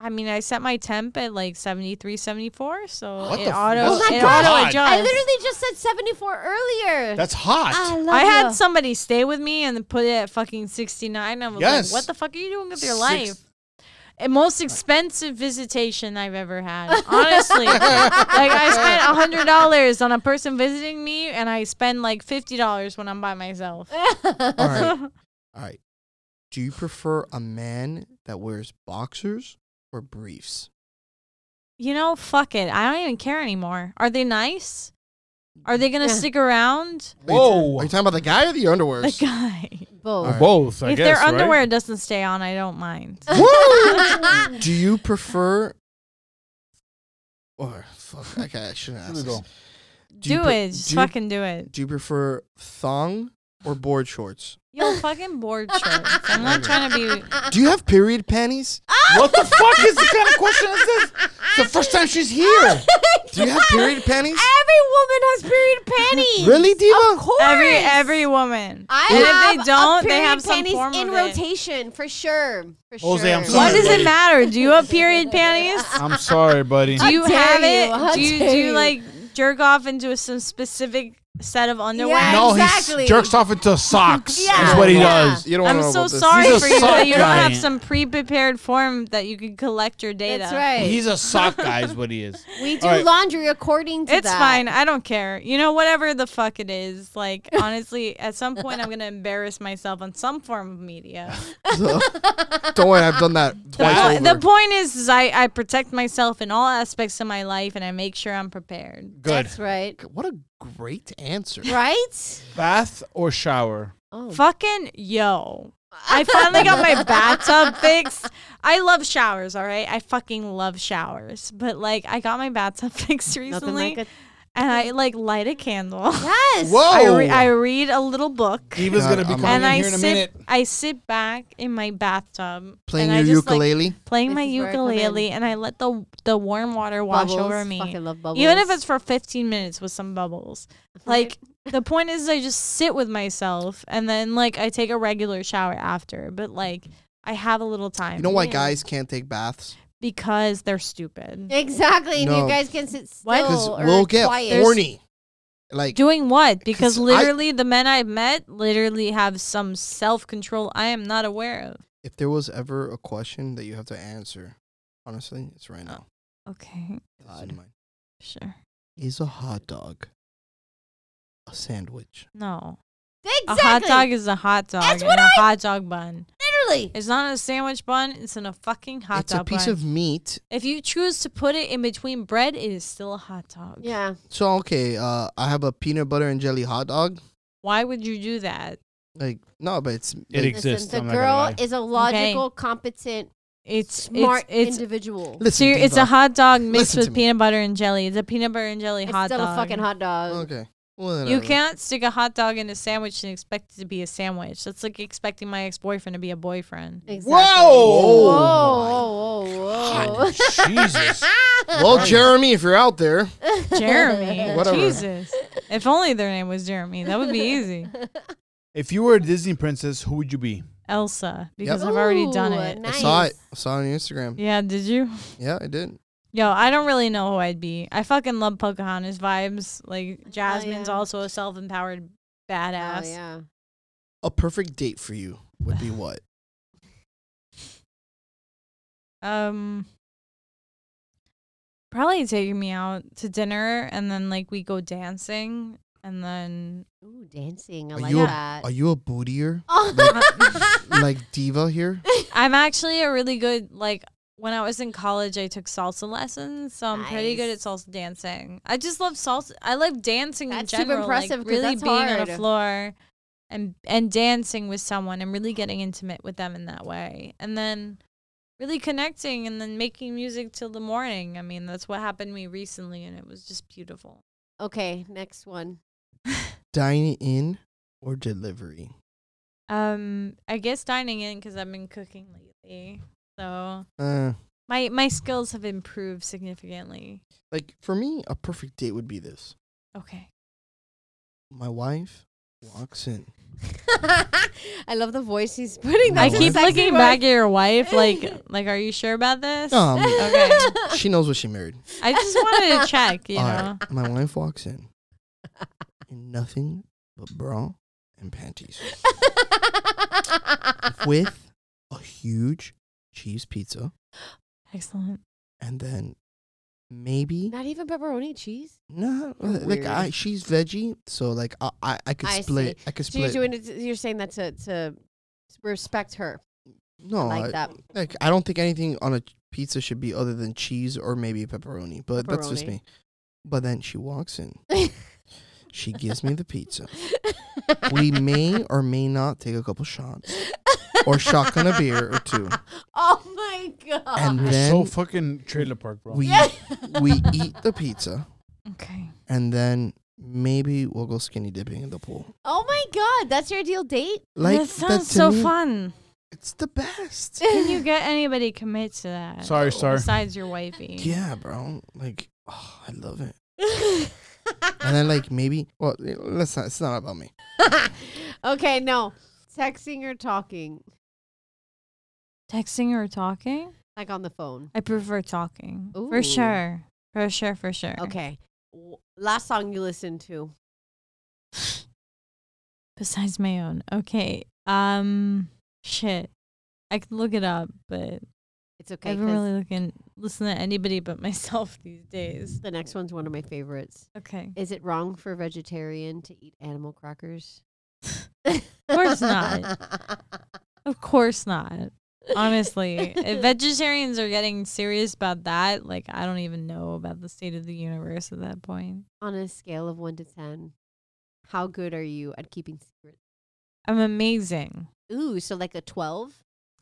I mean, I set my temp at like 73, 74, so What it the f- Oh auto that's it so auto hot. adjusts. I literally just said 74 Uh, earlier. That's hot. I love I had you. somebody stay with me and put it at fucking 69. I was Yes. like, what the fuck are you doing with your Six- life? And most expensive visitation I've ever had. Honestly. like I spent a hundred dollars on a person visiting me and I spend like fifty dollars when I'm by myself. All right. All right. Do you prefer a man that wears boxers or briefs? You know, fuck it. I don't even care anymore. Are they nice? Are they gonna Yeah. stick around? Are you- Whoa. Are you talking about the guy or the underwear? The guy. Both. All right. Both, I if guess. their underwear Right? doesn't stay on, I don't mind. Do you prefer? Or fuck, okay, I shouldn't ask. Here this. we go. Do do you pre- it. Just do you- fucking do it. Do you prefer thong or board shorts? Yo, fucking board shorts. I'm not trying to be. Do you have period panties? What the fuck is the kind of question is this? It's the first time she's here. Do you have period panties? Every woman has period panties. Really, Diva? Of course. Every every woman. I and have if they don't, a they period have some panties form in of it. rotation for sure. For Jose, sure. I'm What sorry, does buddy. it matter? Do you have period panties? I'm sorry, buddy. Do you dare have it? you. How do you dare do you. you like jerk off into some specific set of underwear? Yeah. no, exactly. he jerks off into socks. Yeah, That's what he yeah. does. You don't I'm wanna know so about this. sorry He's a for you sock that you don't guy. have some pre-prepared form that you can collect your data. That's right. He's a sock guy, is what he is. we do All right. laundry according to It's that. fine. I don't care. You know, whatever the fuck it is. Like, honestly, at some point, I'm gonna embarrass myself on some form of media. Don't worry, I've done that twice Wow. Uh, over. the point is, is I, I protect myself in all aspects of my life, and I make sure I'm prepared. Good. That's right. what a great answer. Right? Bath or shower? Oh. Fucking yo. I finally got my bathtub fixed. I love showers, all right? I fucking love showers. But like I got my bathtub fixed Nothing recently like a and I like light a candle. yes. Whoa! I, Oh. re- I read a little book. Diva's God, gonna be I'm- coming and in I here in a sit, minute. I sit back in my bathtub, Playing and I your just, like, ukulele. playing This my is where I come in. ukulele, and I let the the warm water wash Bubbles. over me, Fucking love bubbles. even if it's for 15 minutes with some bubbles. Like the point is, I just sit with myself, and then like I take a regular shower after. But like I have a little time. you know why Yeah. guys can't take baths? Because they're stupid. exactly, and No. you guys can sit What? Because still or we'll get quiet. horny. Like Doing what? Because 'Cause I- literally, the men I've met literally have some self control I am not aware of. if there was ever a question that you have to answer, honestly, it's right now. Okay, It's in Oh, God. mine. sure. Is a hot dog a sandwich? No. Exactly. A hot dog is a hot dog. That's That's what a I- hot dog bun. Literally. It's not in a sandwich bun. It's in a fucking hot it's dog a piece bun. of meat. if you choose to put it in between bread, it is still a hot dog. Yeah. So okay, uh, I have a peanut butter and jelly hot dog. Why would you do that? Like no, but it's It like, exists. Listen, I'm the not gonna girl lie. is a logical, competent, It's smart It's, it's, individual. listen, so you're- it's Diva. a hot dog mixed Listen to with me. peanut butter and jelly. It's a peanut butter and jelly It's hot still dog. a fucking hot dog. Okay, whatever. You can't stick a hot dog in a sandwich and expect it to be a sandwich. That's like expecting my ex boyfriend to be a boyfriend. Exactly. Whoa! Oh Whoa! Whoa! Whoa! God, Oh, Jesus. Well, Jeremy, if you're out there, Jeremy. Whatever. Jesus. If only their name was Jeremy. That would be easy. If you were a Disney princess, who would you be? Elsa because Yep. I've already done Ooh, it. nice. I saw it. I saw it on your Instagram. Yeah, did you? Yeah, I did. Yo, I don't really know who I'd be. I fucking love Pocahontas vibes. Like Jasmine's Oh, yeah. also a Oh, self-empowered badass. yeah. A perfect date for you would be what? Um probably taking me out to dinner and then like we go dancing and then Ooh, dancing. I Are like you a- that. Are you a bootier like Diva here? I'm actually a really good like when I was in college I took salsa lessons, so I'm pretty good Nice. at salsa dancing. I just love salsa I love dancing That's in super general. like, impressive 'cause really that's being on hard. a floor and and dancing with someone and really getting intimate with them in that way. And then really connecting and then making music till the morning. I mean, that's what happened to me recently and it was just beautiful. okay, next one. Dine in or delivery? Um I guess dining in cuz I've been cooking lately. So Uh, my my skills have improved significantly. like for me, a perfect date would be this. Okay. My wife walks in. I love the voice he's putting. I I That's That's a keep sexy looking back at your wife, like, like, are you sure about this? No, I'm- Okay. she knows what she married. I just wanted to check, you All right, know. my wife walks in in nothing but bra and panties with a huge cheese pizza Excellent. and then maybe Not even pepperoni cheese. no You're uh, like I weird. she's veggie so like I I, I could I split I could So you're split doing it. You're saying that to to respect her no like I, that. like I don't think anything on a ch- pizza should be other than cheese or maybe pepperoni but that's just Pepperoni. me but then she walks in she gives me the pizza we may or may not take a couple shots or shotgun a beer or two. Oh my god. and You're then so fucking trailer park, bro. we we eat the pizza Okay. and then maybe we'll go skinny dipping in the pool. oh my god, that's your ideal date. Like that sounds to so me, fun. It's the best. Can you get anybody to commit to that? Sorry, sir. Besides your wifey. Yeah, bro. Like oh, I love it. and then like maybe well let's not it's not about me okay, no. Texting or talking, Texting or talking? like on the phone. I prefer talking. Ooh. For sure. For sure, for sure. Okay. W- Last song you listened to. Besides my own. Okay. Um shit. I could look it up, but It's okay. I 'cause haven't really looking listen to anybody but myself these days. The next one's one of my favorites. Okay. Is it wrong for a vegetarian to eat animal crackers? Of course not. Of course not. Honestly, if vegetarians are getting serious about that, like I don't even know about the state of the universe at that point. On a scale of one to 10, how good are you at keeping secrets? I'm amazing. Ooh, so like a 12?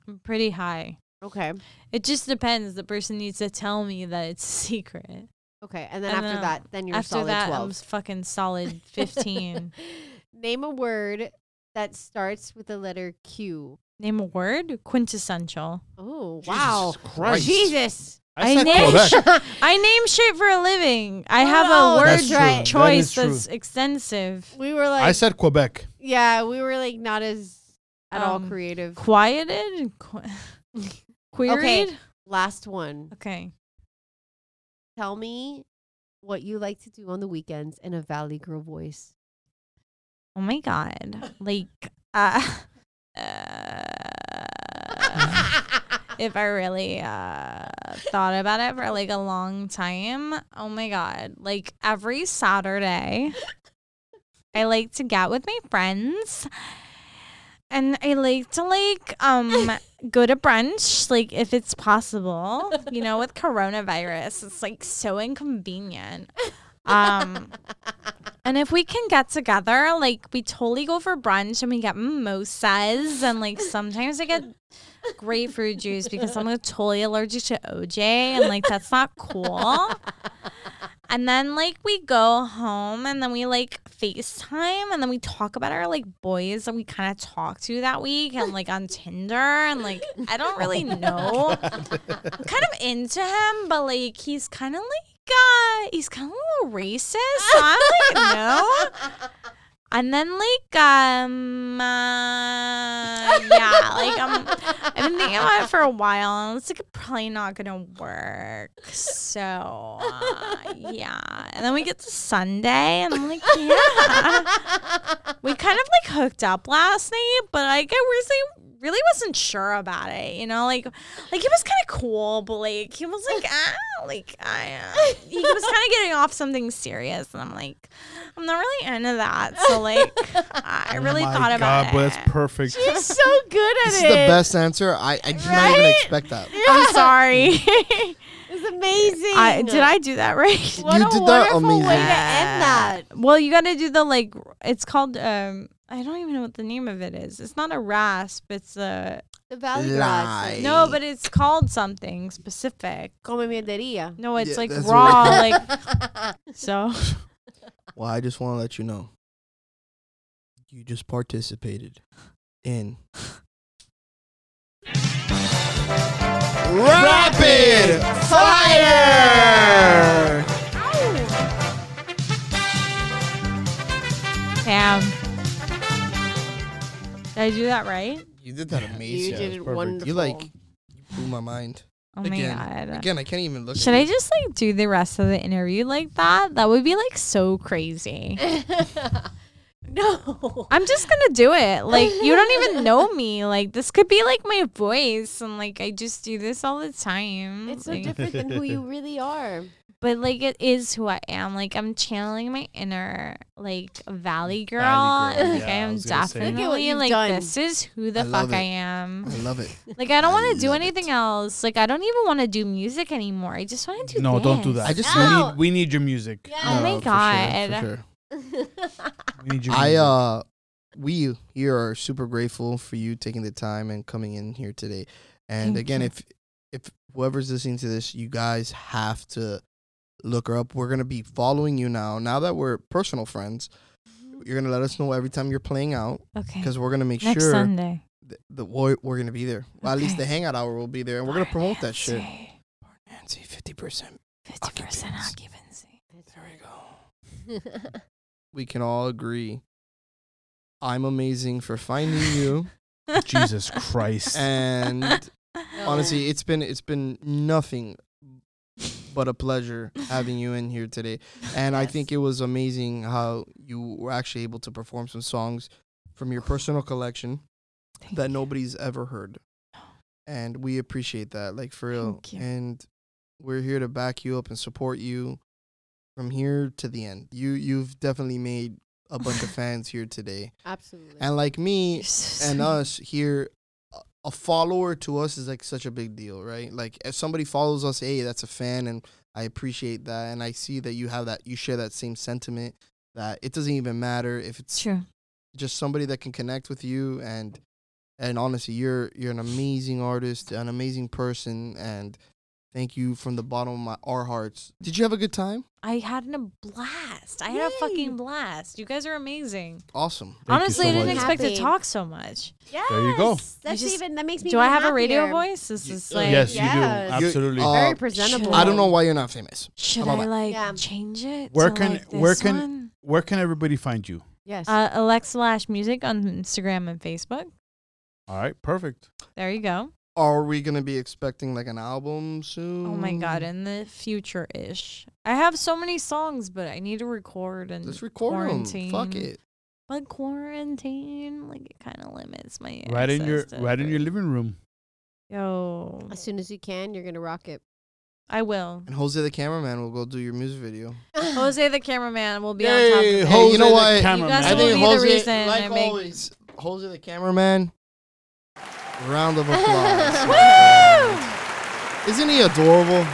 I'm pretty high. Okay. It just depends. The person needs to tell me that it's a secret. Okay. And then And after then that, then you're a After solid that, 12. I'm s- fucking solid 15. Name a word that starts with the letter Q. Name a word quintessential. Oh, wow. Jesus Christ. Jesus. I said nailed Quebec. I name shit for a living. I have Oh, a word that's true. That is choice true. that's extensive. We were like, I said Quebec. yeah, we were like not as at all Um, creative. Quieted? Qu- queried? Last one. Okay. Tell me what you like to do on the weekends in a Valley Girl voice. Oh my god. Like uh, uh if I really uh thought about it for like a long time, oh my god. Like every Saturday I like to get with my friends and I like to like um go to brunch like if it's possible. You know, with coronavirus, it's like so inconvenient. Um and if we can get together, like we totally go for brunch and we get mimosas and like sometimes I get grapefruit juice because I'm like, totally allergic to OJ and like that's not cool. And then like we go home and then we like FaceTime and then we talk about our like boys that we kind of talked to that week and like on Tinder and like I don't really know. I'm kind of into him, but like he's kind of like uh he's kind of a little racist. So I'm like no. And then like um uh, yeah, like um I've been thinking about it for a while and it's like probably not gonna work. So uh, yeah. And then we get to Sunday and I'm like, yeah. We kind of like hooked up last night, but like I really really wasn't sure about it, you know, like like he was kinda cool, but like he was like ah like I uh, he was kinda getting off something serious and I'm like I'm not really into that. So like I really oh my thought about God, but it. that's perfect. She's so good at this is it. the best answer i i did not even Right? expect that I'm sorry. It's amazing. I, did I do that right? What You a did that wonderful way to amazing. end that. Well, you got to do the like. It's called. um I don't even know what the name of it is. It's not a rasp. It's a The Valley Lie. Girl. no, but it's called something specific. Come mierdería. No, it's Yeah, like that's raw. what Like so. well i just want to let you know you just participated in rapid fire Damn. Did I do that right? you did that You amazing did it wonderful. you like you blew my mind Oh again my god. again i can't even look Should at I you. just like do the rest of the interview like that? That would be like so crazy. no. I'm just gonna do it. Like you don't even know me. Like this could be like my voice, and like I just do this all the time. It's so Like, different than who you really are. but like it is who I am. Like I'm channeling my inner like valley girl. Valley girl. and, like Yeah, I I am was gonna say that. definitely Look at what you've like done. this is who the I fuck love I it. am. i love it Like I don't I want to do love anything it. else. Like I don't even want to do music anymore. I just want to do No, don't do this. that. I just we No. need we need your music. Oh my for sure, God. for sure. We need your I music. uh we here are super grateful for you taking the time and coming in here today. And Thank again, you. if if whoever's listening to this, you guys have to look her up. We're gonna be following you now. Now that we're personal friends, you're gonna let us know every time you're playing out Okay. because we're gonna make Mm-hmm. Eh, Next sure Sunday. th- that we're, we're gonna be there. Well, at least Okay. the hangout hour will be there, and we're gonna promote that shit. Nancy, Nancy, fifty percent. Fifty percent Occupancy. occupancy. There we go. we can all agree I'm amazing for finding you. Jesus Christ. and honestly, Oh. it's been it's been nothing but a pleasure having you in here today. And I think it was amazing how you were actually able to perform some songs from your personal collection that nobody's ever heard. And we appreciate that, like for real. Thank you. And we're here to back you up and support you from here to the end. You you've definitely made a bunch of fans here today. Absolutely. And like me, You're so and sweet. us here a- a follower to us is like such a big deal right like if somebody follows us hey that's a fan and i appreciate that and i see that you have that you share that same sentiment that it doesn't even matter if it's Sure. just somebody that can connect with you and and honestly you're you're an amazing artist an amazing person and thank you from the bottom of my our hearts did you have a good time I had a blast. I had a fucking blast. You guys are amazing. awesome Thank you honestly, so I didn't much. expect Happy. to talk so much. yes, There you go. That's just- even that makes me. Do I even have a radio happier. voice? This is like uh, yes, Yes. you do. You're- Absolutely. uh, Very Um, presentable. i don't know why you're not famous Should How about I that? like Yeah. change it? Where to, can- like, where this can- one? Where can everybody find you? Yes. uh, Alexa Lash Music on Instagram and Facebook? All right, perfect. There you go. are we gonna be expecting like an album soon Oh Mm. my god, in the future ish. I have so many songs, but I need to record and Let's record 'em. Fuck quarantine. it. But quarantine, like it kind of limits my Right in your access to right in your everything. living room. Yo, as soon as you can, you're gonna rock it. I will. And Jose the cameraman will go do your music video. Jose the cameraman will be Hey, on top of Jose you know the what? You cameraman. guys I will think be the Jose- reason like I make- always, Jose the cameraman. Round of applause. Woo! Isn't he adorable?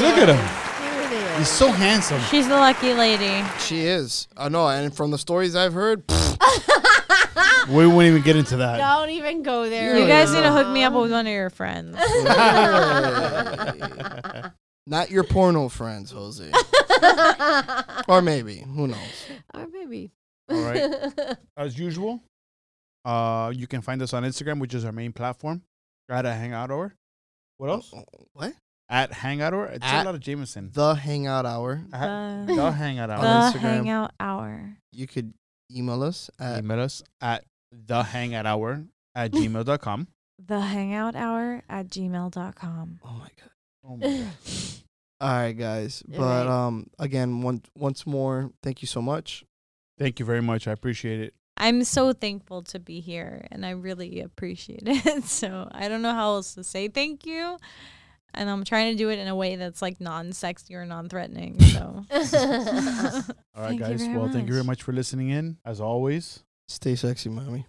Look at him. Here it is. He's so handsome. it. She's the lucky lady. She is. I know, and from the stories I've heard, pfft, We won't even get into that. Don't even go there. You You Oh, guys yeah. need to hook me up with one of your friends. Hey. not your porno friends, Jose. or maybe. Who knows? Or maybe. All right. As usual, uh, you can find us on Instagram, which is our main platform. At a hangout hour. What else? What? At hangout hour. It's At a lot of Jameson. The Hangout Hour. Ha- The- the hangout hour. on the Instagram. hangout hour. You could email us at Email us at the hangout hour at gmail.com. The hangout hour at gmail.com. Oh my god. Oh my God. All right, guys. All But right. um, again, one, once more, thank you so much. Thank you very much. I appreciate it. I'm so thankful to be here and I really appreciate it. So I don't know how else to say thank you. And I'm trying to do it in a way that's like non sexy or non threatening. So All right, Thank you guys. very Well, thank you very much. much for listening in. As always, Stay sexy, mommy.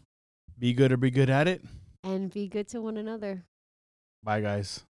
be good or be good at it. and be good to one another. Bye, guys.